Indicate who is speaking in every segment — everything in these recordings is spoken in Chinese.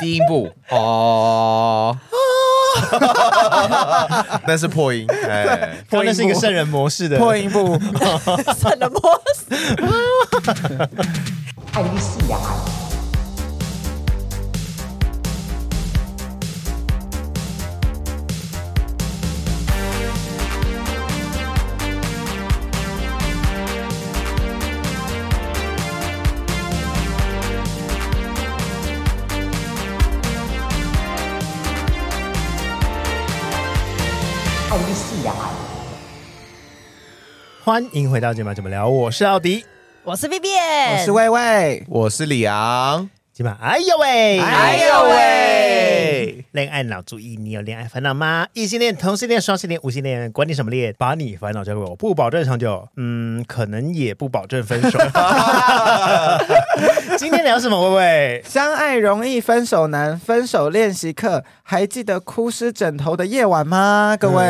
Speaker 1: 低音部，
Speaker 2: 哦，那是破 音，哎，
Speaker 3: 刚刚那是一个圣人模式的
Speaker 2: 破音部，
Speaker 4: 什么模式？
Speaker 5: 爱丽丝雅。爱丽丝雅。
Speaker 3: 欢迎回到今晚怎么聊，我是奥迪。
Speaker 4: 我是 B B，我
Speaker 1: 是魏魏，
Speaker 2: 我是李昂，
Speaker 3: 今晚，哎呦喂，
Speaker 1: 哎呦喂，
Speaker 3: 恋爱脑注意，你有恋爱烦恼吗？异性恋、同性恋、双性恋、无性恋，管你什么恋，把你烦恼交给我，不保证长久，嗯，可能也不保证分手。 今天聊什么？薇薇，
Speaker 1: 相爱容易分手难，分手练习课，还记得哭湿枕头的夜晚吗？
Speaker 2: 哎
Speaker 1: 各位，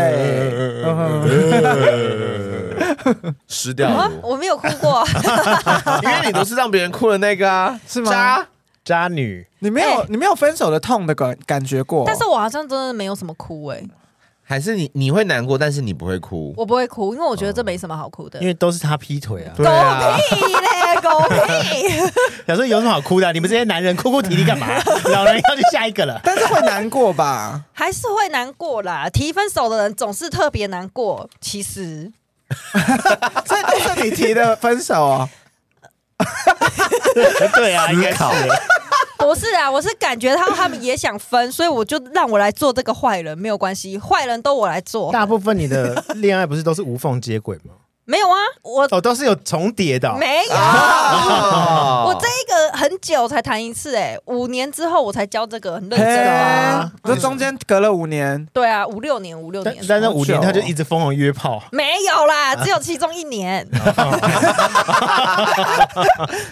Speaker 2: 失掉
Speaker 4: 啊，
Speaker 2: 了，
Speaker 4: 我没有哭过，
Speaker 2: 因为你都是让别人哭的那个啊，
Speaker 1: 是吗
Speaker 2: 渣
Speaker 3: 渣女，
Speaker 1: 你没有
Speaker 4: 哎
Speaker 1: 你没有分手的痛的感感觉过，
Speaker 4: 但是我好像真的没有什么哭哎、
Speaker 2: 还是你你会难过，但是你不会哭，
Speaker 4: 我不会哭，因为我觉得这没什么好哭的
Speaker 3: 因。为都是他劈腿啊。
Speaker 2: 对啊，
Speaker 4: 屁嘞， 狗屁！
Speaker 3: 想说有什么好哭的？啊你们这些男人哭哭啼啼干 嘛？老人要去下一个了。
Speaker 1: 但是会难过 吧？
Speaker 4: 还是会难过啦。提分手的人总是特别难过。其实
Speaker 1: 所以都是你提的分手哦。
Speaker 3: 对啊，应该考。
Speaker 4: 不是啊，我是感觉到他们也想分，所以我就让我来做这个坏人，没有关系，坏人都我来做。
Speaker 3: 大部分你的恋爱不是都是无缝接轨吗？
Speaker 4: 没有啊，我
Speaker 3: 哦，都是有重叠的哦、
Speaker 4: 没有，
Speaker 2: 我
Speaker 4: 我这一个很久才谈一次，哎，五年之后我才交这个，很认真啊。
Speaker 1: 嘿，这中间隔了五年，
Speaker 4: 对啊，五六年，五六
Speaker 3: 但
Speaker 4: 年，
Speaker 3: 但那
Speaker 1: 好久
Speaker 3: 五年
Speaker 1: 哦
Speaker 3: 他就一直疯狂约炮，
Speaker 4: 没有啦，
Speaker 3: 啊
Speaker 4: 只有其中一年。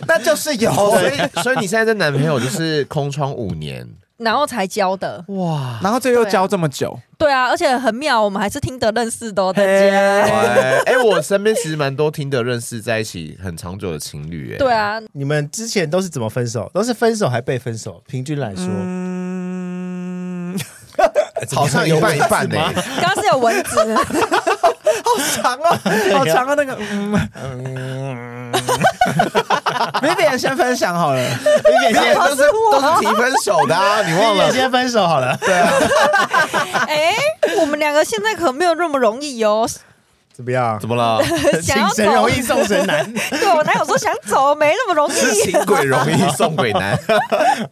Speaker 1: 那就是有。
Speaker 2: 哦，所以所以你现在这男朋友就是空窗五年，
Speaker 4: 然后才交的。啊
Speaker 2: 哇，
Speaker 1: 然后这又交这么久，
Speaker 4: 对啊，而且很妙，我们还是听得认识的、哦，大
Speaker 1: 嘿
Speaker 4: 家。
Speaker 2: 哎、哎我身边其实蛮多听的认识在一起很长久的情侣、哎，
Speaker 4: 对啊，
Speaker 3: 你们之前都是怎么分手？都是分手还被分手，平均来说，
Speaker 1: 嗯，
Speaker 2: 好像一半一半呢、哎
Speaker 4: 刚刚是有蚊子，
Speaker 1: 长啊，好长啊，那个，嗯， 没别人先分享好了，
Speaker 3: 有点先
Speaker 2: 都是都是提分手的、啊，你忘
Speaker 3: 有
Speaker 2: 了？
Speaker 3: 先分手好了，
Speaker 4: 哎、我们两个现在可没有那么容易哦。
Speaker 3: 怎么样？
Speaker 2: 怎么了？
Speaker 4: 想
Speaker 3: 请
Speaker 4: 要走
Speaker 3: 神容易送神难，
Speaker 4: 对啊我男友说想 走，没那么容
Speaker 2: 是
Speaker 4: 易。
Speaker 2: 请鬼容易送鬼难，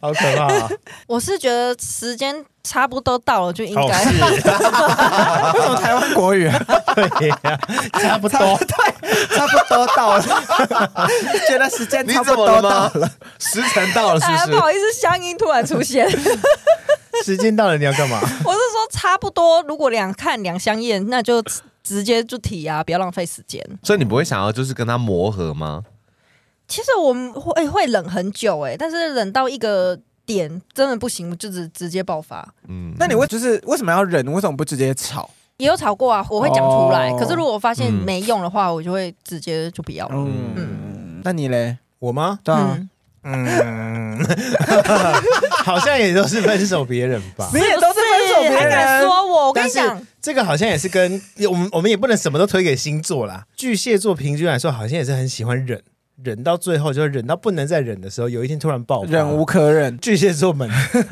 Speaker 3: 好可怕、啊！
Speaker 4: 我是觉得时间差不多到了，就应
Speaker 3: 哦
Speaker 4: 该、
Speaker 3: 是，
Speaker 1: 为什么台湾国语啊
Speaker 3: 对呀，差 不
Speaker 1: 差不
Speaker 3: 多
Speaker 1: 多，。差不多到了， 觉得时间
Speaker 2: 你
Speaker 1: 差不
Speaker 2: 怎么
Speaker 1: 多
Speaker 2: 了
Speaker 1: 到
Speaker 2: 吗
Speaker 1: 了，？
Speaker 2: 时辰到了是
Speaker 4: 哎，
Speaker 2: 不
Speaker 4: 不
Speaker 2: 是？
Speaker 4: 好意思，乡音突然出现。 我是
Speaker 3: 时间到了，你要干嘛？
Speaker 4: 说差不多，如果两看两相厌，那就直接就提啊，不要浪费时间。
Speaker 2: 所以你不会想要就是跟他磨合吗？
Speaker 4: 其实我们会会冷很久哎、但是冷到一个点真的不行，就直直接爆发。
Speaker 2: 嗯，
Speaker 1: 那你为就是为什么要忍？为什么不直接吵？
Speaker 4: 也有吵过啊，我会讲出来。
Speaker 1: 哦
Speaker 4: 可是如果我发现
Speaker 2: 嗯
Speaker 4: 没用的话，我就会直接就不要了。
Speaker 1: 嗯，那你嘞？
Speaker 3: 我吗？
Speaker 1: 对哦啊，
Speaker 4: 嗯，
Speaker 3: 嗯， 好像也都是分手别人吧。
Speaker 1: 你也都是分手别人
Speaker 4: 还敢说我？我跟
Speaker 3: 但
Speaker 4: 你
Speaker 3: 是
Speaker 4: 讲，
Speaker 3: 这个好像也是跟我们我们也不能什么都推给星座啦。巨蟹座平均来说，好像也是很喜欢忍，忍到最后就是忍到不能再忍的时候，有一天突然爆发。
Speaker 1: 忍无可忍，
Speaker 3: 巨蟹座 们，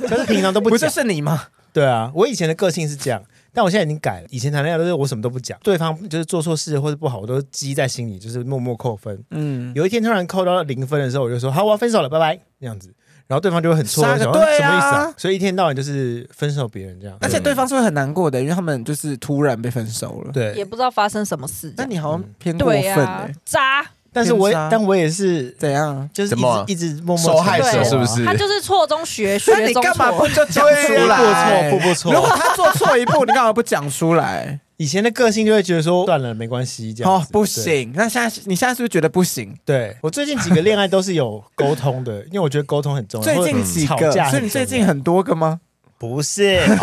Speaker 3: 就是平常都不
Speaker 1: 不就
Speaker 3: 讲。
Speaker 1: 是你吗？
Speaker 3: 对啊，我以前的个性是这样，但我现在已经改了。以前谈恋爱都是我什么都不讲，对方就是做错事或者不好，我都积在心里，就是默默扣分。
Speaker 1: 嗯，
Speaker 3: 有一天突然扣到零分的时候，我就说好，我要分手了，拜拜，这样子。然后对方就会很错愕，
Speaker 1: 杀个
Speaker 3: 想说
Speaker 1: 对啊
Speaker 3: 什么意思啊？所以一天到晚就是分手别人这 样。
Speaker 1: 而且对方是会很难过的，因为他们就是突然被分手了。
Speaker 3: 对
Speaker 4: 也，不知道发生什么事这
Speaker 1: 那
Speaker 4: 样。
Speaker 1: 你好像偏过
Speaker 4: 对
Speaker 1: 分
Speaker 4: 呀、
Speaker 1: 哎，
Speaker 4: 渣，
Speaker 3: 但是我也
Speaker 1: 偏渣
Speaker 3: 但我也是，
Speaker 1: 怎样？
Speaker 3: 就是
Speaker 2: 怎么啊
Speaker 3: 一直一直默默
Speaker 2: 受害
Speaker 4: 对
Speaker 2: 者
Speaker 3: 承受啊
Speaker 2: 是不是
Speaker 4: 他？就是错中学，
Speaker 1: 那
Speaker 4: 学
Speaker 1: 你
Speaker 4: 中
Speaker 1: 干嘛不
Speaker 4: 错。
Speaker 1: 就讲
Speaker 3: 啊
Speaker 1: 出来？
Speaker 3: 过错步步错
Speaker 1: 如果他做错一步，你干嘛不讲出来？
Speaker 3: 以前的个性就会觉得说算了，没关系 这样
Speaker 1: 哦
Speaker 3: 子。，
Speaker 1: 不
Speaker 3: 对。
Speaker 1: 行。那现在你现在是不是觉得不行？
Speaker 3: 对我最近几个恋爱都是有沟通 的，因为我觉得沟通很重要。
Speaker 1: 最近几
Speaker 3: 或者吵
Speaker 1: 个，
Speaker 3: 架很重要
Speaker 1: 所以你最近很多个吗？
Speaker 3: 不是？哎，等一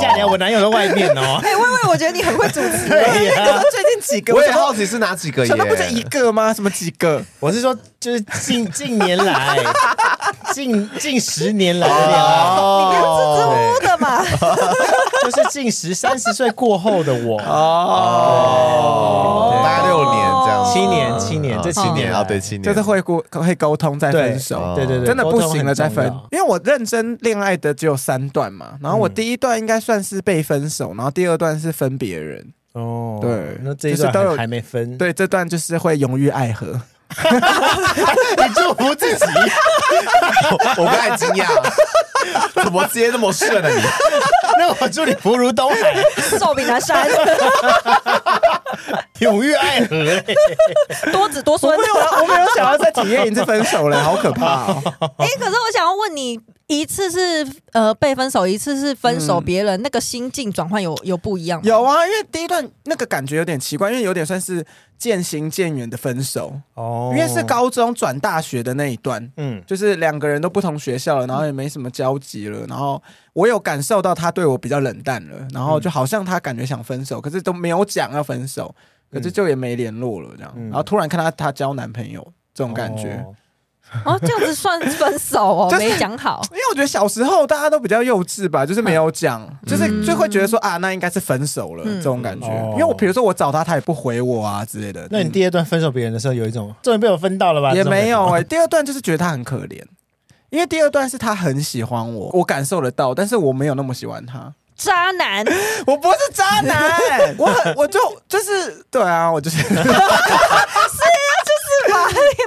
Speaker 3: 下，等一下，我男友在外面 哦。
Speaker 4: 哎，薇薇，我觉得你很会主持。
Speaker 3: 对呀，
Speaker 1: 最近几哦个，
Speaker 2: 我也
Speaker 1: 想
Speaker 2: 好奇是哪几个耶？
Speaker 1: 想到不就一个吗？什么几个？
Speaker 3: 我是说，就是近近年来，近近十年来的恋爱，
Speaker 2: 哦，
Speaker 4: 支支吾吾的嘛，
Speaker 3: 就是近十三十岁过后的我，
Speaker 2: 哦，八六年这样，
Speaker 3: 七年七年这七
Speaker 2: 七
Speaker 3: 年
Speaker 2: 年
Speaker 3: 来
Speaker 2: 啊，对，七年，
Speaker 1: 就是会沟会沟通再分手。
Speaker 3: 对对对，
Speaker 1: 真的不行了再分
Speaker 3: 沟通很重要，
Speaker 1: 因为我认真恋爱的只有三段嘛，然后我
Speaker 3: 嗯
Speaker 1: 第一段应该算是被分手，然后第二段是分别人，
Speaker 3: 哦，
Speaker 1: 对
Speaker 3: 那这一
Speaker 1: 就是都有
Speaker 3: 段还没分，
Speaker 1: 对，这段就是会永浴爱河。
Speaker 2: 你祝福自己。我我刚才惊讶， 怎么接那么顺啊你？
Speaker 3: 那我祝你福如东海，
Speaker 4: 寿比南 山，
Speaker 3: 永浴爱河。欸
Speaker 4: 多子多
Speaker 1: 我
Speaker 4: 孙
Speaker 1: 没。有，啊我没有想要再体验一次分手 了，好可怕哦！
Speaker 4: 哎，可是我想要问你，一次是呃被分手，一次是分
Speaker 1: 嗯
Speaker 4: 手别人，那个心境转换有有不一样吗？
Speaker 1: 有啊，因为第一段那个感觉有点奇怪，因为有点算是渐行渐远的分手，
Speaker 3: 哦
Speaker 1: 因为是，高中转大学的那一段，
Speaker 3: 嗯，
Speaker 1: 就是两个人都不同学校了，然后也没什么交集了，然后我有感受到他对我比较冷淡了，然
Speaker 3: 嗯
Speaker 1: 后就好像他感觉想分手，可是都没有讲要分手，可是就也没联络了这样，
Speaker 3: 嗯
Speaker 1: 然后突然看到他交男朋友这种嗯感觉。
Speaker 3: 哦
Speaker 4: 哦，这样 子算分手哦，
Speaker 1: 就是
Speaker 4: 没讲好。
Speaker 1: 因为我觉得小时候大家都比较幼稚吧，就是没有讲，
Speaker 3: 嗯
Speaker 1: 就是就会觉得说啊，那应该是分手了、
Speaker 4: 嗯
Speaker 1: 这种感觉。
Speaker 3: 哦
Speaker 1: 因为我比如说我找他，他也不回我啊之类的。
Speaker 3: 那你
Speaker 1: 嗯
Speaker 3: 第二段分手别人的时候，有一种终于被我分到了吧？
Speaker 1: 也没有 哎、
Speaker 3: 哎，
Speaker 1: 第二段就是觉得他很可怜，因为第二段是他很喜欢我，我感受得到，但是我没有那么喜欢他。
Speaker 4: 渣男，
Speaker 1: 我不是渣男， 我很我就就是对啊，我 就是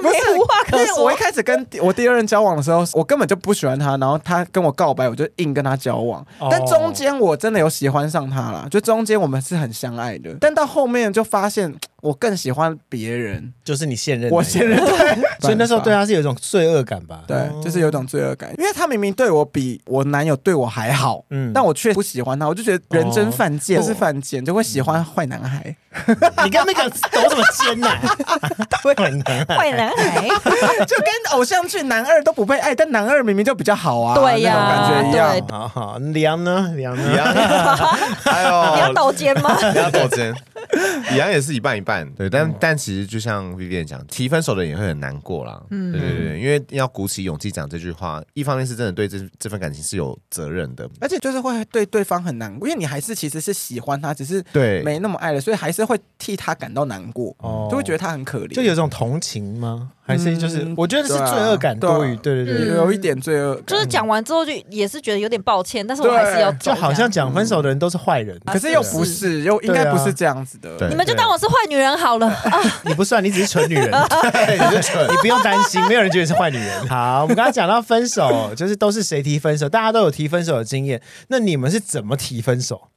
Speaker 4: 没无话可
Speaker 1: 是我
Speaker 4: 说
Speaker 1: 一。开始跟我第二任交往的时候，我根本就不喜欢他，然后他跟我告白，我就硬跟他交往
Speaker 3: 哦。
Speaker 1: 但中间我真的有喜欢上他啦，就中间我们是很相爱的。但到后面就发现我更喜欢别人，
Speaker 3: 就是你现任，
Speaker 1: 我现，任 对，
Speaker 3: 所以那时候对他是有一种罪恶感吧？哦
Speaker 1: 对，就是有种罪恶感，因为他明明对我比我男友对我还好。
Speaker 3: 嗯
Speaker 1: 但我却不喜欢他，我就觉得人真犯贱，
Speaker 4: 哦
Speaker 1: 就是犯贱，就会喜欢坏男孩。
Speaker 3: 你跟那个抖什么肩呐？
Speaker 4: 坏男孩，
Speaker 1: 就跟偶像剧男二都不被爱，但男二明明就比较好啊，
Speaker 4: 对呀
Speaker 1: 那种感觉一样
Speaker 4: 对。
Speaker 3: 好好，梁呢？梁
Speaker 2: 一
Speaker 3: 呢？
Speaker 2: 样，哎
Speaker 4: 你要
Speaker 2: 呦，
Speaker 4: 抖肩 吗？
Speaker 2: 压斗争， 一样也是一半一半。对，但但其实就像 Vivian 讲，提分手的人也会很难过啦。嗯，对对对，因为要鼓起勇气讲这句话，一方面是真的对这这份感情是有责任的，
Speaker 1: 而且就是会对对方很难过，因为你还是其实是喜欢他，只是
Speaker 2: 对，
Speaker 1: 没那么爱了，所以还是会替他感到难过，
Speaker 3: 哦
Speaker 1: 就会觉得他很可怜，
Speaker 3: 就有种同情吗？还是就是
Speaker 1: 嗯
Speaker 3: 我觉得是罪恶感
Speaker 1: 对啊
Speaker 3: 多于对对
Speaker 1: 有
Speaker 4: 嗯
Speaker 3: 对，
Speaker 1: 有一点罪恶感。
Speaker 4: 就是讲完之后就也是觉得有点抱歉，但是我还是要走
Speaker 3: 就好
Speaker 4: 这样
Speaker 3: 像讲分手的人都是坏人，
Speaker 1: 可是又不是，又应该不是这样子的。
Speaker 2: 对
Speaker 4: 你们就当我是坏女人好了。
Speaker 3: 你不算，你只是蠢女 人，你是蠢，你不用担心，没有人觉得你是坏女人。 好，我们刚刚讲到分手，就是都是谁提分手，大家都有提分手的经验。那你们是怎么提分手？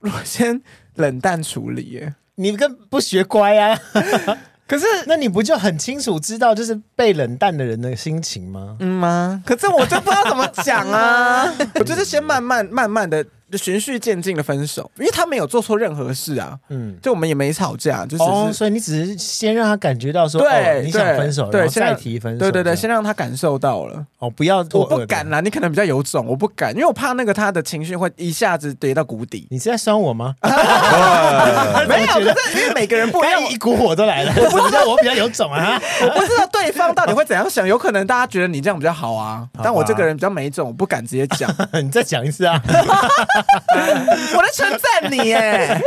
Speaker 1: 我先冷淡处理耶。
Speaker 3: 你跟不学乖啊？
Speaker 1: 可是，
Speaker 3: 那你不就很清楚知道就是被冷淡的人的心情吗？
Speaker 1: 嗯吗？可是我就不知道怎么讲 啊。我就是先慢慢、慢慢的、循序渐进的分手，因为他没有做错任何事啊，
Speaker 3: 嗯，
Speaker 1: 就我们也没吵架，就只是、
Speaker 3: 哦，所以你只是先让他感觉到说，
Speaker 1: 对
Speaker 3: 哦、你想
Speaker 1: 对
Speaker 3: 分手，
Speaker 1: 对
Speaker 3: 然后
Speaker 1: 现在
Speaker 3: 再提分手，
Speaker 1: 对对
Speaker 3: 这
Speaker 1: 对，
Speaker 3: 样
Speaker 1: 先让他感受到了。
Speaker 3: 哦，不要做
Speaker 1: 我
Speaker 3: 恶的，
Speaker 1: 不敢啦，你可能比较有种，我不敢，因为我怕那个他的情绪会一下子跌到 谷底。
Speaker 3: 你是在酸我吗？啊
Speaker 1: 没有，可是因为每个人不一样
Speaker 3: 刚，一股火都来了， 我不知道我比较有种啊。
Speaker 1: 我不知道对方到底会怎样想，有可能大家觉得你这样比较好啊，
Speaker 3: 好吧
Speaker 1: 但我这个人比较没种，我不敢直接 讲，
Speaker 3: 你再讲一次啊！
Speaker 1: 我在称赞你耶。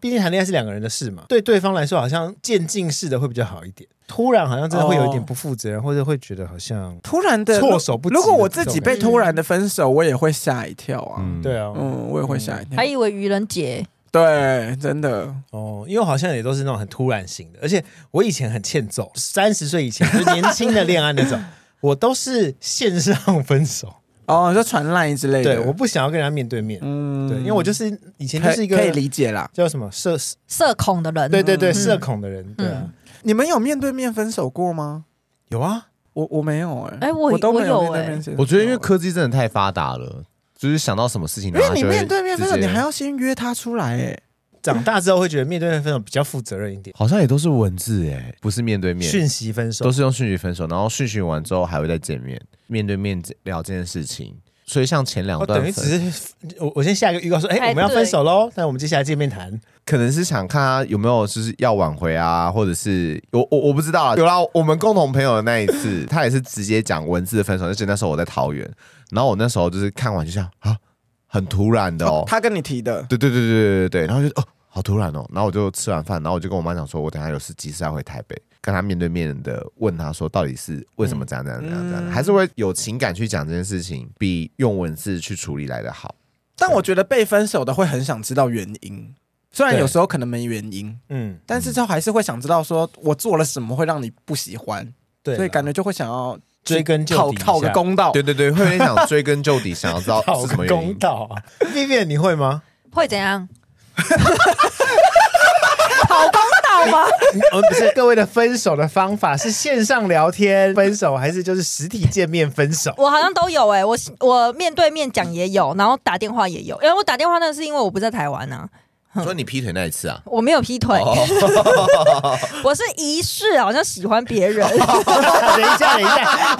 Speaker 3: 毕竟谈恋爱是两个人的事嘛，对对方来说好像渐进式的会比较好一点。突然好像真的会有一
Speaker 1: 哦
Speaker 3: 点不负责任，或者会觉得好像
Speaker 1: 突然的
Speaker 3: 措手不及
Speaker 1: 如果我自己被突然的分手，我也会吓一跳啊。
Speaker 2: 嗯，
Speaker 3: 对啊，
Speaker 1: 嗯，我也会吓一跳
Speaker 4: 还。以为愚人节，
Speaker 1: 对，真的，
Speaker 3: 哦，因为我好像也都是那种很突然型的，而且我以前很欠揍，三十岁以前就是年轻的恋爱那种，我都是线上分手，
Speaker 1: 哦，就传烂之类的。
Speaker 3: 对，我不想要跟人家面对面，
Speaker 1: 嗯
Speaker 3: 对，因为我就是以前就
Speaker 1: 可
Speaker 3: 是一
Speaker 1: 以
Speaker 3: 个
Speaker 1: 可以理解嗯啦。
Speaker 3: 叫什么社，
Speaker 4: 社恐的人，嗯
Speaker 3: 对对对，社恐的人，对啊，
Speaker 1: 你们有面对面分手过吗？
Speaker 3: 有啊，
Speaker 1: 我我没有哎、
Speaker 4: 哎我
Speaker 1: 我都没
Speaker 4: 我有
Speaker 1: 面对
Speaker 4: 哎
Speaker 1: 面分手
Speaker 2: 我觉得因为科技真的太发达了，就是想到什么事情，
Speaker 1: 因为你
Speaker 2: 然后他就会
Speaker 1: 面对面分手，
Speaker 2: 直接
Speaker 1: 你还要先约他出来哎、
Speaker 3: 长大之后会觉得面对面分手比较负责任一点，
Speaker 2: 好像也都是文字哎，不是面对面，
Speaker 3: 讯息分手
Speaker 2: 都是用讯息分手，然后讯息完之后还会再见面，面对面聊这件事情。所以像前两
Speaker 3: 我
Speaker 2: 段
Speaker 3: 哦
Speaker 1: 哦
Speaker 3: 等
Speaker 2: 分
Speaker 3: 于只是我我先下一个预告说，哎、
Speaker 4: 哎
Speaker 3: 我们要分手喽，但我们接下来见面谈。
Speaker 2: 可能是想看他有没有就是要挽回啊，或者是我我我不知道啊。有啦，我们共同朋友的那一次， 他也是直接讲文字的分手，而且那时候我在桃园，然后我那时候就是看完就像啊，很突然的哦，
Speaker 1: 他跟你提的，
Speaker 2: 对对对对对对，然后就哦，好突然哦，然后我就吃完饭，然后我就跟我妈讲说，我等一下有事急事要回台北，跟她面对面的问她说，到底是为什么这样这样这样这样，
Speaker 1: 嗯
Speaker 2: 还是会有情感去讲这件事情，比用文字去处理来的好。
Speaker 1: 但我觉得被分手的会很想知道原因，虽然有时候可能没原因，
Speaker 3: 嗯，
Speaker 1: 但是就还是会想知道说我做了什么会让你不喜欢，
Speaker 3: 对啦，
Speaker 1: 所以感觉就会想要
Speaker 3: 追根究
Speaker 1: 讨
Speaker 3: 底一下
Speaker 1: 讨个公道。
Speaker 2: 对对对，会有点想追根究底，想要知道
Speaker 3: 讨
Speaker 2: 是什
Speaker 3: 个
Speaker 2: 么原
Speaker 3: 公
Speaker 2: 因。
Speaker 3: 道啊。Vivian，你会吗？
Speaker 4: 会 怎样？好公道吗？
Speaker 3: 我们嗯哦不是各位的分手的方法是线上聊天分手，还是就是实体见面分手？
Speaker 4: 我好像都有哎、我我面对面讲也有，然后打电话也有，因为我打电话那是因为我不在台湾啊，
Speaker 2: 说你劈腿那一次啊，
Speaker 4: 我没有劈腿， 我是疑似好像喜欢别 人，
Speaker 3: 等一下，等一下，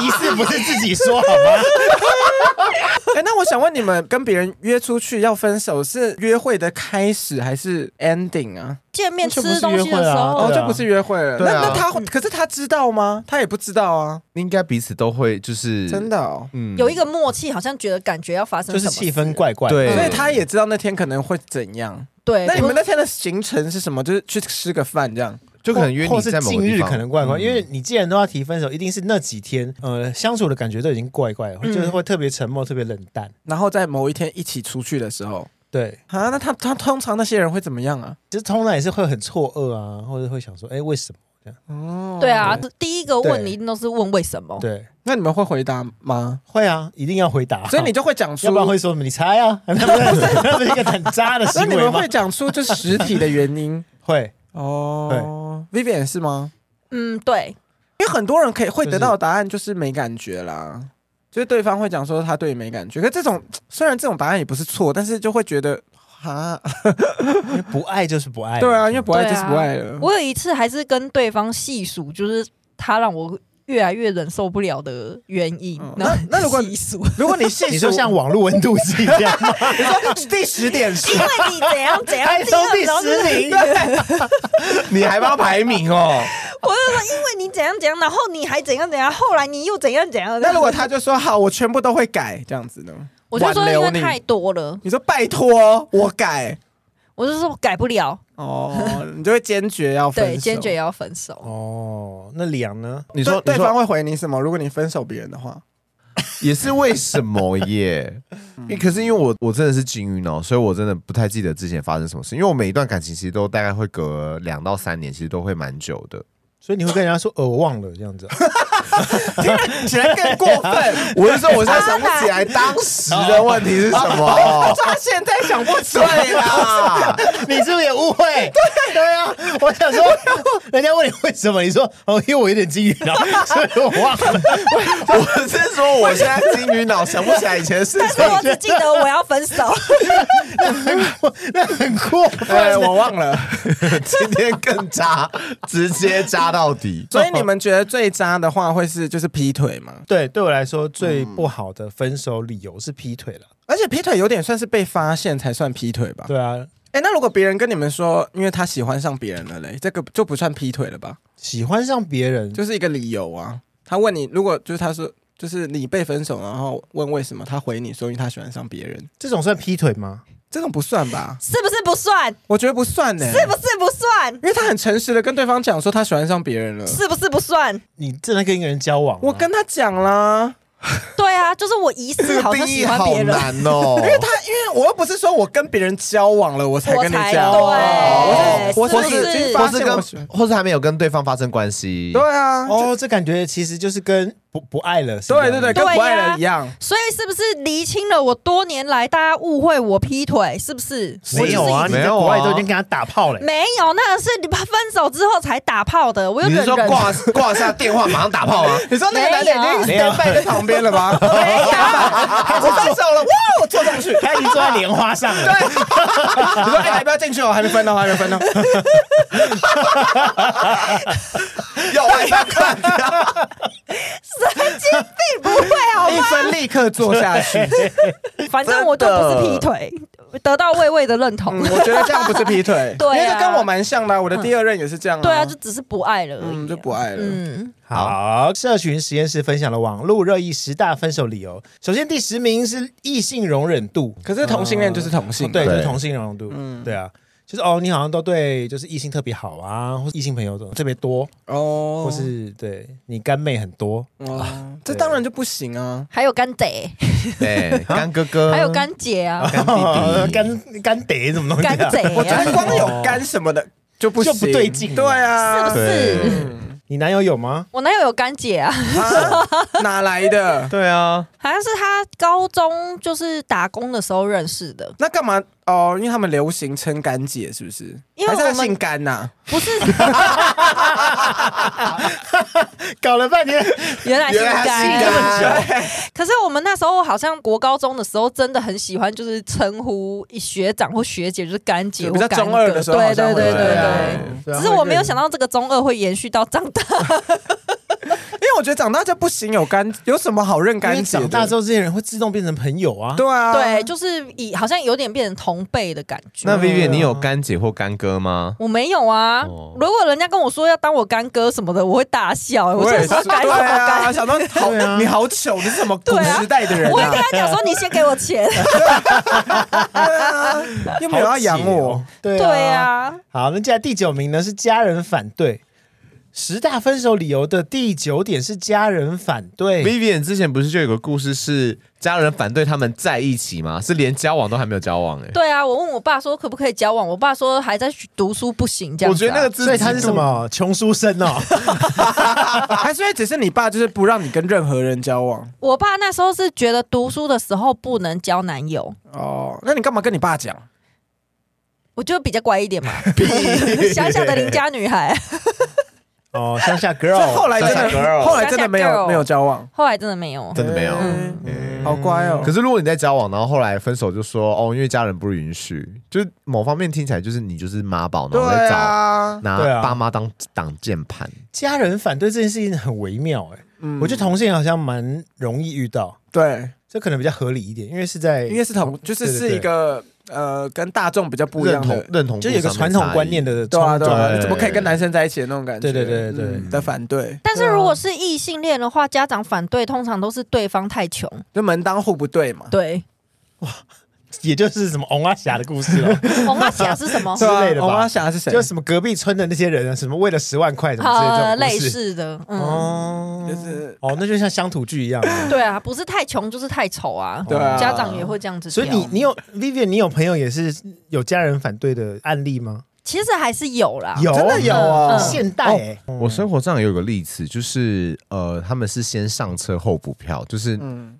Speaker 3: 疑疑似不是自己说好吗？
Speaker 1: 哎、那我想问你们，跟别人约出去要分手，是约会的开始还是 ending 啊？
Speaker 4: 见面吃
Speaker 3: 那就不是
Speaker 4: 东西
Speaker 3: 约
Speaker 4: 的
Speaker 3: 会
Speaker 4: 时
Speaker 3: 啊
Speaker 4: 候
Speaker 1: 哦，
Speaker 3: 对啊
Speaker 1: 就不是约会了。
Speaker 2: 对啊
Speaker 1: 那那他，可是他知道吗？他也不知道啊，
Speaker 2: 应该彼此都会就是
Speaker 1: 真的、哦。
Speaker 2: 嗯
Speaker 4: 有一个默契，好像觉得感觉要发生
Speaker 3: 就
Speaker 4: 什
Speaker 3: 是
Speaker 4: 么
Speaker 3: 气氛怪怪。
Speaker 2: 对
Speaker 1: 所以他也知道那天可能会怎样。
Speaker 4: 对，
Speaker 1: 那你们
Speaker 4: 的
Speaker 1: 那天的行程是什么？就是去吃个饭这样。
Speaker 2: 就可能约
Speaker 3: 或
Speaker 2: 你
Speaker 3: 或是
Speaker 2: 在某
Speaker 3: 近
Speaker 2: 个地
Speaker 3: 日
Speaker 2: 方，
Speaker 3: 可能怪怪，因为你既然都要提分手，一定是那几天，呃，相处的感觉都已经怪怪了，
Speaker 1: 嗯
Speaker 3: 就是会特别沉默，特别冷淡。
Speaker 1: 然后在某一天一起出去的时候，
Speaker 3: 对，
Speaker 1: 啊，那他他通常那些人会怎么样啊？
Speaker 3: 就是通常也是会很错愕啊，或者会想说，哎，为什么？
Speaker 1: 哦，
Speaker 4: 对啊，第一个问你
Speaker 3: 对
Speaker 4: 一定都是问为什么，
Speaker 3: 对，
Speaker 1: 那你们会回答 吗？
Speaker 3: 会啊，一定要回答，
Speaker 1: 所以你就会讲出
Speaker 3: 要不，然会说什么？你猜啊， 那不是那不是一个很渣的
Speaker 1: 那
Speaker 3: 行
Speaker 1: 你
Speaker 3: 为
Speaker 1: 们
Speaker 3: 吗
Speaker 1: 会？讲出就实体的原因
Speaker 3: 会，
Speaker 1: 哦。Vivian 是吗？
Speaker 4: 嗯，对，
Speaker 1: 因为很多人可以会
Speaker 3: 就是
Speaker 1: 得到的答案就是没感觉啦，就是对方会讲说他对你没感觉。可这种虽然这种答案也不是错，但是就会觉得哈，
Speaker 3: 因为不爱就是不爱。
Speaker 1: 对啊，因为不爱
Speaker 4: 对啊
Speaker 1: 就是不爱了。
Speaker 4: 我有一次还是跟对方细数，就是他让我越来越忍受不了的原因
Speaker 1: 嗯。
Speaker 4: 然后
Speaker 1: 那那如果
Speaker 4: 细数，
Speaker 1: 如果你细数，
Speaker 3: 你说像网络温度计这样 吗，
Speaker 1: 第十点是
Speaker 4: 因为你怎样怎样，
Speaker 3: 还
Speaker 4: 怎
Speaker 3: 从
Speaker 4: 样
Speaker 3: 第
Speaker 4: 然后就是
Speaker 3: 十 名，
Speaker 2: 你还帮他排名哦。
Speaker 4: 我就说， 因为你怎样怎样，然后你还怎样怎样，后来你又怎样怎样。
Speaker 1: 那如果他就说好，我全部都会改这样子呢？
Speaker 4: 我就说
Speaker 1: 挽
Speaker 4: 因
Speaker 1: 留
Speaker 4: 为
Speaker 1: 你
Speaker 4: 太多了，
Speaker 1: 你说拜托我改
Speaker 4: 我就说我改不了，
Speaker 1: 哦，你就会坚决要分手，
Speaker 4: 对，坚决。要分手。
Speaker 3: 哦，那两呢？
Speaker 2: 你
Speaker 1: 你
Speaker 2: 说
Speaker 1: 对
Speaker 2: 你
Speaker 1: 对方
Speaker 2: 说
Speaker 1: 会回你什么？如果你分手别人的话，
Speaker 2: 也是为什么耶？因为可是因为我我真的是金鱼脑，所以我真的不太记得之前发生什么事。因为我每一段感情其实都大概会隔两到三年，其实都会蛮久的。
Speaker 3: 所以你会跟人家说，呃，我忘了这 样子啊。
Speaker 1: 起来更过分。。
Speaker 2: 我是说，我现在想不起来当时的问题是什么
Speaker 1: 他现在想不出来
Speaker 2: 对啊 啦，
Speaker 3: 你是不是也误会？对对啊，我想说， 人家问你为什么，你说哦，因为我有点金鱼脑， 所以我忘 了。
Speaker 2: 我是说我现在金鱼脑想不起来以前的事
Speaker 4: 但是
Speaker 2: 情。
Speaker 4: 我只记得我要分手，
Speaker 3: 那很过分。
Speaker 1: 哎，我忘了。
Speaker 2: 今天更渣，直接渣到 底。
Speaker 1: 所以你们觉得最渣的话会是就是劈腿吗？
Speaker 3: 对，对我来说最
Speaker 1: 嗯
Speaker 3: 不好的分手理由是劈腿了。
Speaker 1: 而且劈腿有点算是被发现才算劈腿吧？
Speaker 3: 对啊，
Speaker 1: 哎，那如果别人跟你们说，因为他喜欢上别人了嘞，这个就不算劈腿了吧？
Speaker 3: 喜欢上别人，
Speaker 1: 就是一个理由啊。他问你，如果就是他说，就是你被分手，然后问为什么，他回你说，因为他喜欢上别人，
Speaker 3: 这种算劈腿吗？
Speaker 1: 这种不算吧？
Speaker 4: 是不是不算？
Speaker 1: 我觉得不算呢、
Speaker 4: 是不是不算？
Speaker 1: 因为他很诚实的跟对方讲说他喜欢上别人了。
Speaker 4: 是啊不是不算？
Speaker 3: 你正在跟一个人交往、
Speaker 1: 我跟他讲啦，
Speaker 4: 对啊，就是我疑似好像
Speaker 2: 定义
Speaker 4: 喜欢
Speaker 2: 好
Speaker 4: 别人，
Speaker 2: 难哦，
Speaker 1: 因为他，因为我又不是说我跟别人交往了，我才
Speaker 4: 我
Speaker 1: 跟你
Speaker 4: 才
Speaker 1: 讲，
Speaker 4: 对
Speaker 1: 我是我
Speaker 4: 是
Speaker 1: 是
Speaker 4: 不是
Speaker 1: 已经
Speaker 2: 或
Speaker 1: 发
Speaker 2: 是
Speaker 1: 现
Speaker 2: 跟
Speaker 1: 我喜欢，
Speaker 2: 或是还没有跟对方发生关系。
Speaker 1: 对啊，
Speaker 3: 哦，这感觉其实就是跟不不爱了。是一样
Speaker 1: 对
Speaker 3: 的
Speaker 1: 对对，
Speaker 4: 对
Speaker 1: 跟
Speaker 4: 呀
Speaker 1: 不爱人一样。
Speaker 4: 所以是不是厘清了我多年来大家误会我劈腿？是不是？
Speaker 3: 没有啊，
Speaker 2: 我
Speaker 3: 你
Speaker 2: 只是
Speaker 3: 在国外都已经跟他打炮嘞、
Speaker 4: 没有，那个是你分手之后才打炮的。我 又
Speaker 2: 你
Speaker 4: 忍
Speaker 2: 是说
Speaker 4: 忍，
Speaker 2: 挂挂下电话马上打炮吗？
Speaker 1: 你说那个男的已
Speaker 3: 没
Speaker 1: 经
Speaker 3: 有
Speaker 1: stand by 在旁边了吗？
Speaker 4: 没有，
Speaker 1: 我分手了，哇，我坐上去。
Speaker 3: 他已经坐在莲花上了。
Speaker 1: 你说哎，还不要进去哦，还没分呢，还没分呢。
Speaker 2: 要外看看，
Speaker 4: 神经病！哎不会 好
Speaker 1: 一分立刻做下去。
Speaker 4: 反正我都不是劈腿，得到魏魏的认同。
Speaker 1: 嗯，我觉得这样不是劈腿，
Speaker 4: 对啊嗯
Speaker 1: 因为这跟我蛮像的啊。我的第二任也是这样啊，
Speaker 4: 对啊，就只是不爱了而已、
Speaker 1: 嗯就不爱了。
Speaker 4: 嗯，
Speaker 3: 好，社群实验室分享了网络热议十大分手理由。首先第十名是异性容忍度，
Speaker 1: 可是同性恋就是同性
Speaker 3: 哦
Speaker 1: 嘛，
Speaker 3: 对，就
Speaker 2: 对
Speaker 3: 是同性容忍度，嗯，对啊，就是哦，你好像都对就是异性特别好啊，或是异性朋友特别多，
Speaker 1: 哦，
Speaker 3: 或是对你干妹很多，
Speaker 1: 哦，这当然就不行啊。
Speaker 4: 还有干姐，
Speaker 2: 对，干哥哥，
Speaker 4: 还有干姐啊，
Speaker 2: 干弟弟，
Speaker 3: 干干得什么东西、
Speaker 4: 干
Speaker 3: 啊？
Speaker 4: 姐、
Speaker 1: 我觉
Speaker 4: 啊，
Speaker 1: 得光有干什么的就不行
Speaker 3: 就不对劲
Speaker 1: 对啊，
Speaker 4: 是不
Speaker 2: 对
Speaker 4: 是？
Speaker 3: 你男友有吗？
Speaker 4: 我男友有干姐啊，
Speaker 1: 啊哪来的？
Speaker 2: 对啊，
Speaker 4: 好像是他高中就是打工的时候认识的，
Speaker 1: 那干嘛哦？因为他们流行称干姐，是不是？
Speaker 4: 因为
Speaker 1: 还
Speaker 4: 我
Speaker 1: 是他
Speaker 4: 们
Speaker 1: 姓啊干呐、
Speaker 4: 不 是？
Speaker 3: 搞了半天，
Speaker 4: 原来是
Speaker 2: 原来他
Speaker 4: 干
Speaker 2: 姓
Speaker 4: 啊。
Speaker 2: 干
Speaker 4: 可是我们那时候好像国高中的时候，真的很喜欢，就是称呼学长或学姐，就是干姐
Speaker 1: 就
Speaker 4: 或
Speaker 1: 比较
Speaker 4: 干哥。
Speaker 1: 中二的时候
Speaker 4: 对
Speaker 1: 好像
Speaker 4: 对对
Speaker 1: 会这
Speaker 4: 对啊
Speaker 1: 样啊
Speaker 4: 对。 只是我没有想到这个中二会延续到长大，
Speaker 1: 因为我觉得长大就不行，有干有什么好认
Speaker 3: 因为
Speaker 1: 干姐的？
Speaker 3: 长大之后，这些人会自动变成朋友啊。
Speaker 1: 对啊，
Speaker 4: 对，就是以好像有点变成同辈的感觉。
Speaker 2: 那 Vivian，你有干姐或干哥吗？
Speaker 4: 我没有啊，
Speaker 2: 哦
Speaker 4: 如果人家跟我说要当我干哥什么的，我会大笑、欸。
Speaker 1: 我
Speaker 4: 就
Speaker 1: 也是，
Speaker 4: 说干什
Speaker 1: 对
Speaker 4: 么
Speaker 1: 啊，
Speaker 4: 干？
Speaker 1: 想到好，
Speaker 3: 对啊
Speaker 1: 你好糗，你是什么古
Speaker 4: 对啊
Speaker 1: 时代的人
Speaker 4: 我会
Speaker 1: 啊
Speaker 4: 跟？他讲说，你先给我钱。
Speaker 1: 又
Speaker 3: 好
Speaker 1: 没有
Speaker 3: 解哦，
Speaker 1: 要养我，
Speaker 3: 对
Speaker 4: 对啊，
Speaker 3: 好，那接下来第九名呢是家人反对。十大分手理由的第九点是家人反对，
Speaker 2: Vivian 之前不是就有个故事是家人反对他们在一起吗？是连交往都还没有交往哎、
Speaker 4: 对啊，我问我爸说可不可以交往，我爸说还在读书不行这样、
Speaker 2: 我觉
Speaker 4: 子
Speaker 2: 得那
Speaker 4: 啊
Speaker 2: 个字，
Speaker 3: 所以他是什？么穷书生 哦，
Speaker 1: 还是因为只是你爸就是不让你跟任何人交往
Speaker 4: 我爸那时候是觉得读书的时候不能交男友，
Speaker 1: 哦？那你干嘛跟你爸讲？
Speaker 4: 我就比较乖一点嘛，小小的邻家女孩。
Speaker 3: 哦，乡下
Speaker 1: 所
Speaker 3: girl，
Speaker 1: 以后来真
Speaker 2: 乡下
Speaker 1: 的，
Speaker 2: girl
Speaker 1: 后来真的没
Speaker 4: 乡下
Speaker 1: 有
Speaker 4: girl
Speaker 1: 没有交往，
Speaker 4: 后来真的没有，
Speaker 2: 真的没有。
Speaker 4: 嗯
Speaker 2: 嗯
Speaker 1: 好乖哦。
Speaker 2: 可是如果你在交往，然后后来分手，就说哦，因为家人不允许，就是某方面听起来就是你就是妈宝，然后
Speaker 1: 对
Speaker 2: 在找
Speaker 1: 啊，
Speaker 2: 拿
Speaker 3: 对啊
Speaker 2: 爸妈当挡键盘。
Speaker 3: 家人反对这件事情很微妙哎、
Speaker 1: 嗯
Speaker 3: 我觉得同性好像蛮容易遇到，
Speaker 1: 对，
Speaker 3: 这可能比较合理一点，因为是在
Speaker 1: 因为是同，就是
Speaker 3: 对对
Speaker 1: 是一个呃，跟大众比较不一
Speaker 2: 认
Speaker 1: 样
Speaker 2: 同
Speaker 1: 的，
Speaker 2: 认同
Speaker 3: 就有一个
Speaker 2: 度上面
Speaker 3: 传统
Speaker 2: 差异
Speaker 3: 观念，的
Speaker 1: 对啊，对啊，
Speaker 2: 对
Speaker 1: 你怎么可以跟男生在一起的那种感觉？
Speaker 3: 对对对对
Speaker 1: 嗯的反对，
Speaker 4: 但是如果是异性恋的话，家长反对通常都是对方太穷，
Speaker 1: 就门当户不对嘛。
Speaker 4: 对，
Speaker 3: 也就是什么红阿霞的故事了，
Speaker 4: 红阿霞是什么？
Speaker 1: 对啊
Speaker 3: 之类的吧
Speaker 1: 我妈想的是谁？
Speaker 3: 就是什么隔壁村的那些人啊，什么为了十万块什么之类
Speaker 4: 呃，
Speaker 3: 的这种
Speaker 4: 类
Speaker 3: 故事。
Speaker 4: 似的，嗯，
Speaker 3: 哦，
Speaker 1: 就是
Speaker 3: 哦，那就像乡土剧一样。
Speaker 4: 对啊，不是太穷就是太丑啊，
Speaker 1: 对啊，
Speaker 4: 家长也会这样子
Speaker 3: 所
Speaker 4: 挑。
Speaker 3: 以你你有 Vivian，你有朋友也是有家人反对的案例吗？
Speaker 4: 其实还是有啦，
Speaker 3: 有，啊
Speaker 1: 真的有哦
Speaker 4: 嗯
Speaker 3: 现代欸
Speaker 2: 我
Speaker 1: 嗯
Speaker 2: 生活上也有个例子，就是呃，他们是先上车后补票，就是
Speaker 1: 嗯，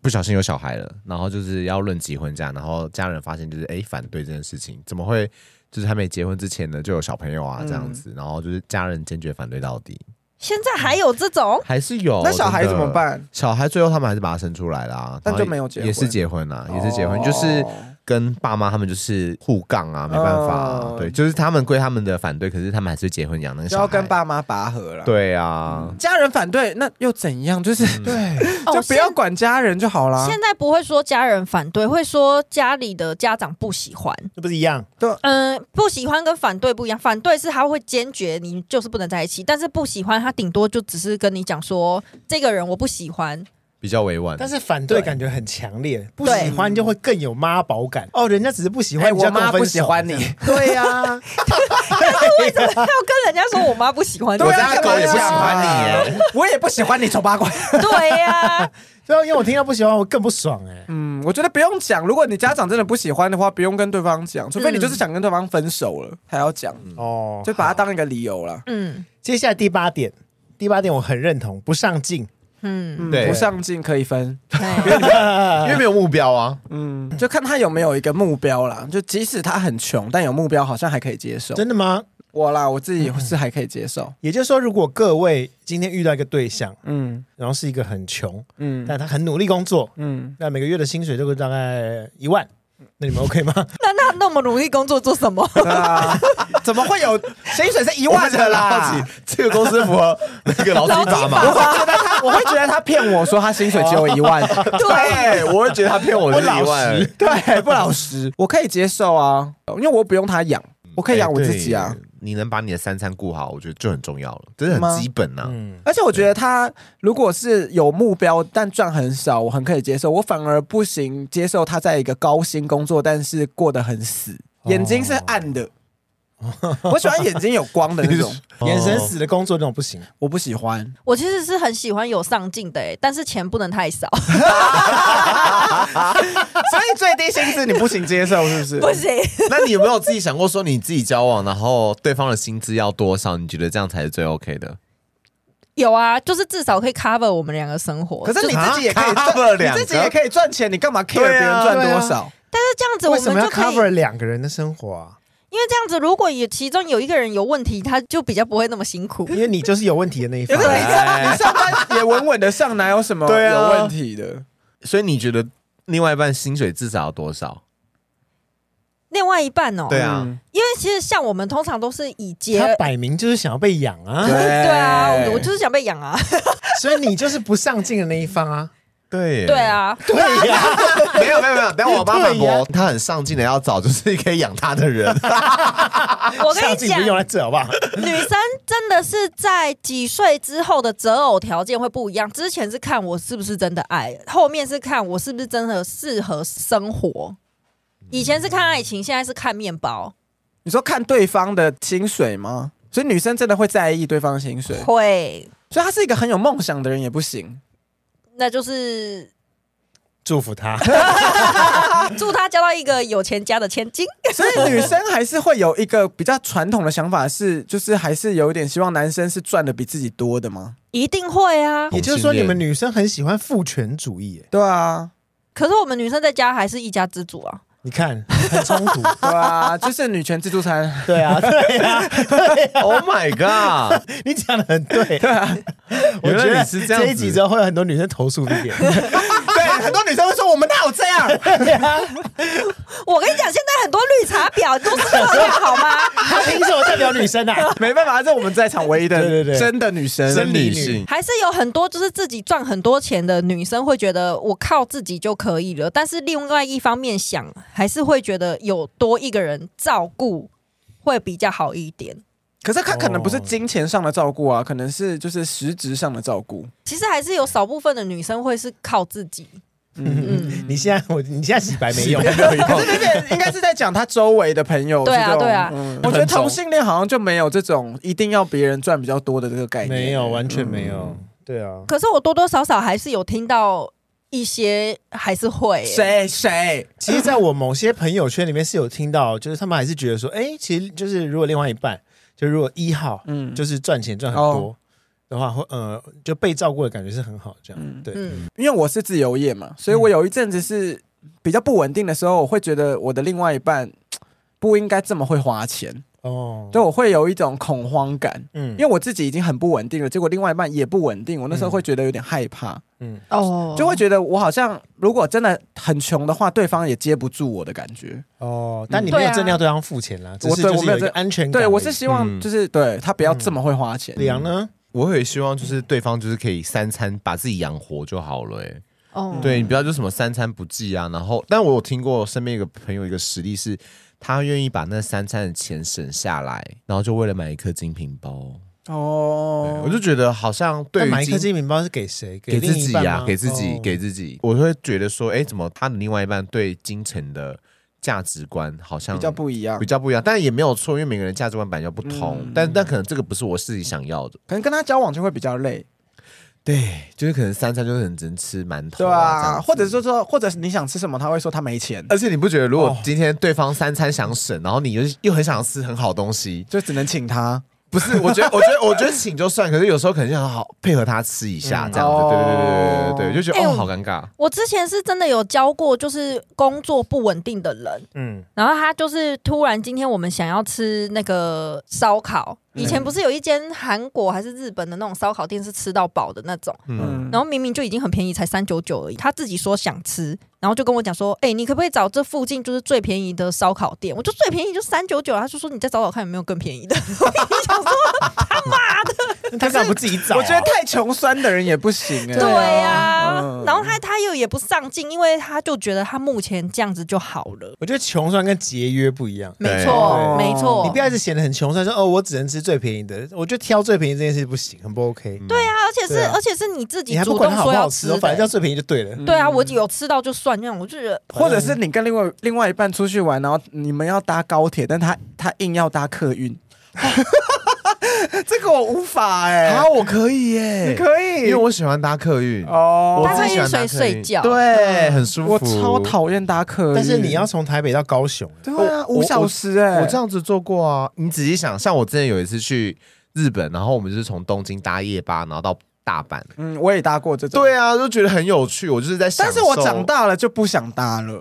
Speaker 2: 不小心有小孩了，然后就是要论及婚嫁，然后家人发现就是哎反对这件事情，怎么会就是还没结婚之前呢就有小朋友啊
Speaker 1: 嗯
Speaker 2: 这样子，然后就是家人坚决反对到底，
Speaker 4: 现在还有这种
Speaker 2: 还是有。
Speaker 1: 那小孩怎么
Speaker 2: 真的？
Speaker 1: 办？
Speaker 2: 小孩最后他们还是把他生出来啦，
Speaker 1: 但就
Speaker 2: 然后
Speaker 1: 没有结婚
Speaker 2: 也是结婚啦，啊也是结婚，
Speaker 1: 哦
Speaker 2: 就是跟爸妈他们就是互杠啊，没办法、啊
Speaker 1: 哦
Speaker 2: 对，就是他们归他们的反对，可是他们还是结婚养那个小
Speaker 1: 就
Speaker 2: 孩。
Speaker 1: 要跟爸嗯妈拔河了。，
Speaker 2: 对啊，
Speaker 1: 家人反对，那又怎样？就是
Speaker 2: 嗯
Speaker 3: 对，
Speaker 1: 就
Speaker 4: 哦，
Speaker 1: 不要管啊家人就好啦。
Speaker 4: 现在不会说家人反对，会说家里的家长不喜欢。
Speaker 3: 这不是一样？
Speaker 4: 嗯，不喜欢跟反对不一样，反对是他会坚决你就是不能在一起，但是不喜欢他顶多就只是跟你讲说这个人我不喜 欢，
Speaker 2: 比较委婉。
Speaker 3: 但是反对感觉很强烈，不喜
Speaker 4: 对
Speaker 3: 欢就会更有妈宝感。哦，人家只是不喜
Speaker 1: 哎，
Speaker 3: 欢，你就
Speaker 1: 我
Speaker 3: 要跟
Speaker 1: 妈
Speaker 3: 分
Speaker 1: 不
Speaker 3: 手
Speaker 1: 喜欢你，
Speaker 3: 对呀，
Speaker 4: 他要跟人家说我妈不喜欢你
Speaker 1: 啊 对
Speaker 2: 我
Speaker 1: 啊
Speaker 2: 家的狗也不喜欢你耶，
Speaker 1: 我也不喜欢你丑八怪。
Speaker 4: 对呀、
Speaker 3: 对啊，因为我听到不喜欢，我更不爽哎。
Speaker 1: 嗯，我觉得不用讲。如果你家长真的不喜欢的话，不用跟对方讲，除非你
Speaker 4: 嗯
Speaker 1: 就是想跟对方分手了才要讲，
Speaker 3: 哦，
Speaker 1: 就把它当一个理由啦。
Speaker 4: 嗯
Speaker 3: 接下来第八点，第八点我很认同，不上进。
Speaker 4: 嗯，
Speaker 1: 嗯，
Speaker 2: 对
Speaker 1: 不上进可以分。
Speaker 4: 对
Speaker 2: 因为没有目标啊。
Speaker 1: 嗯，就看他有没有一个目标啦。就即使他很穷，但有目标好像还可以接受。
Speaker 3: 真的吗？
Speaker 1: 我啦，我自己是还可以接受。
Speaker 3: 也就是说，如果各位今天遇到一个对象，
Speaker 1: 嗯
Speaker 3: 然后是一个很穷，
Speaker 1: 嗯
Speaker 3: 但他很努力工作，
Speaker 1: 嗯
Speaker 3: 那每个月的薪水就会大概一万，那你们 OK 吗？
Speaker 4: 那那那么努力工作做什么？
Speaker 1: 对啊，怎么 会有薪水是一
Speaker 2: 我
Speaker 1: 万
Speaker 2: 们
Speaker 1: 的
Speaker 2: 很
Speaker 1: 啦
Speaker 2: 好？奇，这个公司符合那个劳基法吗？
Speaker 1: 我会觉得他，我会觉得他骗我说他薪水只有一万，
Speaker 2: 对，我会觉得他骗我是一万，
Speaker 1: 对，不老实，我可以接受啊，因为我不用他养，我可以养我自己啊
Speaker 2: 哎。。对你能把你的三餐顾好，我觉得就很重要了，这是
Speaker 1: 吗
Speaker 2: 很基本啊呐。
Speaker 3: 嗯，
Speaker 1: 而且我觉得他如果是有目标，但赚很少，我很可以接受。我反而不行接受他在一个高薪工作，但是过得很死，眼睛是暗的。我喜欢眼睛有光的那 种，
Speaker 3: 眼神死的工作那种不行，
Speaker 1: 我不喜欢。
Speaker 4: 我其实是很喜欢有上进的、欸，但是钱不能太 少，
Speaker 1: 所以最低薪资你不行接受，是 不是？
Speaker 4: 不行。
Speaker 2: 那你有没有自己想过说你自己交往，然后对方的薪资要多少？你觉得这样才是最 OK 的？
Speaker 4: 有啊，就是至少可以 cover 我们两个生活。
Speaker 1: 可是你
Speaker 4: 就
Speaker 1: 自己也可以
Speaker 2: 啊，cover
Speaker 1: 赚，
Speaker 2: 两
Speaker 1: 你
Speaker 2: 个
Speaker 1: 自己也可以赚钱，你干嘛 care
Speaker 2: 对啊
Speaker 1: 别人赚多
Speaker 2: 对
Speaker 1: 少？
Speaker 4: 但是这样子
Speaker 3: 为
Speaker 4: 我
Speaker 3: 什么
Speaker 4: 们
Speaker 3: 要
Speaker 4: 就可以，
Speaker 3: cover 两个人的生活啊？
Speaker 4: 因为这样子如果有其中有一个人有问题，他就比较不会那么辛 苦。
Speaker 3: 因为你就是有问题的那一方啊
Speaker 1: 可。是你上
Speaker 2: 哎
Speaker 1: 你上班也稳稳的上，哪有什么
Speaker 2: 对啊
Speaker 1: 有问题的？
Speaker 2: 所以你觉得另外一半薪水至少要多少？
Speaker 4: 另外一半哦，
Speaker 2: 对啊
Speaker 1: 嗯，
Speaker 4: 因为其实像我们通常都是以结。
Speaker 3: 他摆明就是想要被养啊，
Speaker 4: 对啊，我我就是想被养啊！
Speaker 3: 所以你就是不上进的那一方啊。
Speaker 2: 对
Speaker 4: 对，啊，
Speaker 3: 对呀，
Speaker 2: 没有没有没有，等一下我 帮他反
Speaker 3: 对呀
Speaker 2: 驳，他很上进的要找就是可以养他的人，
Speaker 4: 我跟
Speaker 3: 上
Speaker 4: 你
Speaker 3: 进就
Speaker 4: 讲，
Speaker 3: 用在这好不好？
Speaker 4: 女生真的是在几岁之后的择偶条件会不一样。之前是看我是不是真的爱，后面是看我是不是真的适合生活。以前是看爱情，现在是看面包。
Speaker 1: 你说看对方的薪水吗？所以女生真的会在意对方的薪
Speaker 2: 哦
Speaker 1: 水，
Speaker 4: 会，
Speaker 1: 所以他是一个很有梦想的人也不行。
Speaker 4: 那就是啊
Speaker 3: 祝福他。
Speaker 4: 祝他交到一个有钱家的千金。
Speaker 1: 所以女生还是会有一个比较传统的想法是，就是还是有一点希望男生是赚的比自己多的吗？
Speaker 4: 一定会啊！
Speaker 3: 也就是说，你们女生很喜欢父权主义耶。
Speaker 1: 对啊，
Speaker 4: 可是我们女生在家还是一家之主啊。
Speaker 3: 你看，很冲突。
Speaker 1: 对啊，就是女权自助餐。
Speaker 3: 对啊，对啊，
Speaker 2: ，Oh my god！
Speaker 3: 你讲的很对。对啊，我
Speaker 2: 原
Speaker 3: 觉
Speaker 2: 来
Speaker 3: 得
Speaker 2: 你是这样子
Speaker 3: 一集之后会有很多女生投诉一点。
Speaker 1: 对，很多女生会说我们哪有这 样？
Speaker 3: 啊
Speaker 4: 我跟你讲，现在很多绿茶婊都是这样，好吗？
Speaker 3: 他凭什么代表女生啊？
Speaker 1: 没办法，这是我们在场唯 一的
Speaker 3: 对对对
Speaker 1: 真的女生。
Speaker 2: 真理性，
Speaker 4: 还是有很多就是自己赚很多钱的女生会觉得我靠自己就可以了，但是另外一方面想，还是会觉得有多一个人照顾会比较好一点。
Speaker 1: 可是她可能不是
Speaker 2: 哦
Speaker 1: 金钱上的照顾啊，可能是就是实质上的照顾。
Speaker 4: 其实还是有少部分的女生会是靠自己，嗯，
Speaker 3: 你现在我你现在洗白没用，
Speaker 1: 可是 Vivian 应该是在讲她周围的朋友。
Speaker 4: 对啊
Speaker 1: 这种
Speaker 4: 对啊
Speaker 1: 嗯我觉得同性恋好像就没有这种一定要别人赚比较多的这个概念。
Speaker 3: 没有，完全没有。对啊，
Speaker 4: 可是我多多少少还是有听到一些还是会、
Speaker 1: 谁谁
Speaker 3: 其实，在我某些朋友圈里面是有听到，就是他们还是觉得说，哎，其实就是如果另外一半，就如果一号，
Speaker 1: 嗯，就
Speaker 3: 就是赚钱赚很多的话，或呃，就被照顾的感觉是很好，这样对。
Speaker 4: 嗯，
Speaker 1: 因为我是自由业嘛，所以我有一阵子是比较不稳定的时候，我会觉得我的另外一半不应该这么会花钱，
Speaker 3: 哦，
Speaker 1: 对，我会有一种恐慌感。
Speaker 3: 嗯
Speaker 1: 因为我自己已经很不稳定了，结果另外一半也不稳定，我那时候会觉得有点害怕。
Speaker 3: 嗯，
Speaker 4: 哦
Speaker 1: 就会觉得我好像如果真的很穷的话，对方也接不住我的感觉。
Speaker 3: 哦，但你没
Speaker 4: 对
Speaker 3: 有
Speaker 4: 啊
Speaker 3: 真的要对方付钱啦，只
Speaker 1: 我
Speaker 3: 是
Speaker 1: 对
Speaker 3: 就
Speaker 1: 我
Speaker 3: 是
Speaker 1: 没
Speaker 3: 有
Speaker 1: 有
Speaker 3: 一个
Speaker 1: 这
Speaker 3: 安全感而已。啊
Speaker 1: 对我是希望
Speaker 2: 嗯啊
Speaker 1: 就是对他不要这么会花钱。
Speaker 3: 李阳呢，
Speaker 2: 我会希望就是对方就是可以三餐把自己养活就好了、欸，
Speaker 4: 哦
Speaker 2: 对你不要就什么三餐不济啊，然后，但我有听过身边一个朋友一个实例是，他愿意把那三餐的钱省下来，然后就为了买一颗精品包。对
Speaker 1: 哦，
Speaker 2: 我就觉得好像对
Speaker 3: 哦那
Speaker 2: 于
Speaker 3: 买一颗
Speaker 2: 金
Speaker 3: 金饼包是给谁？
Speaker 2: 给
Speaker 3: 另
Speaker 2: 自
Speaker 3: 一
Speaker 2: 己
Speaker 3: 半
Speaker 2: 呀、
Speaker 3: 吗
Speaker 2: 给自己，啊
Speaker 3: 哦
Speaker 2: 给自己，我会觉得说，哎，怎么他的另外一半对金钱的价值观好像
Speaker 1: 比较不一样
Speaker 2: 比，较不一样，但也没有错，因为每个人价值观本来就不同，
Speaker 1: 嗯
Speaker 2: 但但可能这个不是我自己想要的。
Speaker 1: 可能跟他交往就会比较累，
Speaker 2: 对，就是可能三餐就是很只能吃馒头
Speaker 1: 对
Speaker 2: 这
Speaker 1: 啊，
Speaker 2: 样子
Speaker 1: 或者是说，或者是你想吃什么，他会说他没钱，
Speaker 2: 而且你不觉得，如
Speaker 1: 哦
Speaker 2: 果今天对方三餐想省，然后你又又很想吃很好东西，
Speaker 1: 就只能请他。
Speaker 2: 不是？我觉得，我觉得，我觉得请就算，可是有时候可能就想好配合他吃一下，
Speaker 1: 嗯
Speaker 2: 这样子，对对对对对对，就觉得
Speaker 4: 哎
Speaker 2: 哦，
Speaker 4: 我
Speaker 2: 好尴尬。
Speaker 4: 我之前是真的有教过，就是工作不稳定的人，
Speaker 3: 嗯，
Speaker 4: 然后他就是突然今天我们想要吃那个烧烤，以前不是有一间韩国还是日本的那种烧烤店是吃到饱的那种，
Speaker 2: 嗯，
Speaker 4: 然后明明就已经很便宜，才三九九而已，他自己说想吃，然后就跟我讲说，哎、你可不可以找这附近就是最便宜的烧烤店？我就最便宜就三九啊九，他就说你再找找看有没有更便宜的。
Speaker 3: 他干嘛不自己找啊？
Speaker 1: 我觉得太穷酸的人也不行 哎、
Speaker 4: 对呀、
Speaker 1: 嗯
Speaker 4: 然后他他又也不上进，因为他就觉得他目前这样子就好了。
Speaker 3: 我觉得穷酸跟节约不一样。
Speaker 4: 没
Speaker 1: 对
Speaker 4: 错，没错，
Speaker 3: 你不要一直显得很穷酸，说哦，我只能吃最便宜的。我觉得挑最便宜这件事不行，很不 OK。
Speaker 4: 对啊，而且是、
Speaker 3: 对啊
Speaker 4: 而且是你自己
Speaker 3: 你还不
Speaker 4: 主
Speaker 3: 管
Speaker 4: 动
Speaker 3: 它好不
Speaker 4: 说
Speaker 3: 好
Speaker 4: 要
Speaker 3: 吃
Speaker 4: 的
Speaker 3: 哦，反正叫最便宜就对了。
Speaker 4: 对啊，我有吃到就算，那样我就觉得
Speaker 1: 或者是你跟另外另外一半出去玩，然后你们要搭高铁，但他他硬要搭客运， 这个我无法哎、
Speaker 2: 好，啊我可以耶
Speaker 1: 你，可以，
Speaker 2: 因为我喜欢搭客运，
Speaker 1: 哦，
Speaker 2: 我
Speaker 4: 搭
Speaker 2: 自
Speaker 4: 客
Speaker 2: 己喜
Speaker 4: 运
Speaker 2: 欢搭
Speaker 4: 睡
Speaker 2: 客运
Speaker 4: 睡觉
Speaker 2: 对，很舒服。
Speaker 1: 我超，讨厌搭客运，
Speaker 3: 但是你要从台北到高雄，
Speaker 1: 对啊，
Speaker 2: 我
Speaker 1: 五小时哎、
Speaker 2: 我这样子做过啊。你仔细想，像我之前有一次去日本，然后我们就是从东京搭夜巴，然后到大阪。
Speaker 1: 嗯，我也搭过这种，
Speaker 2: 对啊，就觉得很有趣。我就是在享
Speaker 1: 但
Speaker 2: 受，
Speaker 1: 是我长大了就不想搭了，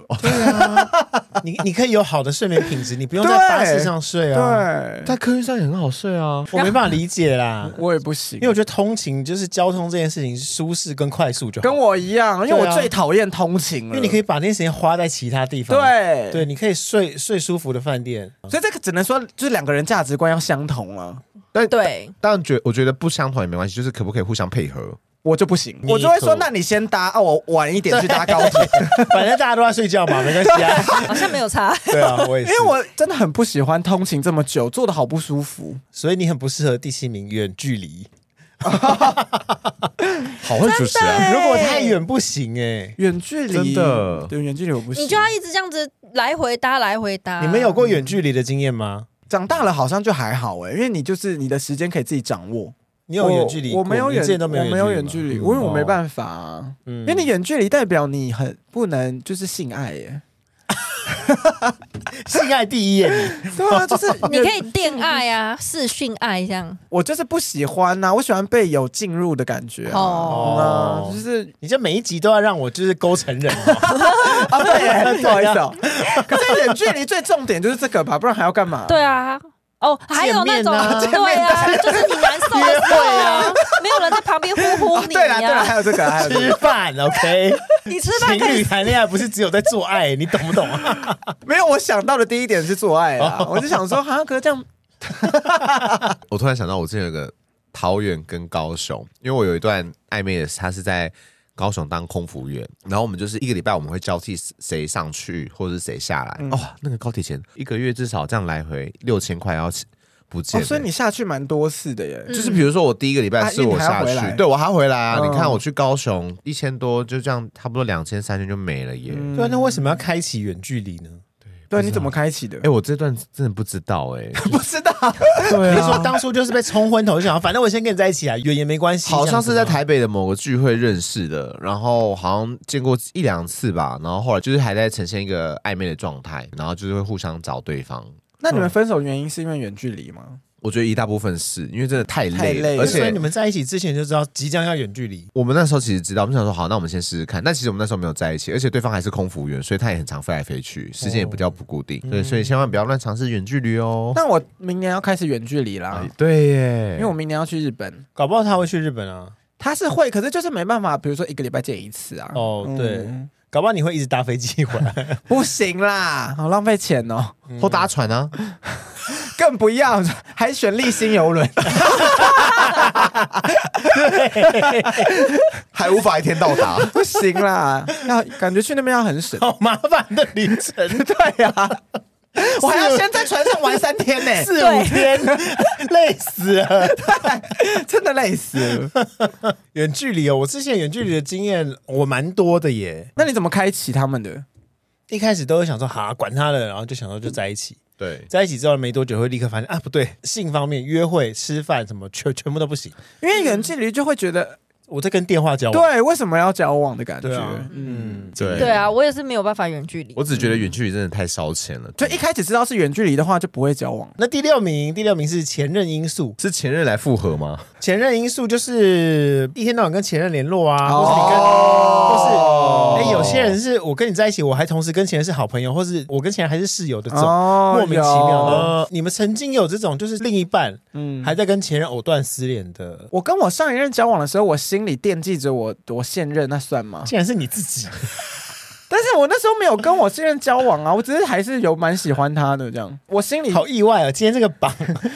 Speaker 3: 你 你可以有好的睡眠品质，你不用在巴士上睡啊。
Speaker 1: 对，
Speaker 2: 在客运上也很好睡啊。
Speaker 3: 我没办法理解啦，
Speaker 1: 我也不行
Speaker 3: 啊因为。我觉得通勤就是交通这件事情舒适跟快速就好，
Speaker 1: 跟我一样，因为
Speaker 3: 对
Speaker 1: 我
Speaker 3: 啊
Speaker 1: 最讨厌通勤
Speaker 3: 因
Speaker 1: 了。
Speaker 3: 为你可以把那些时间花在其他地方。
Speaker 1: 对
Speaker 3: 对，，你可以睡睡舒服的饭店。
Speaker 1: 所以这个只能说就是两个人价值观要相同啊了，
Speaker 2: 但
Speaker 4: 对，
Speaker 2: 但觉我觉得不相同也没关系，就是可不可以互相配合？
Speaker 1: 我就不行，
Speaker 3: 你
Speaker 1: 我就会说
Speaker 3: 可
Speaker 1: 那你先搭啊，我晚一点去搭高铁，
Speaker 3: 反正大家都在睡觉嘛，没关系啊。
Speaker 4: 好像没有差。
Speaker 3: 对啊，我也
Speaker 1: 因
Speaker 3: 是。
Speaker 1: 为我真的很不喜欢通勤这么久，坐的好不舒服。
Speaker 3: 所以你很不适合第七名远距 离，
Speaker 2: 好会主持啊！
Speaker 4: 对
Speaker 3: 如果太远不行哎、
Speaker 1: 远距离
Speaker 2: 真的
Speaker 1: 对远距离我不行。
Speaker 4: 你就要一直这样子来回搭，来回搭。
Speaker 3: 你们有过远距离的经验吗？
Speaker 1: 长大了好像就还好哎、因为你就是你的时间可以自己掌握。
Speaker 3: 你有远距离过
Speaker 1: 我
Speaker 3: 吗？
Speaker 1: 我没有
Speaker 3: 你
Speaker 1: 远
Speaker 3: 之前都没有
Speaker 1: 我没有远
Speaker 3: 吗
Speaker 1: 距离，
Speaker 2: 嗯
Speaker 1: 因为我没办法、啊，
Speaker 3: 哦嗯
Speaker 1: 因为你远距离代表你很不能就是性爱耶、
Speaker 3: 性爱第一耶，你
Speaker 1: 对啊，就是
Speaker 4: 你可以恋爱啊，视讯爱这样。
Speaker 1: 我就是不喜欢呐、啊我喜欢被有进入的感觉、啊。
Speaker 4: 哦
Speaker 1: 哦，就是
Speaker 3: 你这每一集都要让我就是勾成人哦、
Speaker 1: 啊，对耶，不好意 思哦。可是远距离最重点就是这个吧，不然还要干嘛？
Speaker 4: 对啊。哦，还有那种，
Speaker 1: 见面啊
Speaker 4: 对啊，就是你难受的时候啊，没有人在旁边呼呼你
Speaker 1: 哦对啦，对啦，
Speaker 4: 啊，
Speaker 1: 还有这个， 还有这
Speaker 3: 吃
Speaker 1: 个，
Speaker 3: 饭 OK。
Speaker 4: 你吃饭
Speaker 3: 情
Speaker 4: 可以
Speaker 3: 侣谈恋爱不是只有在做爱，你懂不懂啊？
Speaker 1: 没有我想到的第一点是做爱啊，
Speaker 3: 哦
Speaker 1: 我就想说，好像可是这样，
Speaker 2: 我突然想到，我之前有个桃园跟高雄，因为我有一段暧昧的，他是在高雄当空服员，然后我们就是一个礼拜我们会交替谁上去或者是谁下来。
Speaker 1: 嗯
Speaker 2: 哦，那个高铁钱一个月至少这样来回六千块要不见、
Speaker 1: 哦
Speaker 2: 欸
Speaker 1: 所以你下去蛮多次的
Speaker 4: 嗯
Speaker 1: 耶。
Speaker 2: 就是比如说我第一个礼拜是我
Speaker 1: 嗯啊
Speaker 2: 下
Speaker 1: 因为
Speaker 2: 去，
Speaker 1: 你还要回来
Speaker 2: 对我还要回来啊！
Speaker 1: 嗯
Speaker 2: 你看我去高雄一千多，就这样差不多两千三千就没了耶。
Speaker 1: 嗯
Speaker 3: 对啊，那为什么要开启远距离呢？
Speaker 1: 对，啊你怎么开启的
Speaker 2: 哎、？我这段真的不知道 哎、
Speaker 1: 不知道，
Speaker 3: 对、啊你是说当初就是被冲昏头，就想反正我先跟你在一起啊，远也没关系。
Speaker 2: 好像是在
Speaker 3: 这样子吗
Speaker 2: 台北的某个聚会认识的，然后好像见过一两次吧，然后后来就是还在呈现一个暧昧的状态，然后就是会互相找对方。
Speaker 1: 那你们分手原因是因为远距离吗？
Speaker 2: 我觉得一大部分是因为真的太累了，
Speaker 1: 太累了
Speaker 2: 而
Speaker 3: 所以你
Speaker 2: 且
Speaker 3: 们在一起之前就知道即将要远距离。
Speaker 2: 我们那时候其实知道，我们想说好，那我们先试试看。但其实我们那时候没有在一起，而且对方还是空服员，所以他也很常飞来飞去，时间也不叫不固定。对，所以千万不要乱尝试远距离哦。
Speaker 1: 那我明年要开始远距离啦
Speaker 2: 哎，对耶，
Speaker 1: 因为我明年要去日本。
Speaker 3: 搞不好他会去日本啊，
Speaker 1: 他是会，可是就是没办法，比如说一个礼拜见一次啊。
Speaker 3: 哦
Speaker 1: 嗯
Speaker 3: 对搞不好你会一直搭飞机回来。
Speaker 1: 不行啦，好浪费钱哦，
Speaker 2: 或搭船啊，
Speaker 1: 更不要，还选立新游轮。
Speaker 2: 还无法一天到达。
Speaker 1: 不行啦，要感觉去那边要很省。
Speaker 3: 好麻烦的旅 程，
Speaker 1: 对呀、
Speaker 3: 啊
Speaker 1: 我还要先在船上玩三 天呢、
Speaker 3: 四五天， 累死了。
Speaker 1: 真的累死了。
Speaker 3: 远距离哦，我之前远距离的经验我蛮多的耶。
Speaker 1: 那你怎么开启他们的？
Speaker 3: 一开始都会想说，哈，管他了，然后就想说就在一起。
Speaker 2: 对，
Speaker 3: 在一起之后没多久，会立刻发现啊，不对，性方面、约会、吃饭什么，全全部都不行。
Speaker 1: 因为远距离就会觉得，
Speaker 3: 我在跟电话交往。
Speaker 1: 对，啊为什么要交往的感觉？
Speaker 3: 对啊
Speaker 1: 嗯，
Speaker 3: 嗯，
Speaker 2: 对
Speaker 4: 对啊，我也是没有办法远距离。
Speaker 2: 我只觉得远距离真的太烧钱了，
Speaker 1: 就一开始知道是远距离的话，就不会交往。
Speaker 3: 那第六名，第六名是前任因素。
Speaker 2: 是前任来复合吗？
Speaker 3: 前任因啊素就是一天到晚跟前任联络啊，或是你跟，
Speaker 1: 哦
Speaker 3: 或是哎、有些人人是我跟你在一起，我还同时跟前任是好朋友，或是我跟前任还是室友的这种。
Speaker 1: 哦
Speaker 3: 莫名其妙的，
Speaker 1: 有
Speaker 3: 你们曾经有这种就是另一半
Speaker 1: 嗯
Speaker 3: 还在跟前任藕断丝连的，
Speaker 1: 我跟我上一任交往的时候，我心里惦记着我我现任，那算吗？
Speaker 3: 竟然是你自己，
Speaker 1: 但是我那时候没有跟我现任交往啊，我只是还是有蛮喜欢他的这样。我心里
Speaker 3: 好意外啊！今天这个 榜，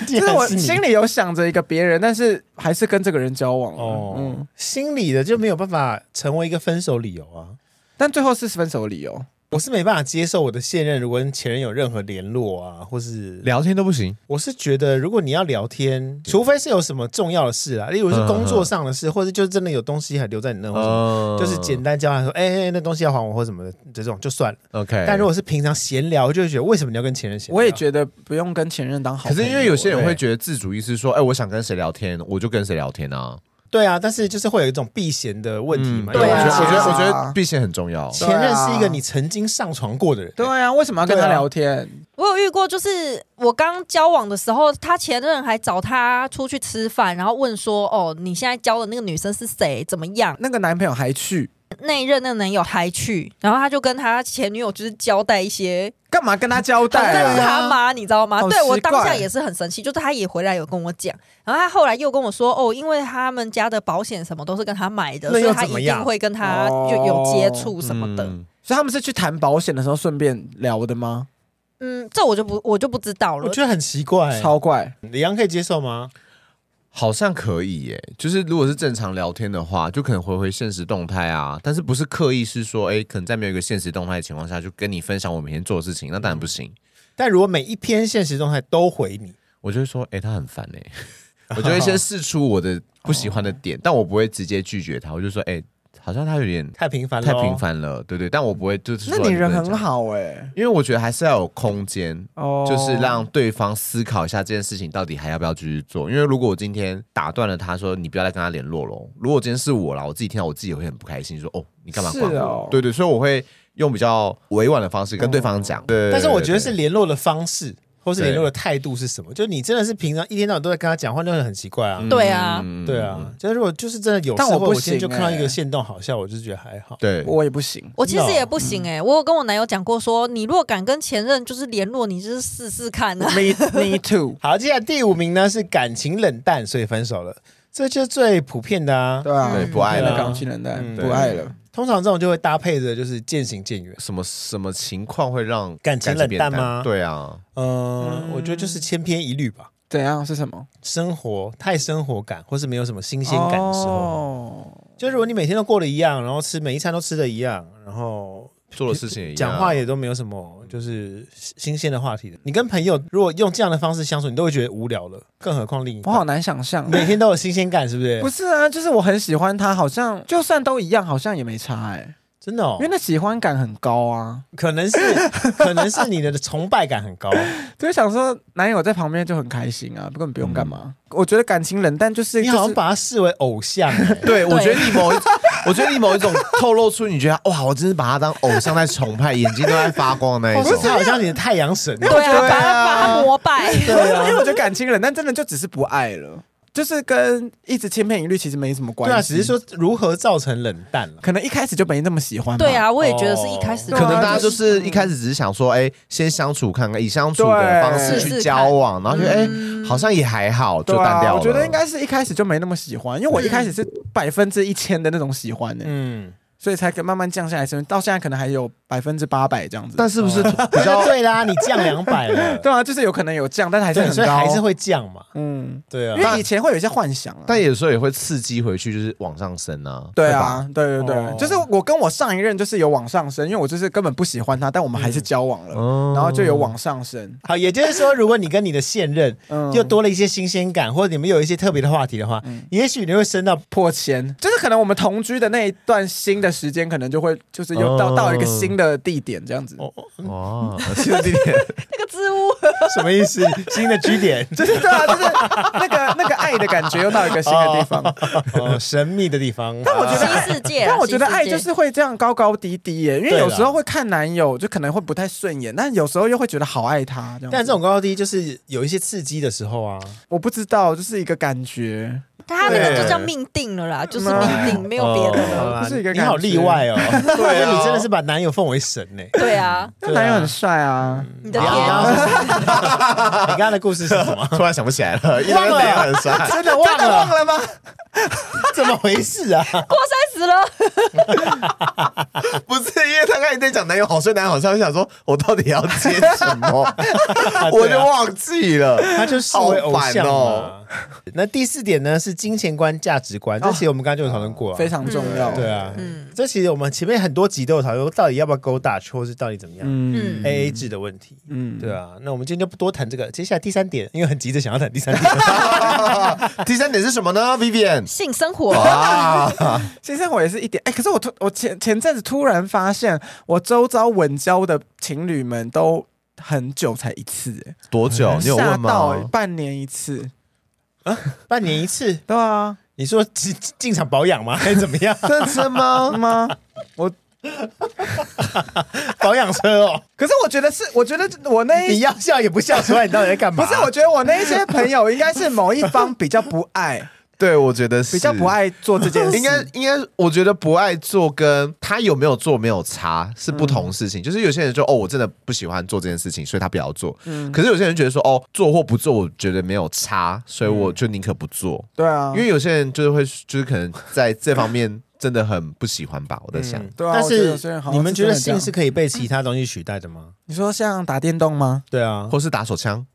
Speaker 3: 竟
Speaker 1: 就是
Speaker 3: 然
Speaker 1: 我
Speaker 3: 是你
Speaker 1: 心里有想着一个别人，但是还是跟这个人交往了。
Speaker 3: 哦，
Speaker 1: 嗯，
Speaker 3: 心里的就没有办法成为一个分手理由啊。
Speaker 1: 但最后是分手理由。
Speaker 3: 我是没办法接受我的现任如果跟前任有任何联络啊，或是
Speaker 2: 聊天都不行，
Speaker 3: 我是觉得，如果你要聊天，
Speaker 1: 嗯
Speaker 3: 除非是有什么重要的事啊，例如是工作上的事，或者就是真的有东西还留在你那，或什
Speaker 2: 嗯
Speaker 3: 么
Speaker 1: 哦
Speaker 3: 就是简单交换说，哎、哎，那东西要还我或什么的这种就算了。
Speaker 2: OK。
Speaker 3: 但如果是平常闲聊，我就会觉得为什么你要跟前任闲聊？
Speaker 1: 哎我也觉得不用跟前任当好
Speaker 2: 可
Speaker 1: 朋友。
Speaker 2: 是因为有些人
Speaker 3: 对
Speaker 2: 会觉得自主意识说，哎，我想跟谁聊天，我就跟谁聊天啊。嗯
Speaker 3: 对啊，但是就是会有一种避嫌的问题嘛。
Speaker 2: 对，
Speaker 3: 因
Speaker 2: 我
Speaker 3: 为
Speaker 2: 觉
Speaker 1: 啊
Speaker 2: 得我觉得
Speaker 1: 对
Speaker 2: 我
Speaker 1: 啊
Speaker 2: 觉得避嫌很重要。
Speaker 3: 前任是一个你曾经上床过的人。
Speaker 1: 对啊，为什么要跟他聊天？
Speaker 4: 我有遇过，就是我刚交往的时候，他前任还找他出去吃饭，然后问说：“哦，你现在交的那个女生是谁？怎么样
Speaker 1: 那个男朋友还去，？”
Speaker 4: 那一任那个男友还去，然后他就跟他前女友就是交代一些，
Speaker 1: 干嘛跟他交
Speaker 4: 反
Speaker 1: 代
Speaker 4: 正是
Speaker 1: 啊？
Speaker 4: 他妈，你知道吗？
Speaker 1: 好
Speaker 4: 对我
Speaker 1: 奇怪
Speaker 4: 当下也是很生气，就是他也回来有跟我讲，然后他后来又跟我说：“哦，因为他们家的保险什么都是跟他买的，
Speaker 3: 那
Speaker 4: 所
Speaker 3: 又
Speaker 4: 以他
Speaker 3: 怎么
Speaker 4: 一
Speaker 3: 样
Speaker 4: 定会跟他就有接触什么
Speaker 3: 哦
Speaker 4: 的。”
Speaker 2: 嗯
Speaker 1: 所以他们是去谈保险的时候顺便聊的吗？
Speaker 4: 嗯，这我就不我就不知道
Speaker 3: 我
Speaker 4: 了。
Speaker 3: 觉得很奇怪。欸
Speaker 1: 超怪，
Speaker 3: 李阳可以接受吗？
Speaker 2: 好像可以耶，就是如果是正常聊天的话，就可能回回现实动态啊，但是不是刻意是说，哎、可能在没有一个现实动态的情况下，就跟你分享我每天做的事情，那当然不行。
Speaker 3: 但如果每一篇现实动态都回你，
Speaker 2: 我就会说，哎、他很烦哎，我就会先试出我的不喜欢的点，但我不会直接拒绝他，我就说，哎、好像他有点
Speaker 3: 太频繁了，哦
Speaker 2: 太频。繁了，对对，但我不会就是
Speaker 1: 哦那
Speaker 2: 说
Speaker 1: 你人
Speaker 2: 不能
Speaker 1: 很
Speaker 2: 讲，
Speaker 1: 好哎。
Speaker 2: 因为我觉得还是要有空间，
Speaker 1: 哦
Speaker 2: 就是让对方思考一下这件事情到底还要不要继续做。因为如果我今天打断了他说你不要再跟他联络喽，如果今天是我啦，我自己听到我自己也会很不开心，说哦你干嘛管
Speaker 1: 是
Speaker 2: 我？
Speaker 1: 哦
Speaker 2: 对对，所以我会用比较委婉的方式跟对方讲。对，
Speaker 3: 但是我觉
Speaker 2: 对
Speaker 3: 得是联络的方式或是联络的态度是什么？就你真的是平常一天到晚都在跟他讲话，那会很奇怪啊。
Speaker 4: 对啊，
Speaker 2: 嗯
Speaker 3: 对啊，就是如果就是真的有事，
Speaker 1: 但我不
Speaker 3: 或者我今天啊就
Speaker 1: 行欸
Speaker 3: 看到一个线动好笑，我就觉得还好。
Speaker 2: 对，
Speaker 1: 我也不行，
Speaker 4: 我其
Speaker 3: 真
Speaker 4: 实
Speaker 3: 的哦
Speaker 4: 也不行
Speaker 1: 嗯
Speaker 4: 哎、我有跟我男友讲过说，你若敢跟前任就是联络，你就是试试看 啊。
Speaker 1: Me me too。
Speaker 3: 好，接下来第五名呢是感情冷淡，所以分手了，这就是最普遍的啊。
Speaker 1: 对啊，
Speaker 2: 对不爱
Speaker 1: 爱了
Speaker 2: 了。
Speaker 1: 钢琴人代
Speaker 3: 嗯
Speaker 1: 不爱了，
Speaker 3: 通常这种就会搭配着就是渐行渐远。
Speaker 2: 什么什么情况会让
Speaker 3: 感情
Speaker 2: 变
Speaker 3: 冷淡吗
Speaker 2: 对啊，
Speaker 3: 嗯，我觉得就是千篇一律吧。
Speaker 1: 怎样是什么？
Speaker 3: 生活太生活感，或是没有什么新鲜感的时候，
Speaker 1: 哦
Speaker 3: 就如果你每天都过得一样，然后吃每一餐都吃的一样，然后
Speaker 2: 做的事情也一样啊
Speaker 3: 讲话也都没有什么就是新鲜的话题的。你跟朋友如果用这样的方式相处，你都会觉得无聊了，更何况另一
Speaker 1: 我好
Speaker 3: 半
Speaker 1: 难想 象。
Speaker 3: 每天都有新鲜感，是不是？
Speaker 1: 不是啊，就是我很喜欢他，好像就算都一样，好像也没差哎、
Speaker 3: 真的哦
Speaker 1: 因为，那喜欢感很高啊。
Speaker 3: 可能 是可能是你的崇拜感很高，
Speaker 1: 就会想说男友在旁边就很开心啊，根本不用干嘛。我觉得感情冷淡就是
Speaker 3: 你好
Speaker 1: 就
Speaker 3: 像
Speaker 1: 是
Speaker 3: 把他视为偶像 欸。
Speaker 2: 对，我觉得你某一， 我觉得你某一种透露出你觉得哇，我真是把他当偶像在崇拜，眼睛都在发光的那一
Speaker 3: 哦
Speaker 2: 种。
Speaker 1: 啊
Speaker 3: 他好像你的太阳神哦，
Speaker 4: 对啊，
Speaker 1: 对啊
Speaker 4: 把他把他膜拜。
Speaker 3: 啊
Speaker 1: 因为我觉得感情冷淡真的就只是不爱了，就是跟一直千篇一律其实没什么关
Speaker 3: 对
Speaker 1: 系。
Speaker 3: 啊，只是说如何造成冷淡了。
Speaker 1: 可能一开始就没那么喜欢。
Speaker 4: 对，啊，我也觉得是一开始
Speaker 1: 哦
Speaker 2: 可能大家
Speaker 1: 对啊
Speaker 2: 就
Speaker 1: 就
Speaker 2: 是是一开始只是想说，哎、先相处看看，以相处的方式
Speaker 4: 对
Speaker 2: 去交往，然后觉得哎、好像也还好，就
Speaker 1: 嗯对
Speaker 2: 淡掉
Speaker 1: 啊，
Speaker 2: 了。
Speaker 1: 我觉得应该是一开始就没那么喜欢，因为我一开始是百分之一千的那种喜欢呢、
Speaker 3: 嗯，
Speaker 1: 所以才可以慢慢降下来，甚至到现在可能还有百分之八百这样子。
Speaker 2: 但是不是
Speaker 1: 哦
Speaker 2: 比
Speaker 3: 那就
Speaker 2: 较
Speaker 3: 嗯对啦，你降两百了，
Speaker 1: 对啊，就是有可能有降，但是还是
Speaker 3: 对，
Speaker 1: 很
Speaker 3: 所以
Speaker 1: 高，
Speaker 3: 还是会降嘛。
Speaker 1: 嗯，
Speaker 3: 对啊
Speaker 1: 因，为以前会有一些幻想啊。
Speaker 2: 但有时候也会刺激回去，就是往上升 啊。
Speaker 1: 对
Speaker 2: 会吧，
Speaker 1: 啊，对对对，
Speaker 3: 哦
Speaker 1: 就是我跟我上一任就是有往上升，因为我就是根本不喜欢他，但我们还是
Speaker 3: 嗯
Speaker 1: 交往了，
Speaker 2: 哦
Speaker 1: 然后就有往上升。
Speaker 3: 好，也就是说，如果你跟你的现任
Speaker 1: 嗯
Speaker 3: 又多了一些新鲜感，或者你们有一些特别的话题的话，也许你会升到
Speaker 1: 破千，就是可能我们同居的那一段新的时间，可能就会就是又到、
Speaker 2: 哦
Speaker 1: 到一个新的地点这样子，
Speaker 2: 哇，新的地点，
Speaker 4: 那个知屋，
Speaker 3: 什么意 思？新的据点，
Speaker 1: 就是对啊，就是 那个那个爱的感觉又到一个新的地方。
Speaker 3: 哦，神秘的地方。
Speaker 1: 但我觉得
Speaker 4: 新世界啊，
Speaker 1: 但我觉得
Speaker 4: 新
Speaker 1: 爱
Speaker 4: 世界
Speaker 1: 就是会这样高高低低耶，因为
Speaker 3: 对啦
Speaker 1: 有时候会看男友，就可能会不太顺眼，但有时候又会觉得好爱他。这样子
Speaker 3: 但这种高高低就是有一些刺激的时候啊，
Speaker 1: 我不知道，就是一个感觉。
Speaker 4: 他那
Speaker 2: 对
Speaker 4: 个就叫命定了啦，就是命定，没有别的
Speaker 3: 哦好
Speaker 4: 了。
Speaker 3: 啦
Speaker 1: 这是一个
Speaker 3: 你好
Speaker 1: 感觉
Speaker 3: 例外 哦，
Speaker 2: 对啊
Speaker 3: 你真的是把男友奉为神呢。
Speaker 4: 对啊，
Speaker 1: 她男友很帅啊，
Speaker 4: 你的
Speaker 3: 你
Speaker 4: 天
Speaker 3: 刚刚
Speaker 4: 啊，
Speaker 3: 说什么你 刚刚的故事是什么？
Speaker 2: 突然想不起来 了，因为没有很帅。
Speaker 1: 真的忘了忘了吗？
Speaker 3: 怎么回事啊？
Speaker 4: 过三十了，
Speaker 2: 不是，因为他刚才在讲男友好帅，男友好帅，我想说，我到底要接什 么，
Speaker 1: 啊
Speaker 2: 我就忘记了。
Speaker 3: 他就视为偶像嘛
Speaker 1: 哦
Speaker 2: 好
Speaker 3: 那第四点呢是金钱观、价值观，这其实我们刚刚就有讨论过啊
Speaker 1: 哦非。常重要。
Speaker 3: 对啊，嗯，这其实我们前面很多集都有讨论，到底要不要勾大，或是到底怎么样
Speaker 1: 嗯
Speaker 4: 嗯，
Speaker 3: A A 制的问题。
Speaker 1: 嗯，
Speaker 3: 对啊，那我们今天就不多谈这个。接下来第三点，因为很急着想要谈第三 点，
Speaker 2: 第三点是什么呢？Vivian
Speaker 4: 性生活
Speaker 2: 啊，
Speaker 1: 性生活也是一点。哎、可是我突我前前阵子突然发现，我周遭稳交的情侣们都很久才一次、哎
Speaker 2: 多久？你有
Speaker 1: 吓
Speaker 2: 问
Speaker 1: 到欸
Speaker 2: 吗？
Speaker 1: 半年一次，
Speaker 3: 半年一次，
Speaker 1: 对啊，
Speaker 3: 你说进进场保养吗？还是怎么样？
Speaker 2: 认真吗？
Speaker 1: 吗？
Speaker 3: 保养车哦，
Speaker 1: 可是我觉得是，我觉得我那
Speaker 3: 你
Speaker 1: 一
Speaker 3: 要笑也不笑出来，你到底在干
Speaker 1: 不
Speaker 3: 嘛？
Speaker 1: 是，我觉得我那一些朋友应该是某一方比较不爱，
Speaker 2: 对，我觉得是
Speaker 1: 比较不。爱做这件事，
Speaker 2: 应该应该，我觉得不爱做跟他有没有做没有差是不同事情。就是有些人就哦，我真的不喜欢做这件事情，所以他不要做。
Speaker 1: 嗯
Speaker 2: 可是有些人觉得说哦，做或不做，我觉得没有差，所以我就宁可不做。
Speaker 1: 对啊，
Speaker 2: 因为有些人就是会，就是可能在这方面真的很不喜欢吧。我在想，
Speaker 1: 对啊
Speaker 3: 但
Speaker 1: 我觉得有些
Speaker 3: 是
Speaker 1: 人好像
Speaker 3: 你们觉得
Speaker 1: 是真
Speaker 3: 性
Speaker 1: 的这样
Speaker 3: 是可以被其他东西取代的吗？
Speaker 1: 你说像打电动吗？
Speaker 3: 对啊，
Speaker 2: 或是打手枪，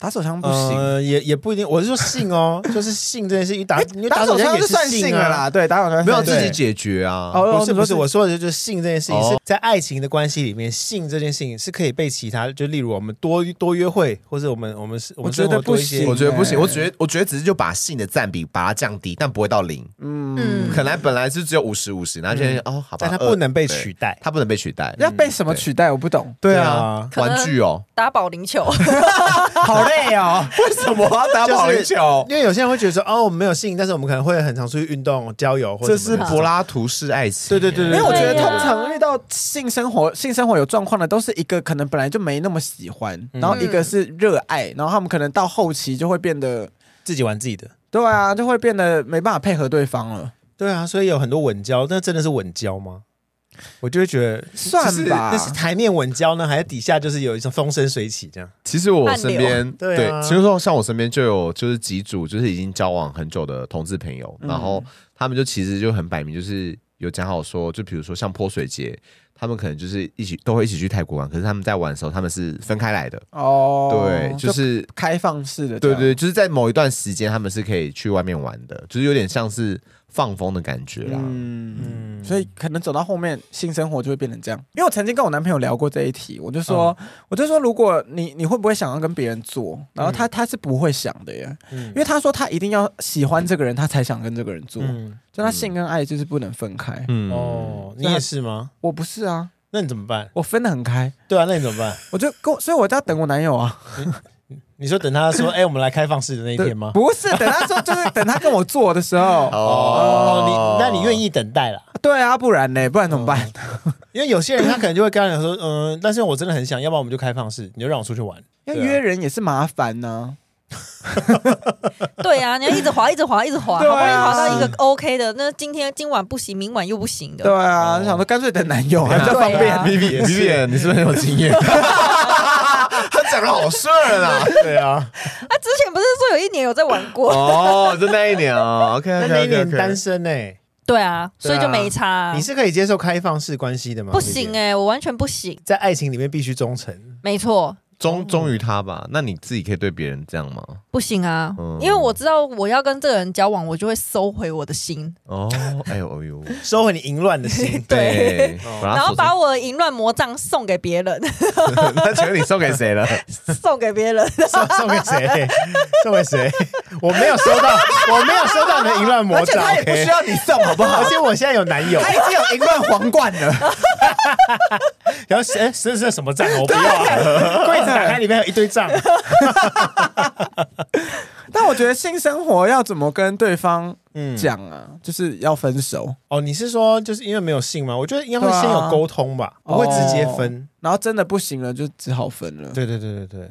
Speaker 1: 打手枪不行。
Speaker 3: 呃，也也不一定。我是说性哦， 就是性这件事情，打你打手枪
Speaker 1: 枪
Speaker 3: 也
Speaker 1: 就是算
Speaker 3: 性
Speaker 1: 了
Speaker 3: 啊。
Speaker 1: 啦，对，打手枪
Speaker 2: 没有
Speaker 1: 算
Speaker 2: 自己
Speaker 1: 对
Speaker 2: 解决啊。
Speaker 1: 哦
Speaker 3: 不是不是，
Speaker 1: 你说
Speaker 3: 我说的就是性这件事情，
Speaker 2: 哦
Speaker 3: 是在爱情的关系里面，性这件事情是可以被其他，就例如我们多多约会，或者我们我们是我们
Speaker 1: 我觉得
Speaker 3: 生活多一
Speaker 1: 不
Speaker 3: 些
Speaker 1: 行
Speaker 2: 我觉得不行，
Speaker 1: 欸
Speaker 2: 我觉得我觉得只是就把性的占比把它降低，但不会到零。
Speaker 1: 嗯，
Speaker 4: 嗯，
Speaker 2: 可能本来是只有五十五十，然后现在哦，好吧，
Speaker 3: 但它
Speaker 2: 二
Speaker 3: 不能被取，代
Speaker 2: 对。它不能被取代。
Speaker 1: 要被什么
Speaker 2: 对
Speaker 1: 取代？我不懂，
Speaker 2: 对
Speaker 3: 啊
Speaker 2: 啊，
Speaker 4: 可能
Speaker 2: 玩具哦，
Speaker 4: 打保龄球，
Speaker 1: 好累哦。
Speaker 2: 为什 么要打保龄球？
Speaker 3: 因为有些人会觉得说，哦，我们没有性，但是我们可能会很常出去运动、郊游，或者
Speaker 2: 这
Speaker 3: 什么
Speaker 2: 是
Speaker 3: 的
Speaker 2: 柏拉图式爱情。
Speaker 3: 对对对
Speaker 1: 因
Speaker 3: 对
Speaker 1: 为我觉得
Speaker 4: 对啊
Speaker 1: 通常遇到性生活、性生活有状况的，都是一个可能本来就没那么喜欢，然后一个是热爱，然后他们可能到后期就会变得，
Speaker 3: 自己玩自己的。
Speaker 1: 对啊，就会变得没办法配合对方了，
Speaker 3: 对啊，所以有很多稳交，那真的是稳交吗？我就会觉得
Speaker 1: 算
Speaker 3: 就是
Speaker 1: 吧
Speaker 3: 那。是台面稳交呢，还是底下就是有一种风生水起这样？
Speaker 2: 其实我身边
Speaker 3: 按钮对啊
Speaker 2: 其实说像我身边就有就是几组就是已经交往很久的同志朋友，
Speaker 3: 嗯
Speaker 2: 然后他们就其实就很摆明就是有讲好说，就比如说像泼水节，他们可能就是一起都会一起去泰国玩，可是他们在玩的时候他们是分开来的，
Speaker 1: 哦，
Speaker 2: 对，就是
Speaker 1: 开放式的这
Speaker 2: 对
Speaker 1: 样，
Speaker 2: 对，就是在某一段时间他们是可以去外面玩的，就是有点像是放风的感觉啦。
Speaker 1: 嗯。
Speaker 3: 嗯，
Speaker 1: 所以可能走到后面，性生活就会变成这样。因为我曾经跟我男朋友聊过这一题，我就说，我就说，如果你你会不会想要跟别人做？然后他、他是不会想的耶，
Speaker 3: 嗯
Speaker 1: 因为他说他一定要喜欢这个人，他才想跟这个人做，
Speaker 3: 嗯
Speaker 1: 就他性跟爱就是不能分开。
Speaker 2: 嗯，
Speaker 3: 哦，你也是吗？
Speaker 1: 我不是啊，
Speaker 3: 那你怎么办？
Speaker 1: 我分得很开，
Speaker 3: 对啊，那你怎么办？
Speaker 1: 我就跟我，所以我就要等我男友啊，
Speaker 3: 你说等他说，哎、我们来开放式的那一
Speaker 1: 对
Speaker 3: 天吗？
Speaker 1: 不是，等他说就是等他跟我做的 时候，
Speaker 3: 哦，你那你愿意等待啦？
Speaker 1: 对啊，不然呢，不然怎么办？
Speaker 3: 因为有些人他可能就会跟他讲说，嗯，但是我真的很想，要不然我们就开放式，你就让我出去玩。
Speaker 1: 要
Speaker 3: 对啊
Speaker 1: 约人也是麻烦呢、
Speaker 4: 对啊，你要一直滑，一直滑，一直滑，好不
Speaker 1: 对啊
Speaker 4: 容易滑到一个 OK 的，那今天今晚不行，明晚又不行
Speaker 1: 对
Speaker 4: 的，
Speaker 1: 啊，想说干脆等男友还比较方
Speaker 4: 对
Speaker 1: 便
Speaker 4: 啊。
Speaker 2: v i v i v i 你是不是很有经验？他讲的好顺啊！
Speaker 3: 对啊，
Speaker 4: 啊，之前不是说有一年有在玩 过，
Speaker 2: 哦，就那一年 啊，OK，
Speaker 3: 那那一年单身哎、
Speaker 4: 对啊，所以
Speaker 3: 对
Speaker 4: 就
Speaker 3: 啊
Speaker 4: 没差啊，
Speaker 3: 你是可以接受开放式关系的吗？
Speaker 4: 不行
Speaker 1: 欸
Speaker 3: 哎、
Speaker 4: 哎，我完全不行，
Speaker 3: 在爱情里面必须忠诚。
Speaker 4: 没错，
Speaker 2: 忠忠于他吧。那你自己可以对别人这 样吗？
Speaker 4: 不行啊
Speaker 2: 嗯，
Speaker 4: 因为我知道我要跟这个人交往，我就会收回我的心，，
Speaker 2: 哦，哎呦哎 呦，
Speaker 3: 收回你淫乱的心
Speaker 4: 对，然后把
Speaker 2: 我，
Speaker 4: 我的淫乱魔杖送给别人，
Speaker 2: 那请问你送给谁了？
Speaker 4: 送给别人，
Speaker 3: 送 送给谁？送给谁？我没有收到，我没有收到你的淫乱魔
Speaker 1: 而且
Speaker 3: 杖。
Speaker 1: 他也不
Speaker 3: OK
Speaker 1: 需要你送，好不好？
Speaker 3: 而且我现在有男友，
Speaker 1: 他已经有淫乱皇冠了，
Speaker 3: 然后谁哎是是什么账？我不要啊！柜子打开，里面有一堆账。
Speaker 1: 但我觉得性生活要怎么跟对方
Speaker 3: 嗯
Speaker 1: 讲啊？就是要分手，
Speaker 3: 哦，你是说就是因为没有性吗？我觉得应该会先有沟通吧，不
Speaker 1: 对啊哦
Speaker 3: 会直接分。
Speaker 1: 然后真的不行了，就只好分了。
Speaker 3: 对对对对对，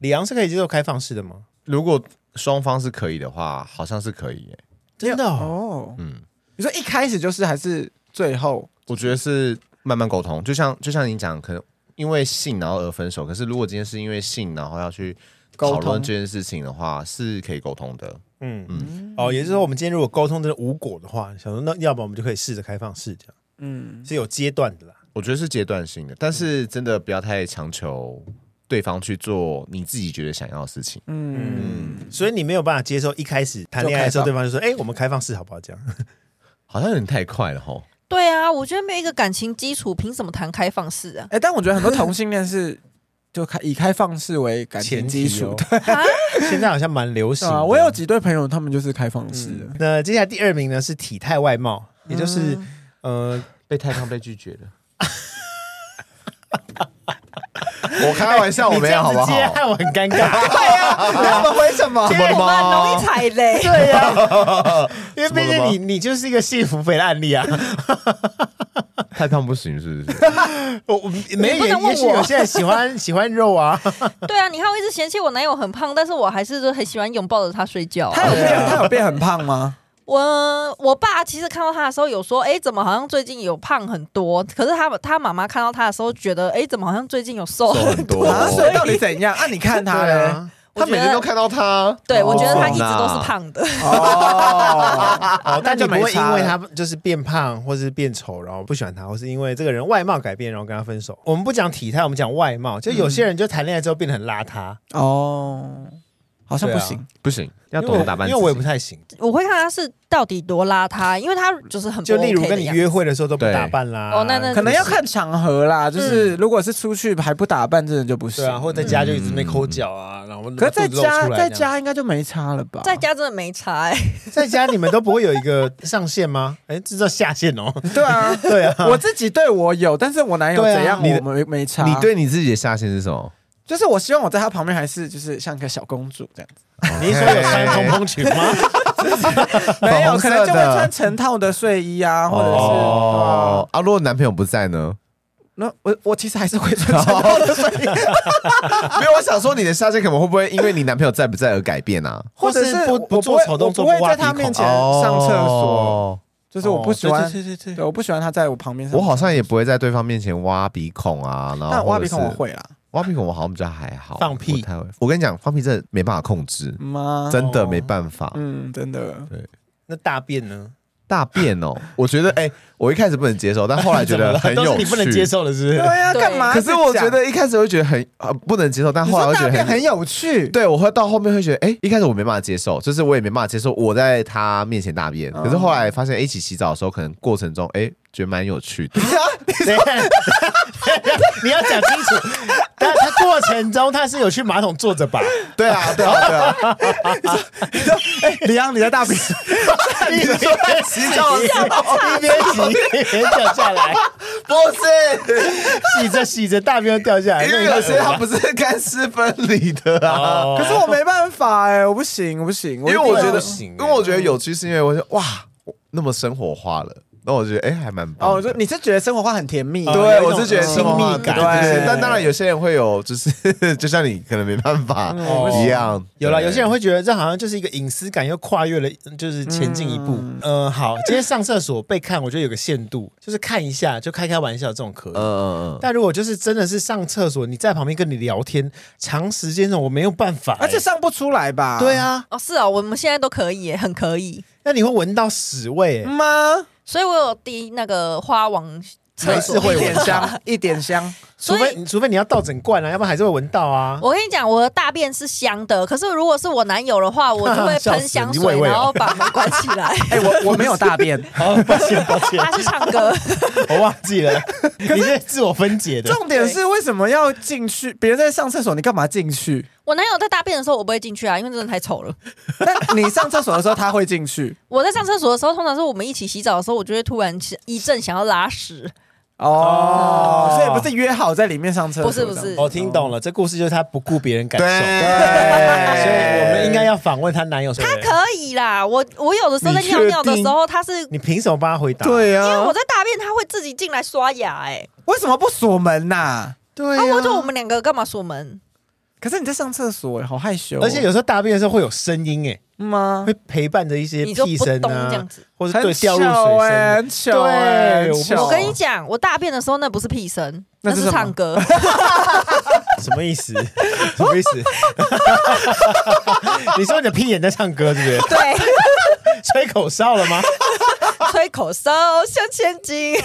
Speaker 3: 李阳是可以接受开放式的吗？
Speaker 2: 如果双方是可以的话，好像是可以耶。
Speaker 3: 真的哦，
Speaker 1: 哦，
Speaker 2: 嗯，
Speaker 1: 你说一开始就是还是最后？
Speaker 2: 我觉得是慢慢沟通，就像就像你讲，可能因为性然后而分手，可是如果今天是因为性然后要去
Speaker 1: 沟
Speaker 2: 讨论
Speaker 1: 通
Speaker 2: 这件事情的话，是可以沟通的。
Speaker 3: 嗯
Speaker 2: 嗯
Speaker 3: 嗯，哦，也就是说，我们今天如果沟通真的无果的话，想说那要不然我们就可以试着开放式，这样
Speaker 1: 嗯，
Speaker 3: 是有阶段的啦。
Speaker 2: 我觉得是阶段性的，但是真的不要太强求对方去做你自己觉得想要的事情。
Speaker 1: 嗯，
Speaker 3: 所以你没有办法接受一开始谈恋爱的时候，
Speaker 1: 就
Speaker 3: 对方就说：“哎、我们开放式好不好？”这样，
Speaker 2: 好像有点太快了吼。
Speaker 4: 对啊，我觉得没有一个感情基础，凭什么谈开放式啊？
Speaker 1: 哎、但我觉得很多同性恋是 就开以开放式为感情基础的，
Speaker 3: 前提哦现在好像蛮流
Speaker 1: 是
Speaker 3: 行
Speaker 1: 啊，
Speaker 3: 的。嗯
Speaker 1: 我有几对朋友，他们就是开放式的。
Speaker 3: 那接下来第二名呢是体态外貌，也就是、
Speaker 1: 嗯
Speaker 3: 呃，
Speaker 2: 被太胖被拒绝了。 我开玩笑，我没有，好不
Speaker 3: 你这样
Speaker 2: 好
Speaker 3: 子接？案我很尴尬。
Speaker 1: 他们为什么？
Speaker 2: 怎么了
Speaker 4: 我们很容易
Speaker 2: 吗？
Speaker 4: 踩雷。
Speaker 3: 对呀、 因为毕
Speaker 2: 怎么
Speaker 3: 竟
Speaker 2: 了
Speaker 3: 你你就是一个幸福肥的案例啊。
Speaker 2: 太胖不行，是不是？
Speaker 3: 我我没
Speaker 4: 你不
Speaker 3: 有，也
Speaker 4: 能问我
Speaker 3: 也许有些人喜欢 喜欢肉啊。
Speaker 4: 对啊，你看我一直嫌弃我男友很胖，但是我还是就很喜欢拥抱着他睡觉啊、
Speaker 1: 他有
Speaker 3: 哦
Speaker 1: 变，他有变很胖吗？
Speaker 4: 我我爸其实看到他的时候有说，哎、怎么好像最近有胖很多？可是他他妈妈看到他的时候觉得，哎、怎么好像最近有瘦
Speaker 2: 瘦
Speaker 4: 很
Speaker 2: 很多
Speaker 3: 哦
Speaker 4: 多？
Speaker 1: 啊，所以到底怎样？啊，你看他
Speaker 2: 对
Speaker 1: 嘞？
Speaker 2: 啊，
Speaker 4: 我
Speaker 2: 他
Speaker 4: 觉得
Speaker 2: 每天都看到他。
Speaker 4: 对，我觉得他一直
Speaker 2: 哦
Speaker 4: 都是胖的。
Speaker 1: 哦，
Speaker 3: 哦，但你
Speaker 1: 就
Speaker 3: 不
Speaker 1: 没
Speaker 3: 会因
Speaker 1: 差
Speaker 3: 为
Speaker 1: 了
Speaker 3: 他就是变胖，或是变丑，然后不喜欢他，或是因为这个人外貌改变，然后跟他分手。我们不讲体态，我们讲外貌。就有些人就谈恋爱之后变得很邋遢，
Speaker 1: 哦，好像不行。
Speaker 3: 啊
Speaker 2: 不行，要
Speaker 3: 因为
Speaker 2: 懂得
Speaker 3: 我
Speaker 2: 打扮自
Speaker 3: 因
Speaker 2: 己。
Speaker 3: 为我也不太行。
Speaker 4: 我会看他是到底多邋遢，因为他就是很不
Speaker 3: 就例如
Speaker 4: OK
Speaker 3: 跟
Speaker 4: 的
Speaker 3: 你
Speaker 4: 样子
Speaker 3: 约会的时候都不
Speaker 2: 对
Speaker 3: 打扮啦，
Speaker 4: 哦那那
Speaker 1: 可能要看场合啦，就是如果是出去还不打扮，真的就不
Speaker 3: 嗯
Speaker 1: 行。
Speaker 3: 对啊，或者在家就一直没抠脚啊，然后
Speaker 1: 嗯可是在
Speaker 3: 肚子露出
Speaker 1: 家
Speaker 3: 来
Speaker 1: 在
Speaker 3: 这样
Speaker 1: 家应该就没差了吧？
Speaker 4: 在家真的没差、欸，
Speaker 3: 在家你们都不会有一个上限吗？ 哎，这叫下限哦。
Speaker 1: 对啊，
Speaker 3: 对啊，
Speaker 1: 我自己对我有，但是我男友
Speaker 3: 对啊
Speaker 1: 怎样，
Speaker 2: 你
Speaker 1: 我没没差。
Speaker 2: 你对你自己的下限是什么？
Speaker 1: 就是我希望我在他旁边还是就是像个小公主这样子，
Speaker 3: 你是说有穿蓬蓬裙吗？
Speaker 2: 粉红色
Speaker 1: 没有可
Speaker 2: 的
Speaker 1: 能就会穿成套的睡衣啊，或者是、
Speaker 2: 哦啊，如果男朋友不在呢？
Speaker 1: 对啊那我我其实还是会穿成套的睡 衣，
Speaker 2: 没有，我想说你的下限可能会不会因为你男朋友在不在而改变啊？
Speaker 1: 或者
Speaker 3: 或是
Speaker 1: 是
Speaker 3: 不
Speaker 1: 我
Speaker 3: 不
Speaker 1: 我
Speaker 3: 做
Speaker 1: 会
Speaker 3: 丑动作
Speaker 1: 我不
Speaker 3: 不
Speaker 1: 会
Speaker 3: 挖
Speaker 1: 在
Speaker 3: 鼻
Speaker 1: 他面
Speaker 3: 孔
Speaker 1: 前上厕所，
Speaker 2: 哦。
Speaker 1: 就是我不喜欢，
Speaker 3: 对对对
Speaker 1: 对，我不喜欢他在我旁边上厕
Speaker 2: 我
Speaker 1: 所。
Speaker 2: 好像也不会在对方面前挖鼻孔啊，然后
Speaker 1: 但
Speaker 2: 或
Speaker 1: 挖
Speaker 2: 者
Speaker 1: 鼻
Speaker 2: 是
Speaker 1: 孔我会啦，
Speaker 2: 挖鼻孔我好像比较还好，
Speaker 3: 放屁
Speaker 2: 不太会。我跟你讲，放屁真的没办法控制，
Speaker 1: 妈，
Speaker 2: 真的没办法。
Speaker 1: 嗯，真的，
Speaker 3: 那大便呢？
Speaker 2: 大便哦，我觉得哎、我一开始不能接受，但后来觉
Speaker 3: 怎么
Speaker 2: 得
Speaker 3: 了
Speaker 2: 很
Speaker 3: 都
Speaker 2: 有
Speaker 3: 是
Speaker 2: 趣。
Speaker 3: 你不能接。受的，是不
Speaker 1: 对
Speaker 3: 是？
Speaker 1: 啊，
Speaker 4: 对
Speaker 1: 干嘛？
Speaker 2: 可是我觉
Speaker 1: 一直
Speaker 2: 得一开始会觉得很呃不能接受，但
Speaker 1: 讲，你
Speaker 2: 后来
Speaker 1: 说
Speaker 2: 会觉
Speaker 1: 大
Speaker 2: 得
Speaker 1: 便
Speaker 2: 很
Speaker 1: 很有趣，
Speaker 2: 对，我会到后面会觉得，哎、一开始我没办法接受，就是我也没办法接受我在他面前大便。可是后来发现，哎一起洗澡的时候，可能过程中，哎、觉得蛮有趣的。
Speaker 3: 对， 你要讲清楚。但他过程中他是有去马桶坐着吧？
Speaker 2: 对啊，对啊，对啊。
Speaker 1: 哎，李阳你在大便，
Speaker 3: 你说洗
Speaker 2: 澡
Speaker 3: 一边洗一边掉下来，
Speaker 2: 不是，
Speaker 3: 洗着洗着大便就哦掉下来，
Speaker 2: 因
Speaker 3: 那
Speaker 2: 为
Speaker 3: 你
Speaker 2: 有
Speaker 3: 要
Speaker 2: 些它不哎是干湿分离的啊。
Speaker 1: 可是我没办法哎，我不行，我不行，因
Speaker 2: 因为我觉
Speaker 3: 不
Speaker 2: 得，欸
Speaker 3: 行
Speaker 2: 因为我觉得有趣是因为我觉得哇，我那么生活化了，那我觉得哎、还蛮棒的。
Speaker 1: 哦，我说你是觉得生活化很甜蜜，
Speaker 3: 哦有
Speaker 2: 对，
Speaker 3: 一
Speaker 2: 我
Speaker 3: 种
Speaker 2: 是觉得
Speaker 3: 亲
Speaker 2: 生活化
Speaker 3: 密感
Speaker 2: 对
Speaker 1: 对
Speaker 2: 但当然有些人会有，就是 就像你可能没办法
Speaker 3: 嗯
Speaker 2: 一样。
Speaker 3: 有了，有些人
Speaker 2: 会
Speaker 3: 会觉得这好像就是一个隐私感，又跨越了，就是前进一步。嗯、好，今天上厕所被看，我觉得有个限度，就是看一下就开开玩笑这种可以。
Speaker 2: 嗯嗯嗯，
Speaker 3: 但如果就是真的是上厕所，你在旁边跟你聊天，长时间的我没有办法、
Speaker 1: 而且
Speaker 3: 欸
Speaker 1: 上不出来吧？
Speaker 3: 对，啊，
Speaker 4: 哦，是哦，我们现在都可以耶，欸很可以。
Speaker 3: 那你会闻到屎味、
Speaker 4: 嗯
Speaker 3: 欸，
Speaker 1: 吗？
Speaker 4: 所以我有滴那个花王厕
Speaker 3: 没事
Speaker 4: 所。
Speaker 3: 会
Speaker 1: 一
Speaker 3: 闻
Speaker 1: 点香，一点香，
Speaker 3: 除
Speaker 4: 所以
Speaker 3: 非除非你要倒整罐啊，要不然还是会闻到啊。
Speaker 4: 我跟你讲，我的大便是香的，可是如果是我男友的话，我就会
Speaker 3: 笑死
Speaker 4: 喷香
Speaker 3: 你
Speaker 4: 水，
Speaker 3: 喂喂哦
Speaker 4: 然后把门关起 来。
Speaker 1: 哎，我我没有大便。
Speaker 3: 哦，抱歉抱歉，
Speaker 4: 他去唱歌，
Speaker 3: 我忘记了，你是自我分解的。
Speaker 1: 重点是为什么要进去？别人在上厕所，你干嘛进去？
Speaker 4: 我男友在大便的时候，我不会进去啊，因为真的太丑了。
Speaker 1: 那你上厕所的时候，他会进去
Speaker 4: 我在上厕所的时候，通常是我们一起洗澡的时候，我就会突然一阵想要拉屎。
Speaker 1: 哦
Speaker 3: 哦，
Speaker 1: 所以不是约好在里面上厕
Speaker 4: 不
Speaker 1: 所？
Speaker 4: 是不是
Speaker 3: 我、哦听懂了，这故事就是他不顾别人感
Speaker 2: 对，
Speaker 3: 受，所以我们应该要访问她男友。
Speaker 4: 他
Speaker 3: 他
Speaker 4: 可以啦，我我有的时候在
Speaker 3: 你确
Speaker 4: 尿尿的时
Speaker 3: 定
Speaker 4: 候，他是
Speaker 3: 你凭什么帮他回答？
Speaker 2: 对
Speaker 4: 因为
Speaker 2: 啊
Speaker 4: 我，在大便，他会自己进来刷牙、欸，
Speaker 1: 为什么不锁门呐？
Speaker 3: 对
Speaker 4: 哎、啊，我就我们两个干嘛锁门？
Speaker 1: 可是你在上厕所，好害羞哦，
Speaker 3: 而且有时候大便的时候会有声音，哎，
Speaker 1: 吗
Speaker 3: 会？陪伴着一些
Speaker 4: 嗯你就
Speaker 3: 屁
Speaker 4: 不
Speaker 3: 声
Speaker 4: 动这
Speaker 3: 啊
Speaker 4: 样，子。
Speaker 3: 或者
Speaker 1: 很
Speaker 3: 对掉入
Speaker 1: 巧
Speaker 3: 水
Speaker 1: 欸
Speaker 3: 声。啊
Speaker 1: 很巧欸
Speaker 3: 对
Speaker 1: 很
Speaker 3: 我不
Speaker 1: 巧
Speaker 3: 懂
Speaker 4: 我跟你讲，我大便的时候那不是屁声，
Speaker 1: 那
Speaker 4: 那
Speaker 1: 是
Speaker 4: 是
Speaker 1: 什么
Speaker 4: 唱歌。
Speaker 3: 什么意思？ 什么意思？ 你说你的屁眼在唱歌，是不是？
Speaker 4: 对，
Speaker 3: 吹口哨了吗？
Speaker 4: 吹口哨向前进。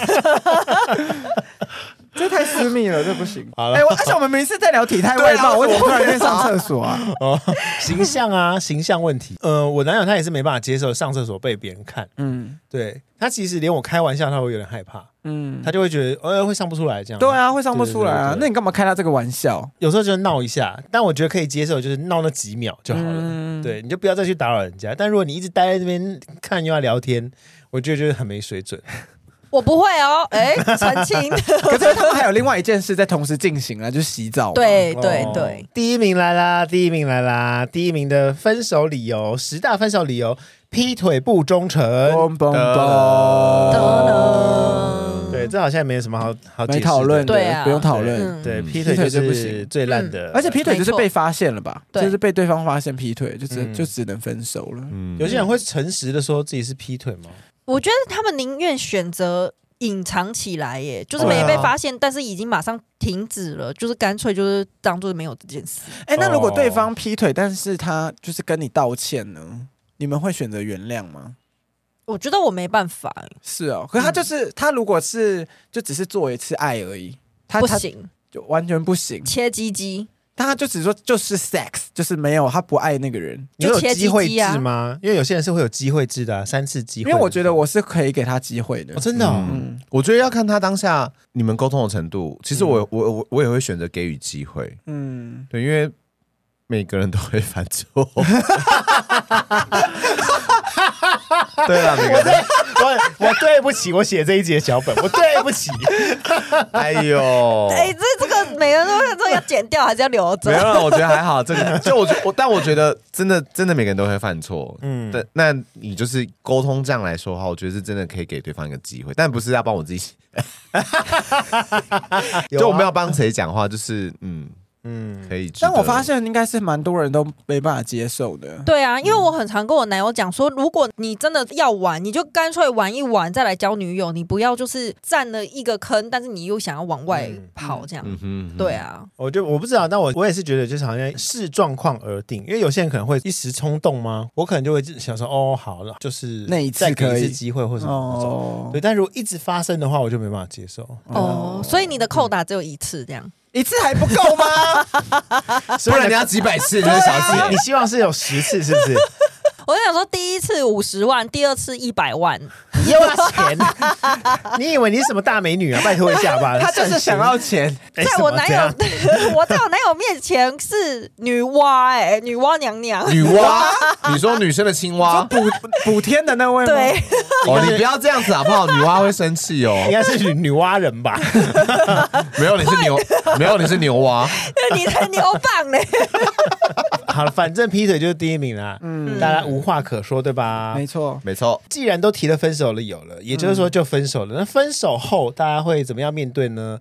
Speaker 1: 这太私密了，这不行。
Speaker 3: 好了
Speaker 1: 哎、我而且我们每次在 聊体态
Speaker 2: 对啊
Speaker 1: 外貌，我
Speaker 2: 为
Speaker 1: 怎
Speaker 2: 什
Speaker 1: 么
Speaker 2: 么
Speaker 1: 突然间上厕所啊？
Speaker 3: 哦，形象啊，形象问题。呃，我男友他也是没办法接受上厕所被别人看，
Speaker 1: 嗯
Speaker 3: 对他其实连我开玩笑他会有点害怕，
Speaker 1: 嗯，
Speaker 3: 他就会觉得呃会上不出来这样。
Speaker 1: 对，啊，会上不出来
Speaker 3: 对对
Speaker 1: 啊
Speaker 3: 对对。对
Speaker 1: 那你干嘛开他这个玩笑？
Speaker 3: 有时候就是闹一下，但我觉得可以接受，就是闹那几秒就好了。
Speaker 1: 嗯
Speaker 3: 对，你就不要再去打扰人家。但如果你一直待在这边看又要聊天，我觉得就是很没水准。
Speaker 4: 我不会哦，哎，澄清。
Speaker 1: 可是他们还有另外一件事在同时进行啊，就是洗澡。，
Speaker 4: 对
Speaker 3: 哦
Speaker 4: 哎对对，，
Speaker 3: 第一名来啦，第一名来啦，第一名的分手理由，十大分手理由，劈腿不忠诚。
Speaker 1: 嘣嘣
Speaker 4: 噔
Speaker 1: 嘣，
Speaker 3: 对，这好像也没什么好好解
Speaker 1: 没
Speaker 3: 释的
Speaker 1: 讨论的，
Speaker 4: 对啊
Speaker 1: 不用讨论。
Speaker 4: 嗯
Speaker 3: 对，
Speaker 2: 嗯
Speaker 3: 劈腿
Speaker 1: 劈腿
Speaker 3: 就
Speaker 1: 就不
Speaker 3: 是
Speaker 1: 行嗯
Speaker 3: 最烂的，
Speaker 1: 而且劈腿就是
Speaker 4: 没错
Speaker 1: 被发现了吧？
Speaker 4: 对
Speaker 1: 就是被对方发现劈腿，就只
Speaker 3: 嗯
Speaker 1: 就只能分手了。
Speaker 2: 嗯
Speaker 3: 有些人会诚实的说自己是劈腿吗？
Speaker 4: 我觉得他们宁愿选择隐藏起来，耶，就是
Speaker 3: 对
Speaker 4: 没
Speaker 3: 啊
Speaker 4: 被发现，但是已经马上停止了，就是干脆就是当做没有这件事。
Speaker 1: 哎，那如果
Speaker 3: 哦
Speaker 1: 对方劈腿，但是他就是跟你道歉呢？你们会选择原谅吗？
Speaker 4: 我觉得我没办法，欸
Speaker 1: 是哦，可是他就是、他，如果是就只是做一次爱而已，他
Speaker 4: 不
Speaker 1: 他
Speaker 4: 行，
Speaker 1: 就完全不行。
Speaker 4: 切鸡鸡，
Speaker 1: 但他就只说就是 sex，就是没有他不爱那个人，
Speaker 3: 你会有
Speaker 4: 就切
Speaker 3: 机会
Speaker 4: 鸡鸡啊
Speaker 3: 制吗？因为有些人是会有机会制的啊，三次机
Speaker 1: 因
Speaker 3: 会。
Speaker 1: 为我觉得我是可以给他机会的
Speaker 3: 哦。真的哦，
Speaker 1: 嗯，
Speaker 2: 我觉得要看他当下你们沟通的程度。其实我、
Speaker 3: 嗯
Speaker 2: 我我我也会选择给予机会，
Speaker 1: 嗯，
Speaker 2: 对，因为每个人都会犯 错。对啊，每个人。
Speaker 3: 我我对不起，我写这一节小本，我对不 起。
Speaker 2: 哎呦，
Speaker 4: 哎，这这个每个人都都要剪掉，还是要留
Speaker 2: 没有
Speaker 4: 着？
Speaker 2: 啦，我觉得还好。这个就我觉我，但我觉得真的真的每个人都会犯错。
Speaker 3: 嗯
Speaker 2: 嗯，但那你就是沟通这样来说的话，我觉得是真的可以给对方一个机会，但不是要帮我自己，就我们要帮谁讲话，就是嗯，
Speaker 3: 啊嗯，
Speaker 2: 可以值得。
Speaker 1: 但我发现应该是蛮多人都没办法接受的。
Speaker 4: 对啊，因为我很常跟我男友讲说，如果你真的要玩，你就干脆玩一玩再来交女友，你不要就是占了一个坑，但是你又想要往外
Speaker 3: 嗯
Speaker 4: 跑这样。
Speaker 2: 嗯哼，嗯哼
Speaker 4: 对，啊，
Speaker 3: 我哦就我不知道，但我我也是觉得，就是好像视状况而定，因为有些人可能会一时冲动吗？我可能就会想说，哦，好了，就是
Speaker 1: 那一次
Speaker 3: 再给
Speaker 1: 可
Speaker 3: 一
Speaker 1: 以
Speaker 3: 次机会或什么那种。
Speaker 1: 哦啊
Speaker 3: 对，，但如果一直发生的话，我就没办法接受。
Speaker 4: 哦，所以你的扣打只有一次这样。
Speaker 1: 一次还不 够吗？
Speaker 2: 不然你要几百次，就是小姐。
Speaker 3: 你希望是有十次，是不 是？
Speaker 4: 我就想说，第一次五十万，第二次一百万，
Speaker 3: 你又要钱？你以为你是什么大美女啊？拜托一下吧。
Speaker 1: 他就是想要钱，
Speaker 3: 哎，
Speaker 4: 在
Speaker 3: 什
Speaker 4: 我
Speaker 3: 么
Speaker 4: 男
Speaker 3: 这样
Speaker 4: 友， 我在我男友面前是女娲、哎，女娲娘娘。
Speaker 2: 女娲，你说女生的青蛙
Speaker 1: 补补天的那位吗
Speaker 4: 对，
Speaker 2: 哦，你不要这样子好不好？女娲会生气哦。
Speaker 3: 应该是女女娲人吧？
Speaker 2: 没有，你是牛，没有，你是牛蛙。
Speaker 4: 你才牛棒嘞！
Speaker 3: 好了，反正劈腿就是第一名啦，嗯，大家无话可说，对吧？
Speaker 1: 没错，
Speaker 2: 没错，
Speaker 3: 既然都提了分手了，有了，也就是
Speaker 1: 嗯
Speaker 3: 说就分手了。那分手后大家会怎么样面对呢？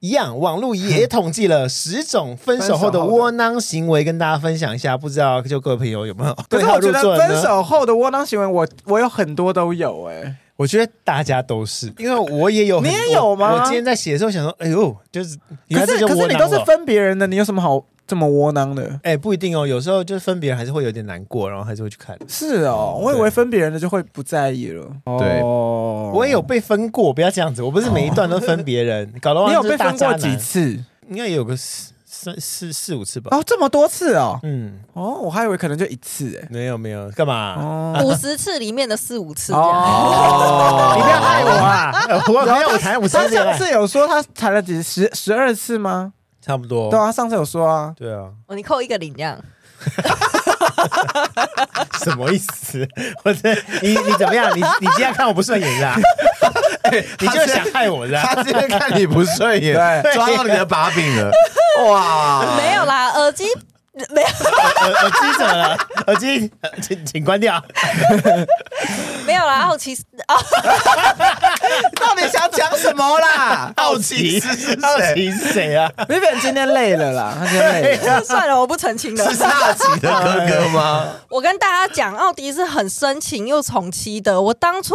Speaker 3: 一样，网络也统计了十种分手后的窝囊行为，跟大家分享一下。不知道就各位朋友有没有
Speaker 1: 可
Speaker 3: 对
Speaker 1: 是
Speaker 3: 号
Speaker 1: 我觉
Speaker 3: 入座
Speaker 1: 得
Speaker 3: 的
Speaker 1: 分
Speaker 3: 呢？
Speaker 1: 手后的窝囊行为，我我有很多都有哎、
Speaker 3: 我觉得大家都是，因为我也有很多，
Speaker 1: 你也有吗
Speaker 3: 我今天在写的时候想说，哎呦，就是原
Speaker 1: 可
Speaker 3: 来这
Speaker 1: 是
Speaker 3: 就
Speaker 1: 可
Speaker 3: 窝
Speaker 1: 是你
Speaker 3: 囊
Speaker 1: 都是
Speaker 3: 了
Speaker 1: 分别人的，你有什么好这么窝囊的？
Speaker 3: 哎、不一定哦，有时候就是分别人还是会有点难过，然后还是会去看。
Speaker 1: 是哦，我以
Speaker 3: 对
Speaker 1: 为分别人的就会不在意了。
Speaker 2: 对
Speaker 1: 哦
Speaker 3: 我也有，被分过，不要这样子，我不是每一段都分别人，搞得我
Speaker 1: 你有
Speaker 3: 就是
Speaker 1: 被
Speaker 3: 大
Speaker 1: 分过
Speaker 3: 渣
Speaker 1: 几
Speaker 3: 男？
Speaker 1: 次？
Speaker 3: 应该也有个四三四四五次吧。
Speaker 1: 哦，这么多次哦。
Speaker 3: 嗯，
Speaker 1: 哦，我还以为可能就一次哎。
Speaker 3: 没有没有，干嘛？
Speaker 1: 哦
Speaker 4: 五十次里面的四五次这样，
Speaker 1: 哦
Speaker 3: 你不要害我啊！呃我没有谈五次
Speaker 1: 他
Speaker 3: 恋
Speaker 1: 上
Speaker 3: 爱，
Speaker 1: 次有说他谈了几十十二次吗？
Speaker 3: 差不多。
Speaker 1: 对啊，他上次有说啊。
Speaker 3: 对啊，
Speaker 4: 哦你扣一个零这样。
Speaker 3: 什么意思？我这你你怎么样？你你今天看我不顺眼是吧？哎你就想害我是 吧？
Speaker 2: 他今天看你不顺眼，
Speaker 1: 对
Speaker 2: 抓到你的把柄 了，哇！
Speaker 4: 没有啦，耳机没有，
Speaker 3: 耳耳机怎么了？耳机呃请请关掉。
Speaker 4: 没有啦，好奇哦
Speaker 1: 到底想讲什么啦
Speaker 2: 好奇是谁
Speaker 3: 好奇是谁啊？
Speaker 1: ？Vivian 今天累了啦，他今天 累了。
Speaker 4: 算了，我不澄清了。
Speaker 2: 是大吉的哥哥吗？
Speaker 4: 我跟大家讲，奥迪是很深情又宠妻的。我当初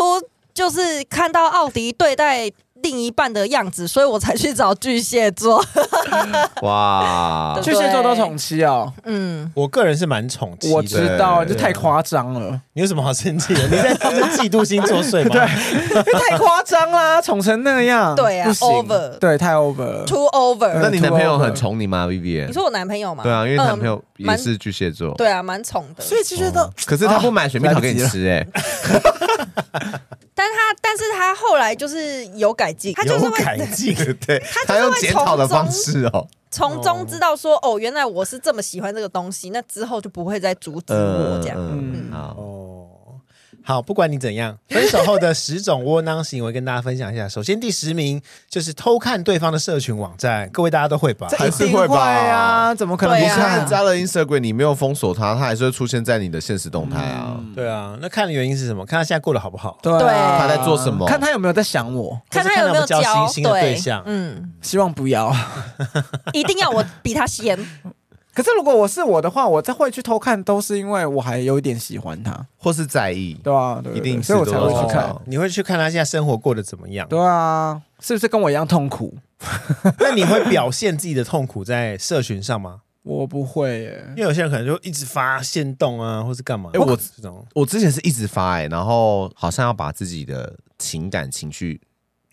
Speaker 4: 就是看到奥迪对待另一半的样子，所以我才去找巨蟹座。
Speaker 2: 哇，
Speaker 1: 巨蟹座都宠妻哦，
Speaker 4: 嗯，
Speaker 3: 我个人是蛮宠妻
Speaker 1: 我
Speaker 3: 的，
Speaker 1: 知道，这太夸张了，
Speaker 3: 你有什么好生气的？你在你是嫉妒心作祟吗？对，
Speaker 1: 因为太夸张啦，宠成那样，
Speaker 4: 对啊
Speaker 1: 不行
Speaker 4: ，over
Speaker 1: 对，太 over 了。
Speaker 4: ，two over。
Speaker 2: 那你男朋友很宠你吗
Speaker 4: 你
Speaker 2: ，Vivian？
Speaker 4: 说我男朋友吗？
Speaker 2: 对啊，因为男朋
Speaker 4: 嗯
Speaker 2: 友也
Speaker 4: 蛮
Speaker 2: 是巨蟹座，
Speaker 4: 对啊，蛮宠的。
Speaker 1: 所以巨蟹座
Speaker 2: 可是他不买水蜜桃给你
Speaker 1: 来不
Speaker 2: 吃，哎，
Speaker 4: 哦但他，但是他后来就是有改进，他就是
Speaker 3: 有
Speaker 4: 会
Speaker 3: 改进。
Speaker 2: 对， 他用检讨的方式哦，
Speaker 4: 从中知道说，哦，原来我是这么喜欢这个东西，那之后就不会再阻止我这样。
Speaker 2: 嗯，好，
Speaker 3: 哦，好，不管你怎 样，分手后的十种窝囊行为跟大家分享一下。首先第十名就是偷看对方的社群网站，各位大家都会吧？
Speaker 1: 这一
Speaker 2: 还是
Speaker 1: 定
Speaker 2: 会吧
Speaker 1: 啊，怎么可能
Speaker 4: 对
Speaker 2: 你
Speaker 1: 不
Speaker 4: 啊
Speaker 2: 看
Speaker 1: 看
Speaker 2: 人？家的 Instagram，你没有封锁他，他还是会出现在你的现实动态啊。
Speaker 4: 嗯
Speaker 3: 对啊，那看的原因是什么？看他现在过得好不好？
Speaker 1: 对啊
Speaker 4: 对
Speaker 2: 他在做什么
Speaker 1: 看他有没有在想我，
Speaker 4: 看他有没有
Speaker 3: 或是看他有没有交
Speaker 4: 交
Speaker 3: 新的对象
Speaker 4: 嗯，
Speaker 1: 希望不要。
Speaker 4: 一定要我比 他先，
Speaker 1: 可是如果我是我的话，我再会去偷看，都是因为我还有一点喜欢他，
Speaker 2: 或是在意，
Speaker 1: 对啊，对对对
Speaker 2: 一定是
Speaker 1: 所以我才
Speaker 2: 多
Speaker 1: 会
Speaker 2: 多少
Speaker 1: 去看
Speaker 2: 少。
Speaker 3: 你会去看他现在生活过得怎么样？
Speaker 1: 对啊，是不是跟我一样痛苦？
Speaker 3: 那你会表现自己的痛苦在社群上吗？
Speaker 1: 我不会耶
Speaker 3: 因，为有些人可能就一直发现动啊，或是干嘛？
Speaker 2: 哎我
Speaker 3: 这种
Speaker 2: 我之前是一直发哎、然后好像要把自己的情感情绪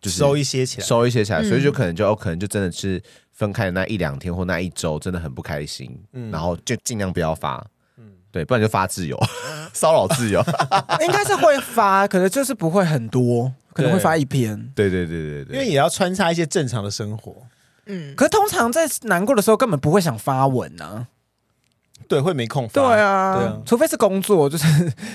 Speaker 2: 就是
Speaker 3: 收一些起来，
Speaker 2: 收一些起来，
Speaker 4: 嗯
Speaker 2: 所以就可能就、可能就真的是分开的那一两天或那一周真的很不开心，
Speaker 3: 嗯
Speaker 2: 然后就尽量不要发，
Speaker 3: 嗯
Speaker 2: 对，不然就发自由骚扰自由，
Speaker 1: 应该是会发，可能就是不会很多，可能会发一篇。
Speaker 2: 对对对对
Speaker 3: 因为
Speaker 2: 对，
Speaker 3: 也要穿插一些正常的生活，
Speaker 4: 嗯，
Speaker 1: 可通常在难过的时候，根本不会想发文啊。
Speaker 3: 对，会没空发。
Speaker 1: 对啊，
Speaker 3: 对啊
Speaker 1: 除非是工作，就是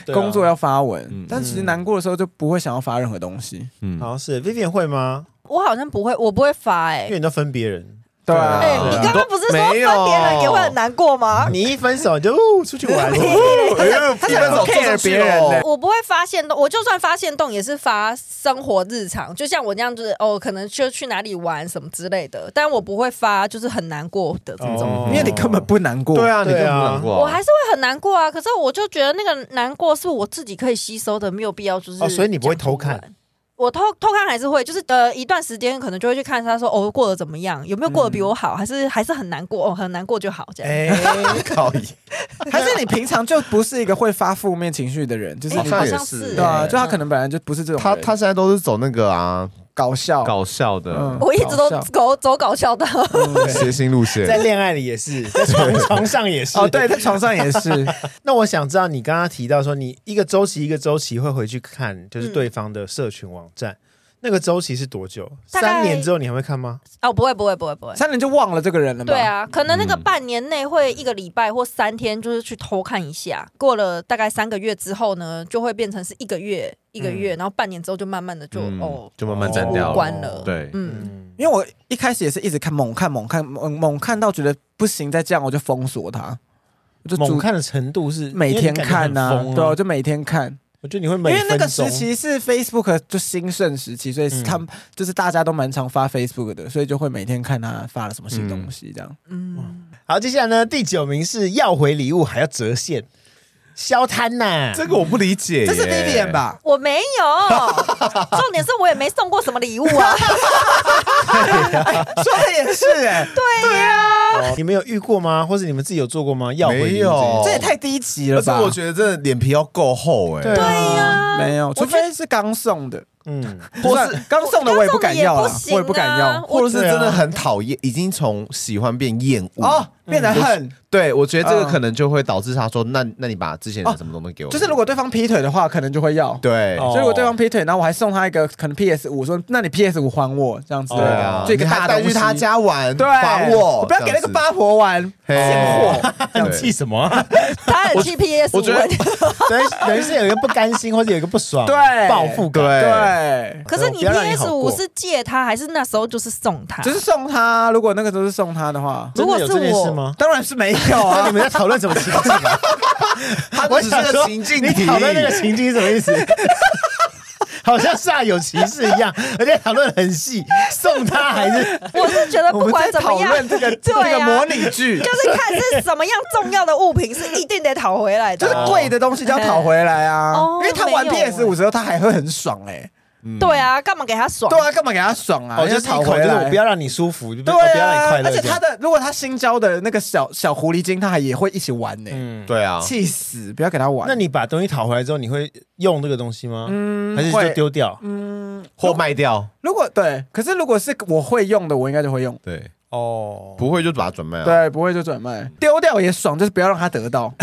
Speaker 3: 对啊
Speaker 1: 工作要发文，
Speaker 2: 嗯
Speaker 1: 但其实难过的时候就不会想要发任何东西。
Speaker 2: 嗯，
Speaker 3: 好像是 Vivian 会吗？
Speaker 4: 我好像不会，我不会发哎、
Speaker 3: 因为你都分别人，
Speaker 1: 对
Speaker 2: 啊
Speaker 1: 啊，
Speaker 4: 哎、
Speaker 2: 对
Speaker 4: 你刚刚不是说分
Speaker 2: 没有
Speaker 4: 别人也会很难过吗？
Speaker 3: 你一分手你就哦出去 玩，
Speaker 2: 他想
Speaker 1: 很 care 别人呢
Speaker 4: 我不会发现动，我就算发现动也是发生活日常，就像我那样子哦，可能就去哪里玩什么之类的，但我不会发就是很难过的这种。
Speaker 3: 哦
Speaker 1: 因为你根本不难过。
Speaker 2: 对啊，你
Speaker 3: 对啊
Speaker 2: 根本不难过啊，
Speaker 4: 我还是会很难过啊，可是我就觉得那个难过是我自己可以吸收的，没有必要就是、
Speaker 3: 哦所以你不会偷看？
Speaker 4: 我偷偷看还是会，就是呃一段时间可能就会去看他说哦过得怎么样，有没有过得比我好，还是还是很难过哦，很难过就好这 样。
Speaker 3: 哎，
Speaker 2: 靠一，
Speaker 1: 还是你平常就不是一个会发负面情绪的人，就是
Speaker 4: 哎
Speaker 1: 你
Speaker 2: 好
Speaker 4: 好
Speaker 2: 像也
Speaker 4: 像
Speaker 2: 是
Speaker 4: 是
Speaker 1: 对啊，
Speaker 4: 哎
Speaker 1: 就他可能本来就不是这种人
Speaker 2: 他他现在都是走那个啊
Speaker 1: 搞笑，
Speaker 2: 搞笑的
Speaker 1: 嗯
Speaker 4: 我一直都
Speaker 1: 搞笑
Speaker 4: 走走搞笑的，
Speaker 2: 谐星路
Speaker 3: 在
Speaker 2: 线，
Speaker 3: 恋爱里也是，在床床上也是。
Speaker 1: 哦，对，在床上 也是，
Speaker 3: 那我想知道，你刚刚提到说，你一个周期一个周期会回去看，就是
Speaker 4: 嗯
Speaker 3: 对方的社群网站，那个周期是多久？
Speaker 4: 大概
Speaker 3: 三年之后你还会看吗？
Speaker 4: 哦不会不会不会不会，
Speaker 1: 三人就忘了这个人了嘛。
Speaker 4: 对，啊，可能那个
Speaker 2: 嗯
Speaker 4: 半年内会一个礼拜或三天，就是去偷看一下。过了大概三个月之后呢，就会变成是一个月一个月，然后半年之后就慢慢的就、
Speaker 2: 嗯
Speaker 4: 哦
Speaker 2: 就慢慢
Speaker 4: 就
Speaker 2: 斩掉
Speaker 4: 无
Speaker 2: 了，
Speaker 4: 关了。
Speaker 2: 对
Speaker 4: 嗯，
Speaker 3: 嗯，
Speaker 1: 因为我一开始也是一直看，猛看，猛看，猛猛看到觉得不行，再这样我就封锁他，我就
Speaker 3: 猛
Speaker 1: 主
Speaker 3: 看的程度是
Speaker 1: 每天看
Speaker 3: 呐、
Speaker 1: 呐、对啊，我
Speaker 3: 对，
Speaker 1: 就每天看，
Speaker 3: 我觉得你会
Speaker 1: 因
Speaker 3: 每
Speaker 1: 为那个
Speaker 3: 分
Speaker 1: 时
Speaker 3: 钟
Speaker 1: 期是 Facebook 就兴盛时期，所以
Speaker 3: 嗯
Speaker 1: 他们、就是大家都蛮常发 Facebook 的，所以就会每天看他发了什么新东西这样。
Speaker 3: 好，接下来呢，第九名是要回礼物还要折现，消摊呐、
Speaker 2: 这个我不理解耶，
Speaker 1: 这是 Vivian 吧？
Speaker 4: 我没有，重点是我也没送过什么礼物啊。
Speaker 1: 说的也是哎、
Speaker 4: 对呀、
Speaker 3: 哦 你们有遇过吗？或者你们自己有做过吗？要回礼
Speaker 2: 没
Speaker 3: 物这件
Speaker 2: 有
Speaker 3: 事
Speaker 1: 这也太低级
Speaker 2: 而
Speaker 1: 了
Speaker 2: 且
Speaker 1: 吧？
Speaker 2: 我觉得真的脸皮要够厚哎、
Speaker 3: 对啊，
Speaker 1: 没有，
Speaker 4: 觉
Speaker 1: 除非是刚送的，
Speaker 3: 嗯，
Speaker 1: 不是刚送的我也不敢要
Speaker 4: 我
Speaker 1: 啦
Speaker 4: 刚送的也不行啊
Speaker 1: 我也不敢要。
Speaker 2: 或者是真的很讨厌，已经从喜欢变厌恶。
Speaker 1: 哦，变得恨，
Speaker 2: 嗯对，我觉得这个
Speaker 1: 嗯
Speaker 2: 可能就会导致他说，那那你把之前的什么东西给我，
Speaker 1: 就是如果对方劈腿的话，可能就会要。
Speaker 2: 对，
Speaker 3: 哦
Speaker 1: 所以我对方劈腿，然后我还送他一个可能 PS 五，说那你 PS 五还我这样子，
Speaker 2: 对啊，
Speaker 1: 就一个
Speaker 2: 你还
Speaker 1: 大
Speaker 2: 带
Speaker 1: 东
Speaker 2: 去
Speaker 1: 西。
Speaker 2: 他家玩，
Speaker 1: 对，
Speaker 2: 还我，
Speaker 1: 不要给那个八婆玩，
Speaker 2: 这样子
Speaker 1: 贱货。
Speaker 3: 想气什么啊？
Speaker 4: 太他很气 PS
Speaker 2: 我觉得
Speaker 4: 五。
Speaker 3: 人人是有一个不甘心，或者有一个不爽，
Speaker 1: 对
Speaker 3: 报复感。
Speaker 2: 对，
Speaker 1: 对，
Speaker 4: 可是
Speaker 3: 我
Speaker 4: 你
Speaker 3: 不要让你
Speaker 4: PS
Speaker 3: 好
Speaker 4: 五
Speaker 3: 过
Speaker 4: 是借他，还是那时候就是送他？
Speaker 1: 就是送他。如果那个都是送他的话，
Speaker 3: 真的有这件事
Speaker 4: 如果
Speaker 3: 吗？
Speaker 1: 当然是没有
Speaker 3: 那
Speaker 1: 啊
Speaker 3: 你。们在讨论什么情境啊？
Speaker 2: 我只是个情境
Speaker 3: 你
Speaker 2: 题。
Speaker 3: 讨论那个情境是什么意思？ 好像煞有其事一样，而且讨论很细，送他还是
Speaker 4: 我是觉得
Speaker 1: 我
Speaker 4: 不
Speaker 1: 们
Speaker 4: 管
Speaker 1: 在
Speaker 4: 怎
Speaker 1: 讨
Speaker 4: 么样，
Speaker 1: 论这个这
Speaker 4: 对啊
Speaker 1: 个模拟剧，
Speaker 4: 就是看是什么样重要的物品是一定得讨回来
Speaker 1: 就
Speaker 4: 的。
Speaker 1: 是贵的东西就要讨回来啊
Speaker 4: 哦，
Speaker 1: 因为他玩
Speaker 4: 没有欸
Speaker 1: PS 五之后，他还会很爽嘞。
Speaker 4: 对啊，干嘛给他爽？
Speaker 1: 对啊，干嘛给他爽啊？
Speaker 3: 哦，就是
Speaker 1: 要
Speaker 3: 一
Speaker 1: 讨
Speaker 3: 口
Speaker 1: 回
Speaker 3: 就是
Speaker 1: 来，
Speaker 3: 我不要让你舒服，就不
Speaker 1: 对
Speaker 3: 我不要让你
Speaker 1: 啊
Speaker 3: 快，乐。
Speaker 1: 而且他
Speaker 3: 的
Speaker 1: 的如果他新交的那个小小狐狸精，他还也会一起玩呢、
Speaker 3: 嗯，
Speaker 2: 对啊，
Speaker 1: 气死！不要给他玩。
Speaker 3: 那你把东西讨回来之后，你会用这个东西吗？
Speaker 1: 嗯
Speaker 3: 还是就
Speaker 1: 会
Speaker 3: 丢掉？
Speaker 1: 嗯，
Speaker 2: 或卖掉，
Speaker 1: 如果对，可是如果是我会用的，我应该就会用。
Speaker 2: 对，
Speaker 3: 哦，
Speaker 2: 不会就把它转卖啊。
Speaker 1: 对，不会就转卖，丢掉也爽，就是不要让他得到。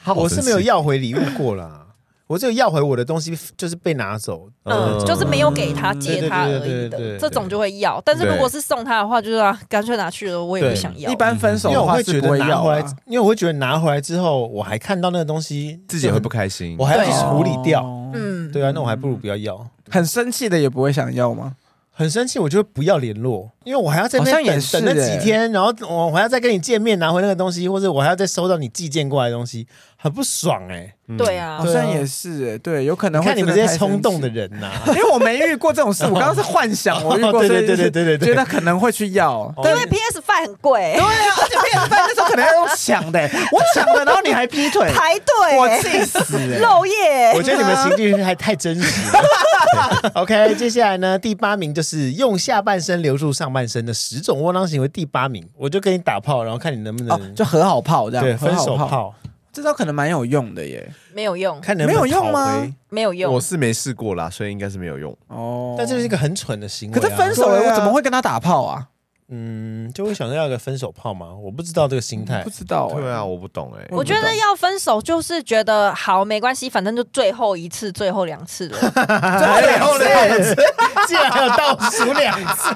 Speaker 2: 好，
Speaker 3: 我是没有要回礼物过 啦，我只有要回我的东西，就是被拿走。呃
Speaker 4: 嗯，就是没有给他借他
Speaker 3: 对对
Speaker 4: 而
Speaker 3: 对
Speaker 4: 已
Speaker 3: 对对对
Speaker 4: 的，这种就会要。但是如果是送他的话，就是啊，干脆拿去了，我也不
Speaker 3: 对
Speaker 4: 想要
Speaker 1: 一。般分手
Speaker 3: 因为
Speaker 1: 的
Speaker 3: 我
Speaker 1: 话
Speaker 3: 会
Speaker 1: 是
Speaker 3: 觉
Speaker 1: 不
Speaker 3: 得
Speaker 1: 会
Speaker 3: 拿
Speaker 1: 要
Speaker 3: 回来
Speaker 1: 啊，，
Speaker 3: 因为我会觉得拿回来之后，我还看到那个东西，
Speaker 2: 自己也会不开心
Speaker 3: 我。还要去
Speaker 4: 对
Speaker 3: 处理掉。
Speaker 1: 哦
Speaker 4: 嗯，
Speaker 3: 对啊，那我还不如不要要。
Speaker 1: 很生气的也不会想要吗？
Speaker 3: 很生气，我就会不要联络，因为我还要在那边
Speaker 1: 好像
Speaker 3: 等
Speaker 1: 也是
Speaker 3: 等那
Speaker 1: 欸
Speaker 3: 几天，然后我我还要再跟你见面拿回那个东西，或者我还要再收到你寄件过来的东西，很不爽哎、
Speaker 4: 对啊
Speaker 1: 好，像也是、欸，对，有可能
Speaker 3: 你
Speaker 1: 会
Speaker 3: 看你们
Speaker 1: 真
Speaker 3: 这
Speaker 1: 的
Speaker 3: 些
Speaker 1: 太
Speaker 3: 冲动
Speaker 1: 生
Speaker 3: 的
Speaker 1: 气。
Speaker 3: 人 呐、
Speaker 1: 因为我没遇过这种事，我刚刚是幻 想我遇过，
Speaker 3: 哦对
Speaker 1: 所
Speaker 3: 对对
Speaker 1: 以
Speaker 3: 对
Speaker 1: 就是
Speaker 3: 对对对
Speaker 1: 觉得可能会去 要，
Speaker 3: 哦
Speaker 4: 因为 PS 5很贵
Speaker 1: 对，啊，而且便饭那时候可能要用抢的、欸我抢了，然后你还劈腿，
Speaker 4: 排队，
Speaker 1: 我气死、 欸！
Speaker 4: 漏夜
Speaker 3: 我。觉得你们情境还太真实了。对 OK，接下来呢，第八名就是用下半身留住上半身的十种窝囊行为。第八名，我就跟你打炮，然后看你能不能、
Speaker 1: 哦，就和好炮这
Speaker 3: 嗯
Speaker 1: 样，
Speaker 3: 对
Speaker 1: 和
Speaker 3: 分
Speaker 1: 好
Speaker 3: 手，炮，
Speaker 1: 这招可能蛮有用的耶。
Speaker 4: 没有用，
Speaker 3: 看能不能
Speaker 1: 没有用吗
Speaker 3: 讨回？
Speaker 4: 没有
Speaker 2: 我
Speaker 4: 用。
Speaker 2: 是没试过啦，所以应该是没有用。
Speaker 1: 哦，
Speaker 3: 但这是一个很蠢的行为、
Speaker 1: 可
Speaker 3: 啊。
Speaker 1: 是分手了，
Speaker 2: 对啊
Speaker 1: 我怎么会跟他打炮啊？
Speaker 3: 嗯，就会想要一个分手炮吗？我不知道这个心态
Speaker 1: 不。知道哎，
Speaker 2: 对啊，我不懂哎。
Speaker 4: 我觉得要分手就是觉得好没关系，反正就最后一次、最后两次 了。
Speaker 2: 最后两次，
Speaker 3: 竟然还有倒数两次，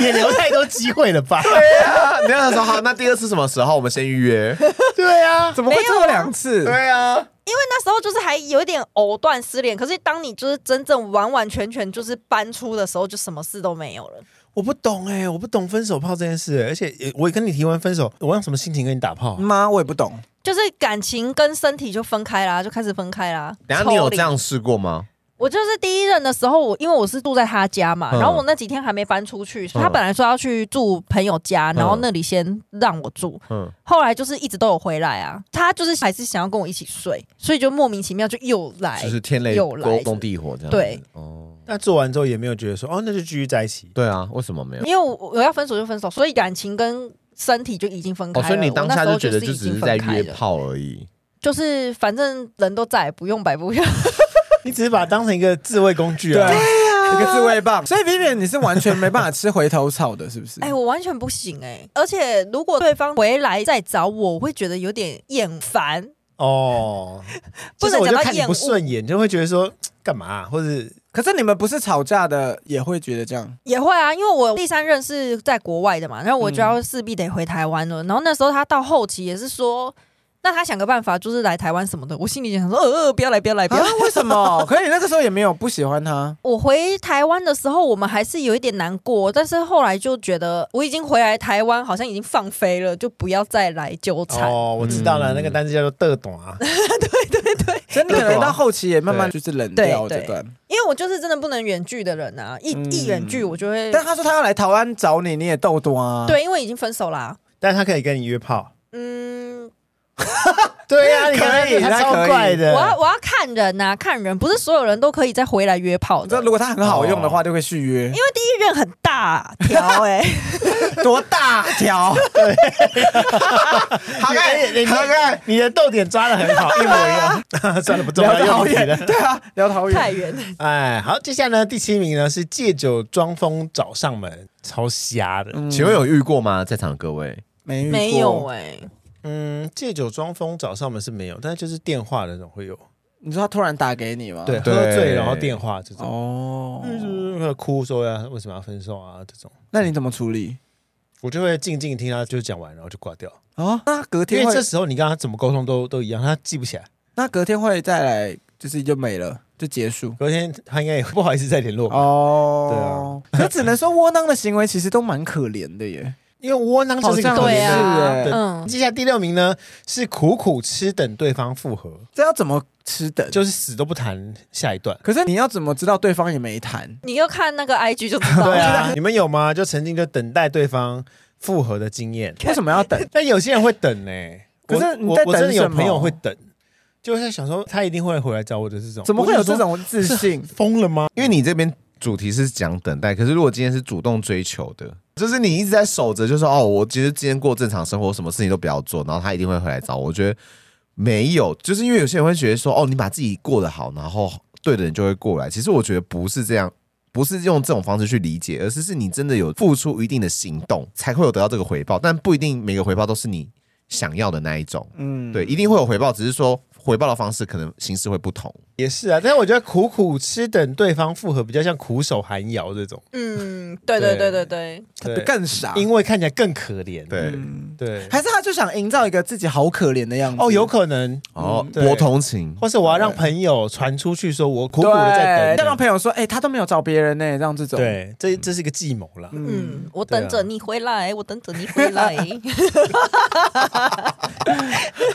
Speaker 3: 也留太多机会了 吧？
Speaker 2: 对啊，你要说好，那第二次什么时候？我们先预约。
Speaker 3: 对啊，
Speaker 1: 怎么会做两次？
Speaker 2: 对啊，
Speaker 4: 因为那时候就是还有一点藕断丝连，可是当你就是真正完完全全就是搬出的时候，就什么事都没有了。
Speaker 3: 我不懂哎、我不懂分手炮这件事、而且呃我跟你提完分手，我用什么心情跟你打炮啊、
Speaker 1: 妈，我也不懂，
Speaker 4: 就是感情跟身体就分开啦，就开始分开啦。
Speaker 2: 然后你有
Speaker 4: 抽离
Speaker 2: 这？样试过吗？
Speaker 4: 我就是第一任的时候，我因为我是住在他家嘛，
Speaker 2: 嗯
Speaker 4: 然后我那几天还没搬出去，他本来说要去住朋友家，然后那里先让我住，
Speaker 2: 嗯，
Speaker 4: 后来就是一直都有回来啊，他就是还是想要跟我一起睡，所以就莫名其妙就又来，
Speaker 2: 就是天雷
Speaker 4: 哎又来
Speaker 2: 勾动地火这样。
Speaker 4: 对，
Speaker 2: 哦，
Speaker 3: 那做完之后也没有觉得说哦，那就继续在 一起。
Speaker 2: 对啊，为什么没有？
Speaker 4: 因为我我要分手就分手，所以感情跟身体就已经分开
Speaker 2: 哦，
Speaker 4: 了。
Speaker 2: 所以你当
Speaker 4: 我那
Speaker 2: 下
Speaker 4: 时候
Speaker 2: 就
Speaker 4: 就
Speaker 2: 觉得就
Speaker 4: 已
Speaker 2: 只
Speaker 4: 经
Speaker 2: 是在
Speaker 4: 分开
Speaker 2: 约
Speaker 4: 了，
Speaker 2: 炮而已。
Speaker 4: 就是反正人都在，不用摆布。
Speaker 3: 你只是把它当成一个自慰工具啊。
Speaker 1: 一个自慰棒。所以 Vivian，你是完全没办法吃回头草的，是不是？
Speaker 4: 哎，我完全不行哎、而且如果对方回来再找我，我会觉得有点厌烦。
Speaker 3: 哦，
Speaker 4: 不能
Speaker 3: 就是我就
Speaker 4: 讲到
Speaker 3: 看你
Speaker 4: 厌
Speaker 3: 不
Speaker 4: 恶
Speaker 3: 顺眼，就会觉得说嘖干嘛啊、或者
Speaker 1: 可是你们不是吵架的，也会觉得这样。
Speaker 4: 也会啊，因为我第三任是在国外的嘛，然后我就
Speaker 1: 嗯
Speaker 4: 要势必得回台湾了。然后那时候他到后期也是说，那他想个办法，就是来台湾什么的。我心里就想说，呃，呃不要来，不要来，不
Speaker 1: 啊
Speaker 4: 要来。？
Speaker 1: 为什 么？可是你那个时候也没有不喜欢他，
Speaker 4: 我回台湾的时候，我们还是有一点难过，但是后来就觉得我已经回来台湾，好像已经放飞了，就不要再来纠缠。
Speaker 3: 哦，我知道了，
Speaker 2: 嗯
Speaker 3: 那个单词叫做“得懂啊
Speaker 1: 所以你可能到后期也慢慢就是冷掉
Speaker 4: 对
Speaker 1: 这
Speaker 4: 对
Speaker 1: 段。
Speaker 4: 因为我就是真的不能远距的人啊，一、
Speaker 1: 嗯
Speaker 4: 一远距我就会
Speaker 1: 但他说他要来台湾找你，你也逗多啊。，
Speaker 4: 对，因为已经分手啦、”，
Speaker 3: 但是他可以跟你约炮。
Speaker 4: 嗯，
Speaker 3: 对呀、你
Speaker 1: 可以
Speaker 3: 看他
Speaker 1: 那可
Speaker 3: 超
Speaker 1: 以
Speaker 3: 怪的。哎
Speaker 4: 我要我要看人呐、看人，不是所有人都可以再回来约炮
Speaker 1: 你知
Speaker 4: 的。
Speaker 1: 道如果他很好用的话，
Speaker 3: 哦
Speaker 1: 就会续约。
Speaker 4: 因为第一任很大条 哎、
Speaker 1: 多大 条？
Speaker 2: 好
Speaker 3: 哎你你你
Speaker 2: 好看，
Speaker 3: 你的逗点抓的很好，一模一样。 算了，不重
Speaker 1: 聊
Speaker 3: 要，又
Speaker 1: 桃
Speaker 3: 不提了
Speaker 1: 园，。对啊，聊桃
Speaker 4: 太
Speaker 1: 园。
Speaker 4: 远了。
Speaker 3: 哎，好，接下来呢，第七名呢是借酒装疯找上门，超瞎的。
Speaker 1: 嗯
Speaker 2: 请问有遇过吗？在场的各位，
Speaker 1: 没遇过
Speaker 4: 没有哎、
Speaker 3: 嗯，借酒装疯找上门是没有，但是就是电话那种会有，
Speaker 1: 你说他突然打给你吗？
Speaker 3: 对，喝
Speaker 2: 对
Speaker 3: 醉然后电话这种，
Speaker 1: 啊哦，
Speaker 3: 嗯就是哭说呀为什么要分手啊这种，
Speaker 1: 那你怎么处理？
Speaker 3: 我就会静静听他就讲完，然后就挂掉。
Speaker 1: 哦，那隔
Speaker 3: 因
Speaker 1: 天
Speaker 3: 为
Speaker 1: 会
Speaker 3: 这，时候你跟他怎么沟通都都一样，他记不起来。
Speaker 1: 那隔天会再来，就是就没了，就结束。
Speaker 3: 隔天他应该也不好意思再联络吧，
Speaker 1: 哦，对啊，可只能说窝囊的行为其实都蛮可怜的耶。
Speaker 3: 因为窝囊就是一个哎
Speaker 1: 好像
Speaker 4: 对啊，
Speaker 1: 是欸
Speaker 4: 嗯，
Speaker 3: 接下来第六名呢是苦苦吃等对方复合，
Speaker 1: 这要怎么吃等？
Speaker 3: 就是死都不谈下一段。
Speaker 1: 可是你要怎么知道对方也没谈？
Speaker 4: 你又看那 个 IG 就知道
Speaker 3: 对
Speaker 4: 了。
Speaker 3: 啊， 你们有吗？就曾经就等待对方复合的经验，
Speaker 1: 为什么要等？
Speaker 3: 但有些人会等呢、我
Speaker 1: 可是你
Speaker 3: 我
Speaker 1: 在
Speaker 3: 我真的
Speaker 1: 等
Speaker 3: 有
Speaker 1: 什么
Speaker 3: 朋友会等，就是在想说他一定会回来找我的这种，
Speaker 1: 怎么会有这种
Speaker 3: 我
Speaker 1: 自
Speaker 3: 就说
Speaker 1: 信
Speaker 3: 是？疯了吗？
Speaker 2: 因为你这边主题是讲等待，可是如果今天是主动追求的，就是你一直在守着，就说哦，我其实今天过正常生活，什么事情都不要做，然后他一定会回来找我。我觉得没有，就是因为有些人会觉得说，哦，你把自己过得好，然后对的人就会过来。其实我觉得不是这样。不是用这种方式去理解，而是是你真的有付出一定的行动，才会有得到这个回报。但不一定每个回报都是你想要的那一种，
Speaker 1: 嗯，
Speaker 2: 对，一定会有回报，只是说回报的方式可能形式会不同。
Speaker 3: 也是啊，但是我觉得苦苦吃等对方复合比较像苦守寒窑这种，
Speaker 4: 嗯，对对对对对，
Speaker 3: 对，
Speaker 1: 更傻。
Speaker 3: 因为看起来更可怜，
Speaker 2: 对，
Speaker 1: 嗯
Speaker 3: 对，
Speaker 1: 还是他就想营造一个自己好可怜的样子？
Speaker 3: 哦，有可能，嗯
Speaker 2: 哦，
Speaker 3: 对
Speaker 2: 博同 情，
Speaker 3: 或是我要让朋友传出去说我苦苦
Speaker 1: 对，
Speaker 3: 的在
Speaker 1: 要
Speaker 3: 等
Speaker 1: 让
Speaker 3: 你，啊
Speaker 1: 朋友说，哎、他都没有找别人呢、这样这种。，
Speaker 3: 对，这这是一个计谋啦。
Speaker 4: 嗯，我
Speaker 3: 对啊
Speaker 4: 等着你回来，我等着你回 来。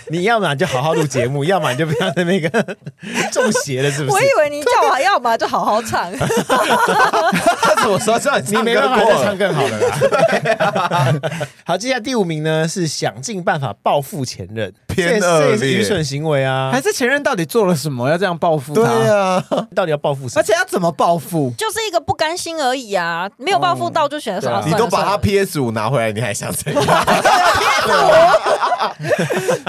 Speaker 3: 你要么就好好录节目，要么你就不要在那个 中邪了，是不
Speaker 4: 我
Speaker 3: 是？
Speaker 4: 以为你叫我要嘛就好好唱，
Speaker 2: 他怎么说叫 你
Speaker 3: 你
Speaker 2: 唱
Speaker 3: 没
Speaker 2: 歌
Speaker 3: 办法再
Speaker 2: 过了
Speaker 3: 唱？更好了啦。 好，接下来第五名呢是想尽办法报复前任，
Speaker 2: 偏
Speaker 3: 这也这也是
Speaker 2: 恶劣
Speaker 3: 愚蠢行为啊！
Speaker 1: 还是前任到底做了什么要这样报复他？
Speaker 2: 对啊，
Speaker 3: 到底要报复谁
Speaker 1: 而？且要怎么报复？
Speaker 4: 就是一个不甘心而已啊，没有报复到就选择
Speaker 3: 对啊
Speaker 4: 说，
Speaker 2: 你都 把他
Speaker 4: 他
Speaker 2: PS 五拿回来，你还想怎样？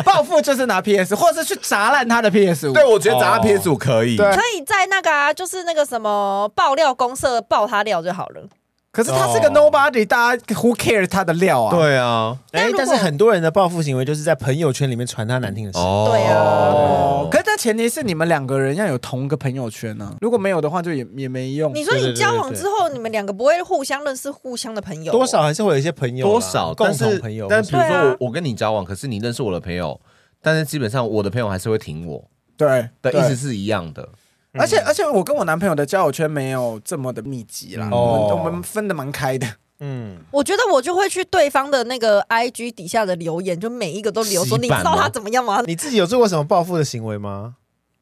Speaker 1: 报复就是拿 PS，或者是去砸烂他的 PS 五。
Speaker 2: 对，我觉得砸
Speaker 3: 哦
Speaker 2: 他 PS 五可以。
Speaker 1: 对
Speaker 4: 可以在那个啊，就是那个什么爆料公社爆他料就好了。
Speaker 1: 可是他是个
Speaker 3: 哦
Speaker 1: nobody，、大家 who care 他的料啊？，
Speaker 2: 对啊，
Speaker 3: 哎
Speaker 4: 但，如果
Speaker 3: 但是很多人的报复行为就是在朋友圈里面传他难听的事。
Speaker 2: 哦
Speaker 4: 对啊
Speaker 1: 哦，可是但前提是你们两个人要有同个朋友圈呢、啊，如果没有的话，就也也没用。
Speaker 4: 你说
Speaker 3: 对对
Speaker 4: 你
Speaker 3: 对
Speaker 4: 交往
Speaker 3: 对对
Speaker 4: 之后，你们两个不会互相认识互相的朋友哦，
Speaker 3: 多少还是会有一些朋友啦，
Speaker 2: 多少？
Speaker 3: 共
Speaker 2: 但
Speaker 3: 同
Speaker 2: 是
Speaker 3: 朋友，
Speaker 2: 但比如
Speaker 4: 对
Speaker 2: 说
Speaker 4: 啊
Speaker 2: 我我跟你交往，可是你认识我的朋友，但是基本上我的朋友还是会挺我
Speaker 1: 对
Speaker 2: 的
Speaker 1: 对
Speaker 2: 意思是一样的。
Speaker 1: 而且而且我跟我男朋友的交友圈没有这么的密集啦，
Speaker 3: 嗯
Speaker 1: 我
Speaker 3: 哦
Speaker 1: 们我们分的蛮开的。
Speaker 3: 嗯，
Speaker 4: 我觉得我就会去对方的那个 IG 底下的留言，就每一个都留说，
Speaker 2: 洗
Speaker 4: 你
Speaker 2: 版
Speaker 4: 知道
Speaker 2: 吗
Speaker 4: 他怎么样吗？
Speaker 3: 你自己有做过什么报复的行为吗？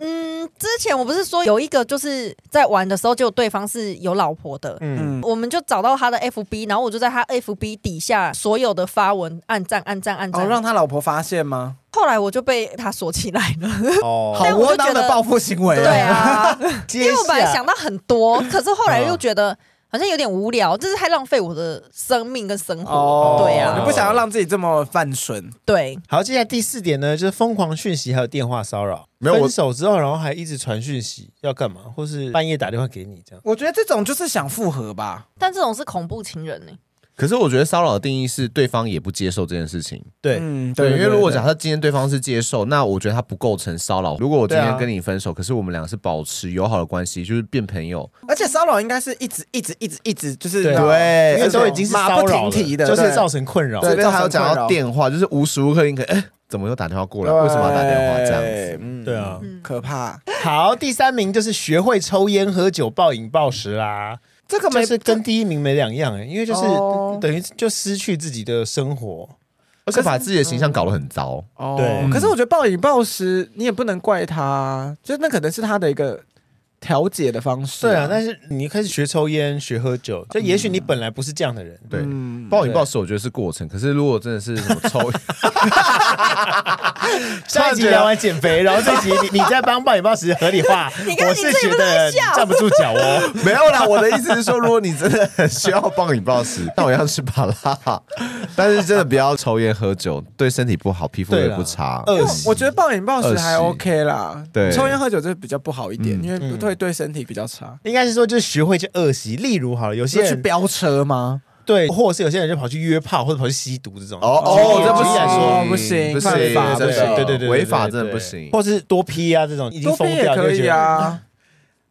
Speaker 4: 嗯，之前我不是说有一个就是在玩的时候，就对方是有老婆的，
Speaker 3: 嗯，
Speaker 1: 嗯，
Speaker 4: 我们就找到他的 FB，然后我就在他 FB 底下所有的发文按赞按赞按
Speaker 1: 哦，
Speaker 4: 赞，
Speaker 1: 让他老婆发现吗？
Speaker 4: 后来我就被他锁起来了。
Speaker 3: 哦，
Speaker 1: 好
Speaker 4: 但我
Speaker 1: 窝
Speaker 4: 就
Speaker 1: 囊
Speaker 4: 觉
Speaker 1: 的
Speaker 4: 得
Speaker 1: 报复行为、
Speaker 4: 对啊，
Speaker 3: 接
Speaker 4: 因为我本来
Speaker 3: 下
Speaker 4: 想到很多，可是后来又觉得好像有点无聊，就是太浪费我的生命跟生活。
Speaker 1: 哦，
Speaker 4: 对
Speaker 3: 啊
Speaker 1: 你不想要让自己这么犯蠢，
Speaker 4: 对，
Speaker 3: 好，接下来第四点呢，就是疯狂讯息还有电话骚扰。
Speaker 2: 没有我
Speaker 3: 分手之后，然后还一直传讯息，要干嘛？或是半夜打电话给你这样？
Speaker 1: 我觉得这种就是想复合吧。
Speaker 4: 但这种是恐怖情人呢、欸
Speaker 2: 可是我觉得骚扰的定义是对方也不接受这件事情。
Speaker 3: 对，
Speaker 1: 嗯，
Speaker 2: 对，因为如果假
Speaker 1: 讲，
Speaker 2: 设今天对方是接受，那我觉得他不构成骚扰。如果我今
Speaker 3: 对
Speaker 2: 天
Speaker 3: 啊
Speaker 2: 跟你分手，可是我们俩是保持友好的关系，就是变朋友，
Speaker 1: 而且骚扰应该是一直一直一直一直就是
Speaker 3: 对啊
Speaker 2: 对
Speaker 3: 因为都已经是
Speaker 1: 马
Speaker 3: 骚
Speaker 1: 不
Speaker 3: 扰了，
Speaker 1: 停蹄的，
Speaker 3: 就是
Speaker 1: 对
Speaker 3: 造成困扰。
Speaker 1: 对
Speaker 2: 这边还有
Speaker 1: 造
Speaker 2: 讲
Speaker 1: 成困
Speaker 2: 到
Speaker 1: 扰
Speaker 2: 电话，就是无时无刻应该，哎，怎么又打电话过来？为什么要打电话这样子？
Speaker 1: 子
Speaker 3: 对啊
Speaker 1: 嗯，可怕。
Speaker 3: 好，第三名就是学会抽烟、喝酒、暴饮暴食啦，
Speaker 1: 这个没
Speaker 3: 就是跟第一名没两样哎、因为就是、
Speaker 1: 哦
Speaker 3: 等于就失去自己的生活。
Speaker 2: 而且把自己的形象搞得很糟。
Speaker 1: 哦
Speaker 3: 对
Speaker 1: 可是我觉得暴饮暴食，你也不能怪他啊，就那可能是他的一个调解的方式。
Speaker 3: 对啊，但是你开始学抽烟、学喝酒，就也许你本来不是这样的人，
Speaker 2: 对，
Speaker 1: 嗯
Speaker 2: 暴饮暴食我觉得是过程，可是如果真的是什么 抽，
Speaker 3: 上一集聊完减肥，然后这一集你你在帮暴饮暴食合理 化，
Speaker 4: 你看
Speaker 3: 我
Speaker 4: 你自
Speaker 3: 是
Speaker 4: 己
Speaker 3: 觉
Speaker 4: 不
Speaker 3: 得
Speaker 4: 是在
Speaker 3: 你
Speaker 4: 笑
Speaker 3: 站不住脚哦。
Speaker 2: 没有啦，我的意思是说，如果你真的很需要暴饮暴食， 那我要吃巴拉，但是真的不要抽烟喝酒，对身体不好，皮肤也不差。
Speaker 3: 对啦恶
Speaker 1: 我我觉得暴饮暴食还
Speaker 2: 二十
Speaker 1: OK 啦，
Speaker 2: 对
Speaker 1: 抽烟喝酒就是比较不好一点，
Speaker 2: 嗯
Speaker 1: 因为不会对身体比较差。
Speaker 3: 应该是说，就是学会去恶习，例如好了，有些
Speaker 1: 是去
Speaker 3: 人
Speaker 1: 飙车吗？
Speaker 3: 对，或者是有些人就跑去约炮，或者跑去吸毒这种。
Speaker 2: 哦
Speaker 1: 哦
Speaker 2: 哦，
Speaker 1: 这
Speaker 2: 这
Speaker 1: 不
Speaker 2: 不
Speaker 1: 行
Speaker 2: 行，
Speaker 1: 不行
Speaker 2: 不行，
Speaker 1: 犯法
Speaker 2: 这不
Speaker 1: 对
Speaker 2: 行，
Speaker 3: 对对对，
Speaker 2: 违法
Speaker 3: 对
Speaker 2: 真的
Speaker 3: 对
Speaker 2: 不行。
Speaker 3: 或是多批啊这种已经
Speaker 1: 多
Speaker 3: 疯
Speaker 1: 边也
Speaker 3: 掉就
Speaker 1: 可
Speaker 3: 会觉
Speaker 1: 以
Speaker 3: 得
Speaker 1: 啊，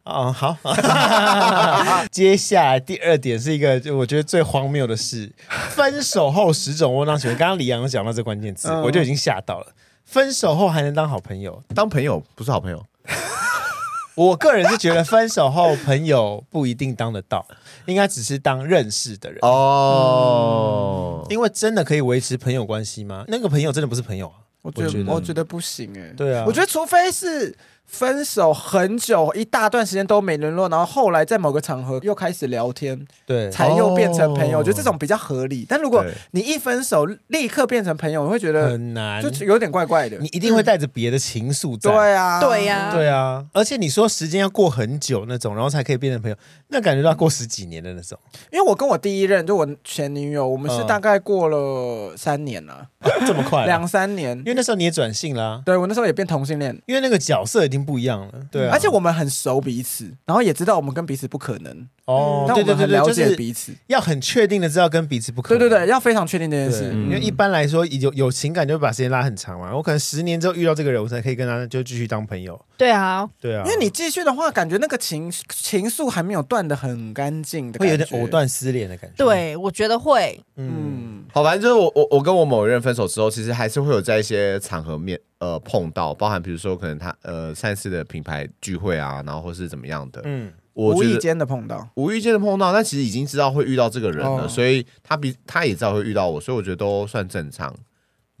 Speaker 3: 啊、好。 接下来第二点是一个就我觉得最荒谬的事：分手后十种窝囊行为。刚刚李阳有讲到这关键词，
Speaker 1: 嗯
Speaker 3: 我就已经吓到了。分手后还能当好朋友，
Speaker 2: 当朋友不是好朋友，
Speaker 3: 我个人是觉得分手后朋友不一定当得到，应该只是当认识的人。
Speaker 2: 哦，
Speaker 3: 因为真的可以维持朋友关系吗？那个朋友真的不是朋友啊。
Speaker 1: 我觉
Speaker 3: 我觉
Speaker 1: 得
Speaker 3: 得
Speaker 1: 我觉得不行哎、
Speaker 3: 对啊
Speaker 1: 我觉得除非是分手很久一大段时间都没联络，然后后来在某个场合又开始聊天，
Speaker 3: 对，
Speaker 1: 才又变成朋友。
Speaker 2: 哦
Speaker 1: 我觉得这种比较合理。但如果
Speaker 2: 对
Speaker 1: 你一分手立刻变成朋友，我会觉得
Speaker 3: 很难。
Speaker 1: 就有点怪怪的
Speaker 3: 你。一定会带着别的情愫在。
Speaker 1: 对啊，
Speaker 4: 对呀
Speaker 3: 对啊，而且你说时间要过很久那种，然后才可以变成朋友，那感觉到过十几年的那种。
Speaker 1: 因为我跟我第一任，就我前女友，我们是
Speaker 3: 嗯
Speaker 1: 大概过了三年了，
Speaker 3: 这么快啊、
Speaker 1: 两三年
Speaker 3: 因。为那时候你也转性啦、
Speaker 1: 对我那时候也变同性恋，
Speaker 3: 因为那个角色已经不一样了，对啊，
Speaker 1: 而且我们很熟彼此，然后也知道我们跟彼此不可能，
Speaker 3: 哦，
Speaker 1: 嗯但我
Speaker 3: 对对对
Speaker 1: 们很
Speaker 3: 对，
Speaker 1: 了
Speaker 3: 就
Speaker 1: 解
Speaker 3: 是
Speaker 1: 彼此。
Speaker 3: 要很确定的知道跟彼此不可
Speaker 1: 对
Speaker 3: 能，
Speaker 1: 对对，要非常确定这件
Speaker 3: 对，嗯
Speaker 1: 事。嗯
Speaker 3: 因为一般来说有有情感就会把时间拉很长嘛，我可能十年之后遇到这个人，我才可以跟他就继续当朋友，
Speaker 4: 对啊，
Speaker 3: 对啊，
Speaker 1: 因为你继续的话，感觉那个情情愫还没有断的很干净的，
Speaker 3: 会有点藕。断丝连的感觉，，
Speaker 4: 对我觉得会，
Speaker 3: 嗯，
Speaker 1: 嗯，
Speaker 2: 好，反正就是我我我跟我某一任分手之后，其实还是会有在一些场合面呃碰到，包含比如说可能他呃上一次的品牌聚会啊，然后或是怎么样的，
Speaker 3: 嗯，
Speaker 2: 我
Speaker 1: 无
Speaker 2: 觉
Speaker 1: 意
Speaker 2: 得
Speaker 1: 间的碰到，
Speaker 2: 无意间的碰到，但其实已经知道会遇到这个人了，
Speaker 1: 哦
Speaker 2: 所以他比他也知道会遇到我，所以我觉得都算正常。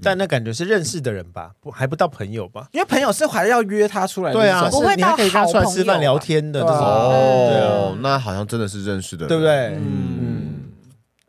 Speaker 3: 但那感觉是认识的人吧，不还不到朋友吧，
Speaker 1: 因为朋友是还要约他出来的
Speaker 3: 对啊，
Speaker 1: 那种
Speaker 4: 不会
Speaker 3: 是你还可以跟他出来
Speaker 4: 到好朋友
Speaker 3: 吃饭
Speaker 4: 吧
Speaker 3: 聊天的这
Speaker 1: 对啊
Speaker 3: 种，
Speaker 2: 哦，那好像真的是认识的人，
Speaker 3: 对不？对？
Speaker 1: 嗯，
Speaker 3: 嗯，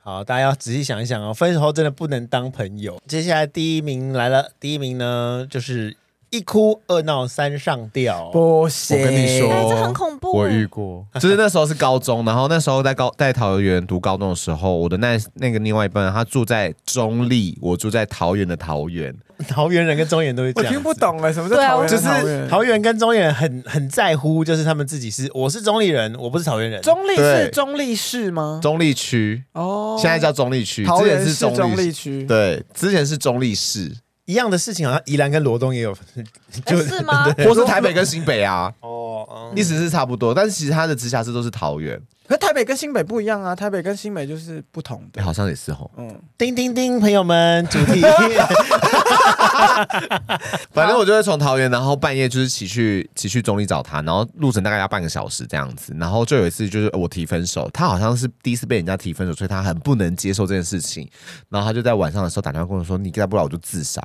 Speaker 3: 好，大家要仔细想一想哦，分手后真的不能当朋友。接下来第一名来了，第一名呢就是一哭二闹三上吊。
Speaker 1: 不行。
Speaker 2: 我跟你说
Speaker 4: 哎，
Speaker 2: 哦
Speaker 4: 这很恐怖。
Speaker 2: 我遇过， 就是那时候是高中，然后那时候在高在桃园读高中的时候，我的那那个另外一半他住在中立，我住在桃园的桃园，
Speaker 3: 桃园人跟中原都会这
Speaker 1: 我
Speaker 3: 样，
Speaker 1: 听不。懂哎，什么叫
Speaker 4: 对啊
Speaker 1: 桃园？
Speaker 4: 就是
Speaker 1: 桃园
Speaker 3: 桃园跟中原人很很在乎，就是他们自己是我是中立人，我不是桃园人。
Speaker 1: 中立
Speaker 2: 对
Speaker 1: 是中立市吗？
Speaker 2: 中立区
Speaker 1: 哦，
Speaker 2: 现在叫中立区，
Speaker 1: 桃
Speaker 2: 之
Speaker 1: 园
Speaker 2: 前是
Speaker 1: 市中
Speaker 2: 中
Speaker 1: 立
Speaker 2: 立，
Speaker 1: 区。
Speaker 2: 对，之前是中立市，
Speaker 3: 一样的事情，好像宜兰跟罗东也有，
Speaker 4: 哎
Speaker 3: 就是
Speaker 4: 吗？
Speaker 2: 或是台北跟新北啊，
Speaker 3: 哦，
Speaker 2: 意思是差不多，但是其实它的直辖市都是桃园，
Speaker 1: 可台北跟新北不一样啊，台北跟新北就是不同
Speaker 2: 哎
Speaker 1: 的。
Speaker 2: 好像也是吼。
Speaker 1: 嗯，
Speaker 3: 叮叮叮，朋友们，主题
Speaker 2: 反正我就会从桃园，然后半夜就是骑去骑去中立找他，然后路程大概要半个小时这样子。然后就有一次就是呃我提分手，他好像是第一次被人家提分手，所以他很不能接受这件事情。然后他就在晚上的时候打电话跟我说：“你再不来我就自杀。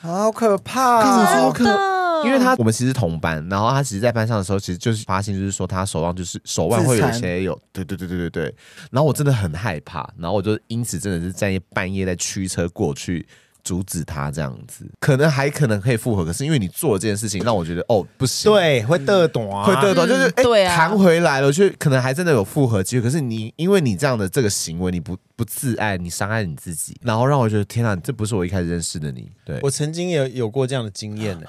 Speaker 1: 好可怕哦。
Speaker 4: 真的，
Speaker 2: 因为他我们其实是同班，然后他其实在班上的时候，其实就是发现就是说他手上就是手腕会有一
Speaker 1: 自
Speaker 2: 些有对对对对对对。然后我真的很害怕，然后我就因此真的是在半夜在驱车过去。阻止他这样子，可能还可能可以复合，可是因为你做了这件事情，让我觉得哦不行，
Speaker 3: 对会得懂啊，
Speaker 2: 会得到，
Speaker 4: 嗯
Speaker 2: 就是哎，
Speaker 4: 对啊
Speaker 2: 弹回来了，就可能还真的有复合机会。可是你因为你这样的这个行为，你不不自爱，你伤害你自己，然后让我觉得天啊，这不是我一开始认识的你。对，
Speaker 3: 我曾经也有有过这样的经验呢、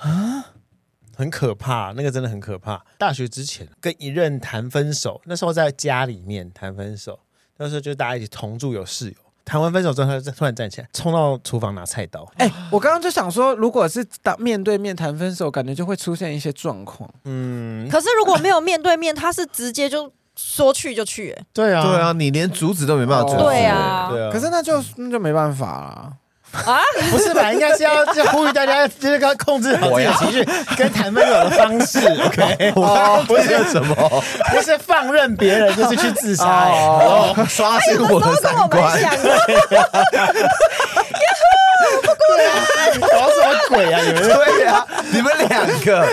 Speaker 3: 很可怕，那个真的很可怕。大学之前跟一任谈分手，那时候在家里面谈分手，那时候就大家一起同住有室友。谈完分手之后，他突然站起来，冲到厨房拿菜刀。
Speaker 1: 哎、我刚刚就想说，如果是当面对面谈分手，感觉就会出现一些状况。
Speaker 3: 嗯，
Speaker 4: 可是如果没有面对面，他是直接就说去就去，哎
Speaker 3: 对啊，
Speaker 2: 对，啊，你连阻止都没办法阻止。欸
Speaker 4: 对啊，
Speaker 3: 对啊。
Speaker 1: 可是那就那就没办法啦。
Speaker 4: 啊，
Speaker 3: 不是吧？应该是要就呼吁大家，就是要控制好自己的情绪跟谈分手的方式。OK，
Speaker 2: 哦，不是什么，
Speaker 3: 不是放任别人就是去自杀、哎
Speaker 2: 哦，刷新
Speaker 4: 有的时
Speaker 2: 我的
Speaker 4: 候跟我
Speaker 2: 三
Speaker 4: 蛮
Speaker 2: 观。
Speaker 4: 像的，
Speaker 3: 搞哦什么鬼啊？你们
Speaker 2: 对呀、你们两个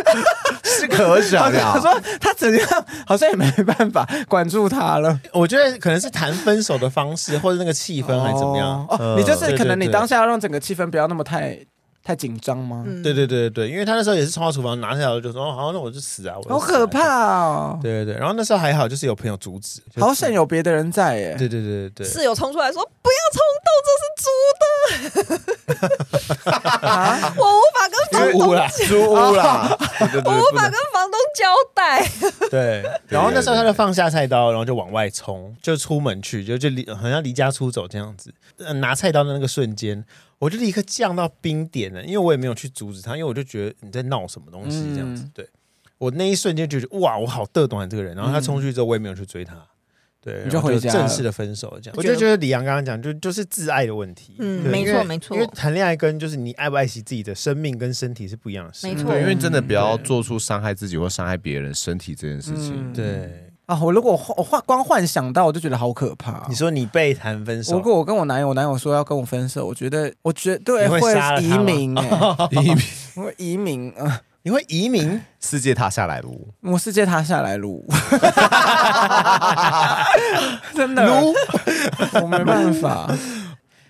Speaker 2: 是可想的
Speaker 1: 他
Speaker 2: 啊。
Speaker 1: 说他怎样，好像也没办法管住他了，
Speaker 3: 我觉得可能是谈分手的方式，或者那个气氛，还是怎么样。嗯
Speaker 1: 哦，哦你就是可
Speaker 3: 对对
Speaker 1: 能你
Speaker 3: 对
Speaker 1: 当下要让整个气氛不要那么太太紧张吗？
Speaker 4: 嗯
Speaker 3: 对对对对对，因为他那时候也是冲到厨房拿下来，就说：“哦，好，那我就死啊！”我就死啊
Speaker 1: 好可！怕哦，
Speaker 3: 对对对，然后那时候还好，就是有朋友阻止。就是
Speaker 1: 好险有别的人在耶。
Speaker 3: 对对对对对，
Speaker 4: 室友冲出来说：“不要冲
Speaker 1: 啊
Speaker 4: 动，这是猪的，我无法跟房
Speaker 3: 租
Speaker 1: 哦
Speaker 3: 屋
Speaker 4: 东，
Speaker 3: 啦，
Speaker 2: 租屋 啦，啊对对对
Speaker 4: 我无
Speaker 2: 不能
Speaker 4: 法跟房东交代。
Speaker 3: 对。然后那时候他就放下菜刀，然后就往外冲，就出门去，就就离好像离家出走这样子。呃拿菜刀的那个瞬间，我就立刻降到冰点了，因为我也没有去阻止他，因为我就觉得你在闹什么东西这样子
Speaker 1: 嗯。
Speaker 3: 对，我那一瞬间就觉得哇，我好得懂你这个人。然后他冲出去之后，我也没有去追他，对，
Speaker 1: 你就
Speaker 3: 然后
Speaker 1: 回家了
Speaker 3: 正式的分手这样。我
Speaker 4: 我
Speaker 3: 就
Speaker 4: 觉得
Speaker 3: 觉得李阳刚刚讲，就就是自爱的问题。
Speaker 4: 嗯
Speaker 3: 对
Speaker 4: 没
Speaker 3: 因为
Speaker 4: 错没错
Speaker 3: 因为谈恋爱跟就是你爱不爱惜自己的生命跟身体是不一样的事。
Speaker 4: 没错
Speaker 2: 对，因为真的不要做出伤害自己或伤害别人身体这件事
Speaker 4: 嗯
Speaker 2: 情。
Speaker 3: 对，
Speaker 1: 啊！我如果幻我幻光幻想到，我就觉得好可怕哦、
Speaker 3: 你说你被谈分
Speaker 1: 如
Speaker 3: 手，
Speaker 1: 果我跟我男友，我男友说要跟我分手，我觉得我绝对
Speaker 3: 你会杀了他
Speaker 1: 移
Speaker 3: 吗
Speaker 1: 民、欸，
Speaker 2: 移民
Speaker 1: 我会移民啊、呃
Speaker 3: 你会移民？
Speaker 2: 世界塌下来了，
Speaker 1: 我世界塌下来 撸，真的撸，我没办法。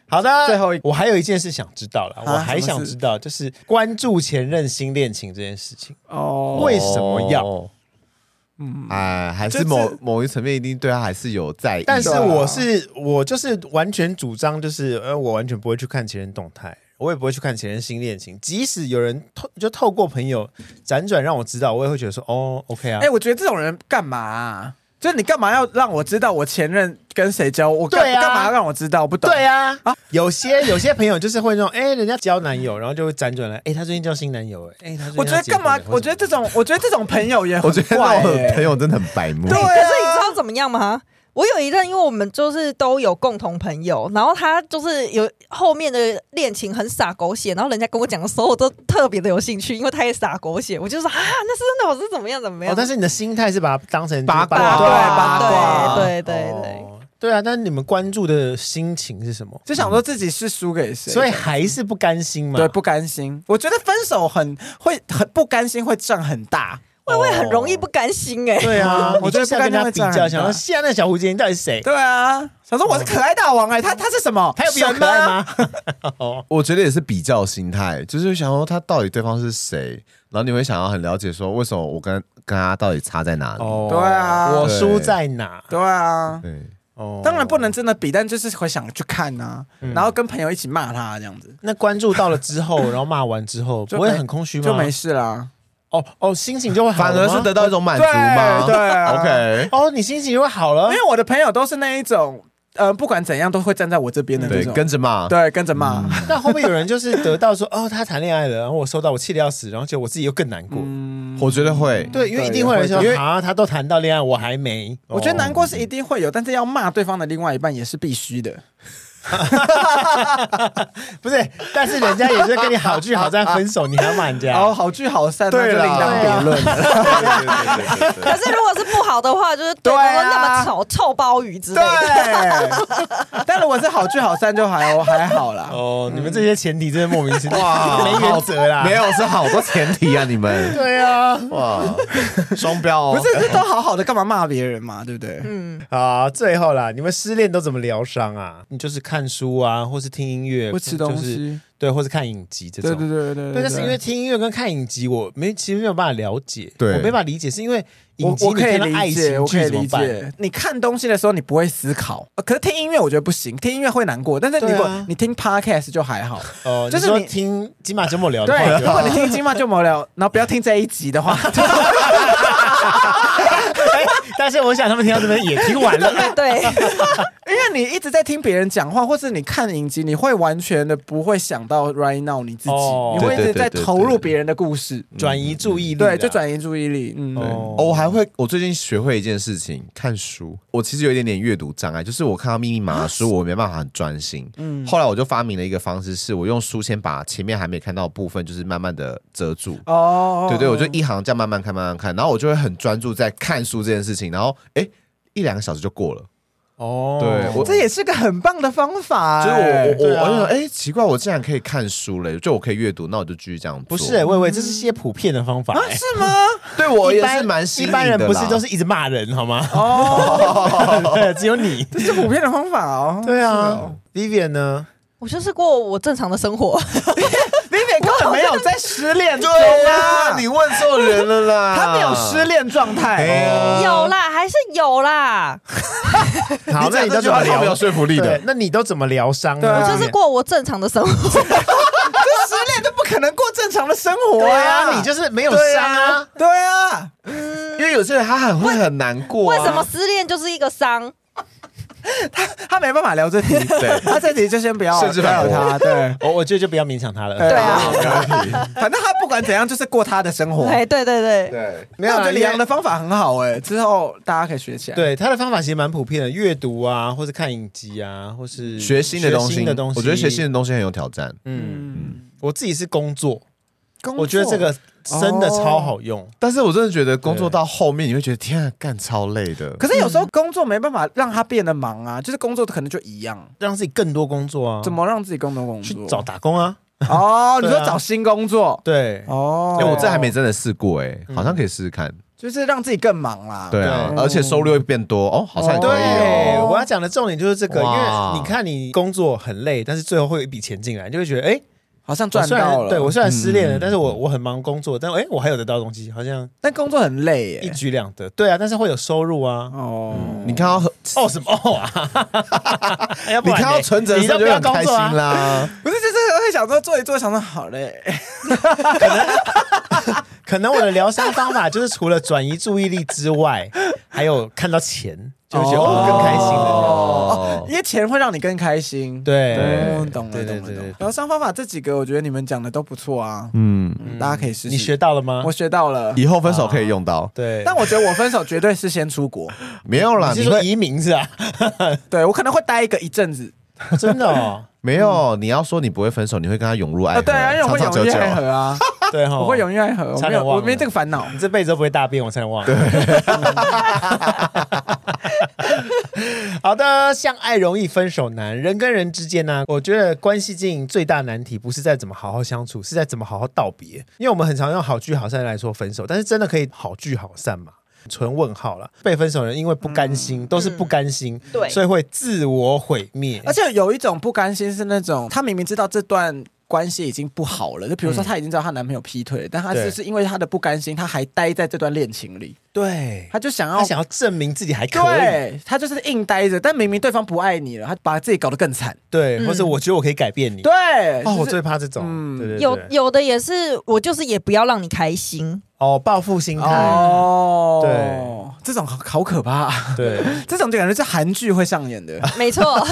Speaker 3: 好的，
Speaker 1: 最后一
Speaker 3: 我还有一件事想知道了，
Speaker 1: 啊
Speaker 3: 我还
Speaker 1: 什么
Speaker 3: 想
Speaker 1: 事
Speaker 3: 知道就是关注前任新恋情这件事情，
Speaker 1: 哦，
Speaker 3: 为什么要？
Speaker 1: 嗯，
Speaker 2: 哎，还
Speaker 1: 就是是
Speaker 2: 某某一层面一定对他还是有在意，
Speaker 3: 但是
Speaker 1: 对啊
Speaker 3: 我是我就是完全主张，就是呃，我完全不会去看前任动态，我也不会去看前任新恋情。即使有人透就透过朋友辗转让我知道，我也会觉得说哦，OK 啊，
Speaker 1: 哎、我觉得这种人干嘛啊、就是你干嘛要让我知道我前任跟谁交往？我干
Speaker 3: 对啊
Speaker 1: 干嘛要让我知道？我不懂。
Speaker 3: 对啊，
Speaker 1: 啊
Speaker 3: 有些 有些朋友就是会那种，哎、人家交男友，然后就会辗转来，哎、他最近交新男友、哎，哎，他最近
Speaker 1: 我觉得
Speaker 3: 要结婚
Speaker 1: 干嘛
Speaker 3: 了？
Speaker 1: 我觉得这种，我觉得这种朋友 也
Speaker 2: 我
Speaker 1: 很
Speaker 2: 觉得
Speaker 1: 怪、
Speaker 2: 那种
Speaker 1: 欸。
Speaker 2: 朋友真的很白目。
Speaker 1: 对啊
Speaker 4: 可是你知道怎么样吗？我有一任，因为我们就是都有共同朋友，然后他就是有后面的恋情很傻狗血，然后人家跟我讲的时候，我都特别的有兴趣，因为他也傻狗血，我就说啊，那是真的，我是怎么样怎么样。
Speaker 3: 哦，但是你的心态是把它当成
Speaker 2: 八卦
Speaker 1: 对八卦
Speaker 4: 对对对对对
Speaker 3: 哦对啊，但是你们关注的心情是什么？
Speaker 1: 就想说自己是输给谁，
Speaker 3: 所以还是不甘心嘛？
Speaker 1: 对不甘心。我觉得分手很会很不甘心，会占很大。
Speaker 4: 我会很容易不甘心哎、
Speaker 3: 对 啊，
Speaker 1: 我
Speaker 3: 我就
Speaker 1: 觉得
Speaker 3: 是要跟他比
Speaker 1: 不甘心
Speaker 3: 较，
Speaker 1: 会长
Speaker 3: 想要现在那小胡今天到底是谁？
Speaker 1: 对啊，想说我是可爱大王哎、他他是什么？
Speaker 3: 哦他有比我
Speaker 1: 神
Speaker 3: 可爱？吗？
Speaker 2: 我觉得也是比较心态，就是想说他到底对方是谁，然后你会想要很了解说为什么我跟跟他到底差在哪里。
Speaker 3: 哦
Speaker 1: 对啊
Speaker 3: 我输在哪？
Speaker 1: 对啊，
Speaker 2: 对，
Speaker 3: 哦
Speaker 1: 当然不。能真的比，但就是会想去看啊，
Speaker 2: 嗯
Speaker 1: 然后跟朋友一起骂他这样子，
Speaker 3: 那关注到了之后，然后骂完之后，
Speaker 1: 就
Speaker 3: 不会
Speaker 1: 没
Speaker 3: 很空虚吗？
Speaker 1: 就没事啦。
Speaker 3: 哦哦，心情就会 好
Speaker 2: 反
Speaker 3: 了
Speaker 2: 而
Speaker 3: 吗
Speaker 2: 是得到一种满足吗？
Speaker 1: 对对啊
Speaker 2: ，OK。
Speaker 3: 哦，你心情就会好了
Speaker 1: 因。为我的朋友都是那一种，呃，不管怎样都会站在我这边的那
Speaker 2: 嗯对，
Speaker 1: 种，
Speaker 2: 跟着骂。
Speaker 1: 对跟着骂。
Speaker 3: 但会不会有人就是得到说， 哦，他谈恋爱了，然后我收到，我气得要死，然后结果我自己又更难过。
Speaker 1: 嗯
Speaker 2: 我觉得会。
Speaker 3: 对，因为
Speaker 1: 对
Speaker 3: 一定会有人
Speaker 1: 也会
Speaker 3: 说
Speaker 1: 这，样
Speaker 3: 啊，他都谈到恋爱，我还没。
Speaker 1: 我觉得难
Speaker 3: 哦，
Speaker 1: 过是一定会有，但是要骂对方的另外一半也是必须的。
Speaker 3: 不是，但是人家也是跟你好聚好散分手，你还骂人 家
Speaker 1: 然后，哦好聚好散，那就另当别论了。
Speaker 4: 可是如果是不好的话，就是对
Speaker 1: 对
Speaker 4: 方说
Speaker 1: 啊
Speaker 4: 那么丑、臭鲍鱼之类的。
Speaker 1: 对，但如果是好聚好散就还还好 啦。
Speaker 3: 哦，你们这些前提真的莫名其妙，没原则啦。
Speaker 2: 没有是好多前提啊，你 们
Speaker 3: 对啊，
Speaker 2: 哇，双标哦
Speaker 1: 不是，这都好好的，干嘛骂别人嘛？对不对？
Speaker 2: 嗯
Speaker 3: 啊，最后啦，你们失恋都怎么疗伤啊？你就是看书啊，或是听音乐，
Speaker 1: 不吃东
Speaker 3: 就是，
Speaker 1: 西，
Speaker 3: 对，或是看影集这
Speaker 1: 对对
Speaker 3: 种。
Speaker 1: 对对
Speaker 3: 对，但是因为听音乐跟看影集，我没其实没有办法了解，
Speaker 2: 对
Speaker 3: 我没办法理解，是因为
Speaker 1: 我
Speaker 3: 影集
Speaker 1: 我
Speaker 3: 你
Speaker 1: 可以
Speaker 3: 看到爱
Speaker 1: 理解，
Speaker 3: 情
Speaker 1: 我可
Speaker 3: 剧
Speaker 1: 以
Speaker 3: 怎么
Speaker 1: 理
Speaker 3: 办？
Speaker 1: 解。你看东西的时候，你不会思考，呃可是听音乐我觉得不行，听音乐会难过。但是如
Speaker 3: 对
Speaker 1: 果
Speaker 3: 啊
Speaker 1: 你听 podcast 就还 好，
Speaker 3: 哦，
Speaker 1: 就是
Speaker 3: 你说
Speaker 1: 你
Speaker 3: 听金马节目聊的
Speaker 1: 对。如
Speaker 3: 话
Speaker 1: 果你听金马就无聊，然后不要听这一集 的话，就
Speaker 3: 哎但是我想他们听到这边也听完 了，
Speaker 4: 对，
Speaker 1: 因为你一直在听别人讲话，或是你看影集，你会完全的不会想到 right now 你自己，
Speaker 3: 哦
Speaker 1: 你会一直在
Speaker 2: 对对对对
Speaker 1: 投入别人的故事，
Speaker 3: 转移注意力啦，
Speaker 1: 对，就转移注意力。嗯，
Speaker 3: 哦
Speaker 2: 哦，我还会，我最近学会一件事情，看书。我其实有一点点阅读障碍，就是我看到密密麻麻的
Speaker 1: 啊
Speaker 2: 书，我没办法很专心。嗯，后来我就发明了一个方式，是我用书先把前面还没看到的部分，就是慢慢的遮住。
Speaker 1: 哦，
Speaker 2: 对对，我就一行这样慢慢看，慢慢看，然后我就会很专注在看书这件事情，然后诶，一两个小时就过了。
Speaker 3: 哦
Speaker 2: 对我
Speaker 1: 这也是个很棒的方法、
Speaker 2: 就是
Speaker 1: 哎
Speaker 2: 我我
Speaker 3: 对
Speaker 2: 我
Speaker 3: 啊
Speaker 2: 我就想，哎，奇怪，我竟然可以看书嘞，就我可以阅读，那我就继续这样做。
Speaker 3: 不是欸魏魏，这是些普遍的方法欸，
Speaker 1: 是吗？
Speaker 2: 对我
Speaker 3: 一
Speaker 2: 也
Speaker 3: 般
Speaker 2: 是蛮新
Speaker 3: 一般人不是都是一直骂人好吗？ 哦，只有你。
Speaker 1: 这是普遍的方法哦。
Speaker 3: 对啊，Vivian 呢？
Speaker 4: 我就是过我正常的生活。
Speaker 3: 哎
Speaker 1: Vivian 根本没有在失恋
Speaker 3: 哦
Speaker 1: 中
Speaker 2: 对
Speaker 1: 啊，
Speaker 2: 啊，你问错人了啦，
Speaker 1: 他没有失。恋状
Speaker 2: 哎
Speaker 1: 态。
Speaker 3: 哦
Speaker 2: 呀，
Speaker 4: 有啦，还是有啦，
Speaker 3: 嗯好，那
Speaker 2: 你
Speaker 3: 你都
Speaker 2: 这句
Speaker 3: 怎
Speaker 2: 话
Speaker 3: 么
Speaker 2: 超没有
Speaker 3: 疗？
Speaker 2: 说服力
Speaker 3: 对
Speaker 2: 的，。
Speaker 3: 那你都怎么疗伤
Speaker 1: 对
Speaker 3: 呢？
Speaker 1: 啊
Speaker 4: 我就是过我正常的生活。
Speaker 1: 这失恋就不可能过正常的生活
Speaker 3: 对
Speaker 1: 啊！
Speaker 3: 啊，你就是没有
Speaker 1: 对
Speaker 3: 伤啊。
Speaker 1: 对啊，
Speaker 2: 因为有些人他很会很难过啊。
Speaker 4: 为什么失恋就是一个伤？
Speaker 1: 他没办法聊这题，
Speaker 2: 对
Speaker 1: 他这题就先不要，
Speaker 2: 甚至
Speaker 1: 不
Speaker 2: 反
Speaker 1: 要
Speaker 2: 驳
Speaker 1: 他，对。
Speaker 3: 我哦我觉得就不要勉强他了。
Speaker 1: 对
Speaker 4: 啊
Speaker 2: 好没问题
Speaker 1: 反正他不管怎样，就是过他的生活。
Speaker 4: 哎，对对对，
Speaker 2: 对，
Speaker 1: 没有，我觉得
Speaker 3: 李
Speaker 1: 李阳
Speaker 3: 阳
Speaker 1: 的方法很好哎、之后大家可以学起来。，
Speaker 3: 对他的方法其实蛮普遍的，阅读啊，或是看影集啊，或 是
Speaker 2: 学新的东
Speaker 3: 学
Speaker 2: 西，
Speaker 3: 新的东西。
Speaker 2: 我觉得学新的东西很有挑战。
Speaker 3: 嗯，
Speaker 1: 嗯，
Speaker 3: 我自己是工作，
Speaker 1: 工作
Speaker 3: 我觉得这个真的超好用。
Speaker 2: 但是我真的觉得工作
Speaker 3: 对
Speaker 2: 到后面，你会觉得天啊，干超累的。
Speaker 1: 可是有时候工作没办法让他变得忙啊，就是工作可能就一样。
Speaker 3: 让自己更多工作啊，
Speaker 1: 怎么让自己更多工
Speaker 3: 去
Speaker 1: 作？
Speaker 3: 找打工啊？
Speaker 1: 哦，你
Speaker 3: 对啊
Speaker 1: 说找新工作
Speaker 3: 对，
Speaker 1: 哦
Speaker 2: 哎、，我这还没真的试过哎、
Speaker 3: 嗯
Speaker 2: 好像可以试试看。
Speaker 1: 就是让自己更忙啦。
Speaker 2: 对啊，
Speaker 1: 对
Speaker 2: 而且收入会变多哦，好像也可以
Speaker 3: 对，
Speaker 2: 哦。
Speaker 3: 我要讲的重点就是这个，因
Speaker 2: 哇
Speaker 3: 为你看你工作很累，但是最后会有一笔钱进来，你就会觉得哎，
Speaker 1: 好像
Speaker 3: 我
Speaker 1: 赚
Speaker 3: 虽然
Speaker 1: 到了。
Speaker 3: 对我虽然失恋了，
Speaker 2: 嗯
Speaker 3: 但是我我很忙工作，但哎，我还有得到东西，好像
Speaker 1: 但工作很累耶、
Speaker 3: 一举两得。对啊，但是会有收入啊。
Speaker 1: 哦，
Speaker 2: 你看到
Speaker 3: 哦什么哦啊？ 要不
Speaker 2: 你
Speaker 3: 然
Speaker 2: 看
Speaker 3: 呢
Speaker 2: 到存折的
Speaker 3: 你
Speaker 2: 时
Speaker 3: 都
Speaker 2: 候
Speaker 3: 不
Speaker 2: 就
Speaker 3: 要
Speaker 2: 很
Speaker 3: 工
Speaker 2: 开心
Speaker 3: 作啊！
Speaker 2: 啦。
Speaker 1: 不是，就是会想说做一做，想说好累。
Speaker 3: 可能我的疗伤方法就是除了转移注意力之外，还有看到钱，就会觉得
Speaker 1: 哦
Speaker 3: 哦更开心了。
Speaker 2: 哦
Speaker 1: 因为钱会让你更开心。
Speaker 3: 对，
Speaker 1: 哦，懂了，
Speaker 3: 对对
Speaker 1: 懂了，
Speaker 3: 对对对
Speaker 1: 懂了。疗伤方法这几个，我觉得你们讲的都不错啊，
Speaker 2: 嗯，
Speaker 1: 大家可以试试。
Speaker 3: 你学到了吗
Speaker 1: 我？学到了，
Speaker 2: 以后分手可以用到，
Speaker 3: 对，
Speaker 1: 但我觉得我分手绝对是先出国，
Speaker 2: 没有啦，
Speaker 3: 你
Speaker 2: 你
Speaker 3: 是说
Speaker 2: 会
Speaker 3: 移民是啊？
Speaker 1: 对我可能会待一个一阵子。
Speaker 3: 真的哦，
Speaker 2: 没有？你要说你不会分手，你会跟他涌入爱
Speaker 1: 啊，
Speaker 2: 河，
Speaker 1: 对啊，因为我会
Speaker 2: 长长
Speaker 1: 永
Speaker 2: 久久。
Speaker 1: 浴爱 河啊，
Speaker 3: 对哈，
Speaker 1: 我会。永浴爱河，我
Speaker 3: 哦差
Speaker 1: 没
Speaker 3: 点
Speaker 1: 有，
Speaker 3: 忘了
Speaker 1: 我没这个烦恼。
Speaker 3: 你这辈子都不会大便，我才忘了。 好的，相爱容易分手难，人跟人之间呢、我觉得关系经营最大难题不是在怎么好好相处，是在怎么好好道别。因为我们很常用好聚好散来说分手，但是真的可以好聚好散吗？纯问号了。被分手的人因为不甘心，都是不甘心，
Speaker 4: 对
Speaker 3: 所以会自我毁灭。
Speaker 1: 而且有一种不甘心是那种，她明明知道这段。关系已经不好了，就比如说她已经知道她男朋友劈腿了，但她
Speaker 3: 嗯对
Speaker 1: 就是因为她的不甘心，她还待在这段恋情里，
Speaker 3: 对，
Speaker 1: 她就想要
Speaker 3: 他想要证明自己还可以，
Speaker 1: 对他就是硬待着，但明明对方不爱你了，他把自己搞得更惨。
Speaker 3: 对，
Speaker 4: 嗯
Speaker 3: 或者我觉得我可以改变你。
Speaker 1: 对，
Speaker 3: 哦，
Speaker 1: 就
Speaker 3: 我
Speaker 1: 是
Speaker 3: 最怕这种，
Speaker 1: 嗯
Speaker 3: 对对对
Speaker 4: 有有的也是，我就是也不要让你开心，
Speaker 3: 哦，报复心态，
Speaker 1: 哦，
Speaker 3: 对，
Speaker 1: 这种好好可怕、啊
Speaker 3: 对
Speaker 1: 这种就感觉是韩剧会上演的。
Speaker 4: 没错，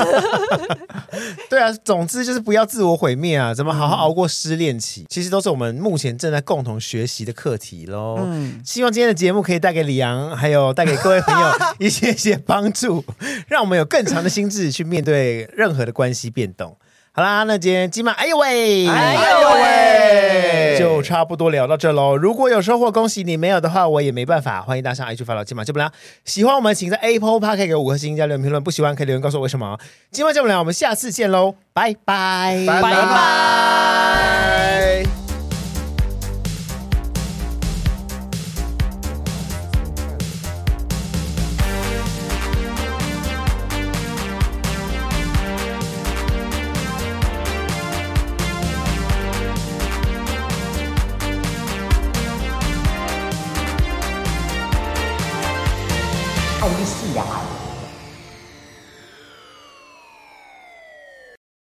Speaker 3: 对啊，总之就是不要自我毁灭啊，怎么好
Speaker 1: 嗯
Speaker 3: 好熬过失恋期，其实都是我们目前正在共同学习的课题喽。
Speaker 1: 嗯
Speaker 3: 希望今天的节目可以带给李阳，还有带给各位朋 友一些些帮助，让我们有更长的心智去面对任何的关系变动。好啦，那今天今晚，哎呦喂，
Speaker 4: 哎
Speaker 1: 呦喂
Speaker 3: 就差不多聊到这喽。如果有收获，恭喜你；没有的话，我也没办法。欢迎大家上 IG 发牢，今晚就不聊。喜欢我们，请在 Apple Park 给我五颗星加留言评论；不喜欢可以留言告诉我为什么。今晚就不聊，我们下次见喽，拜拜，
Speaker 2: 拜
Speaker 4: 拜拜。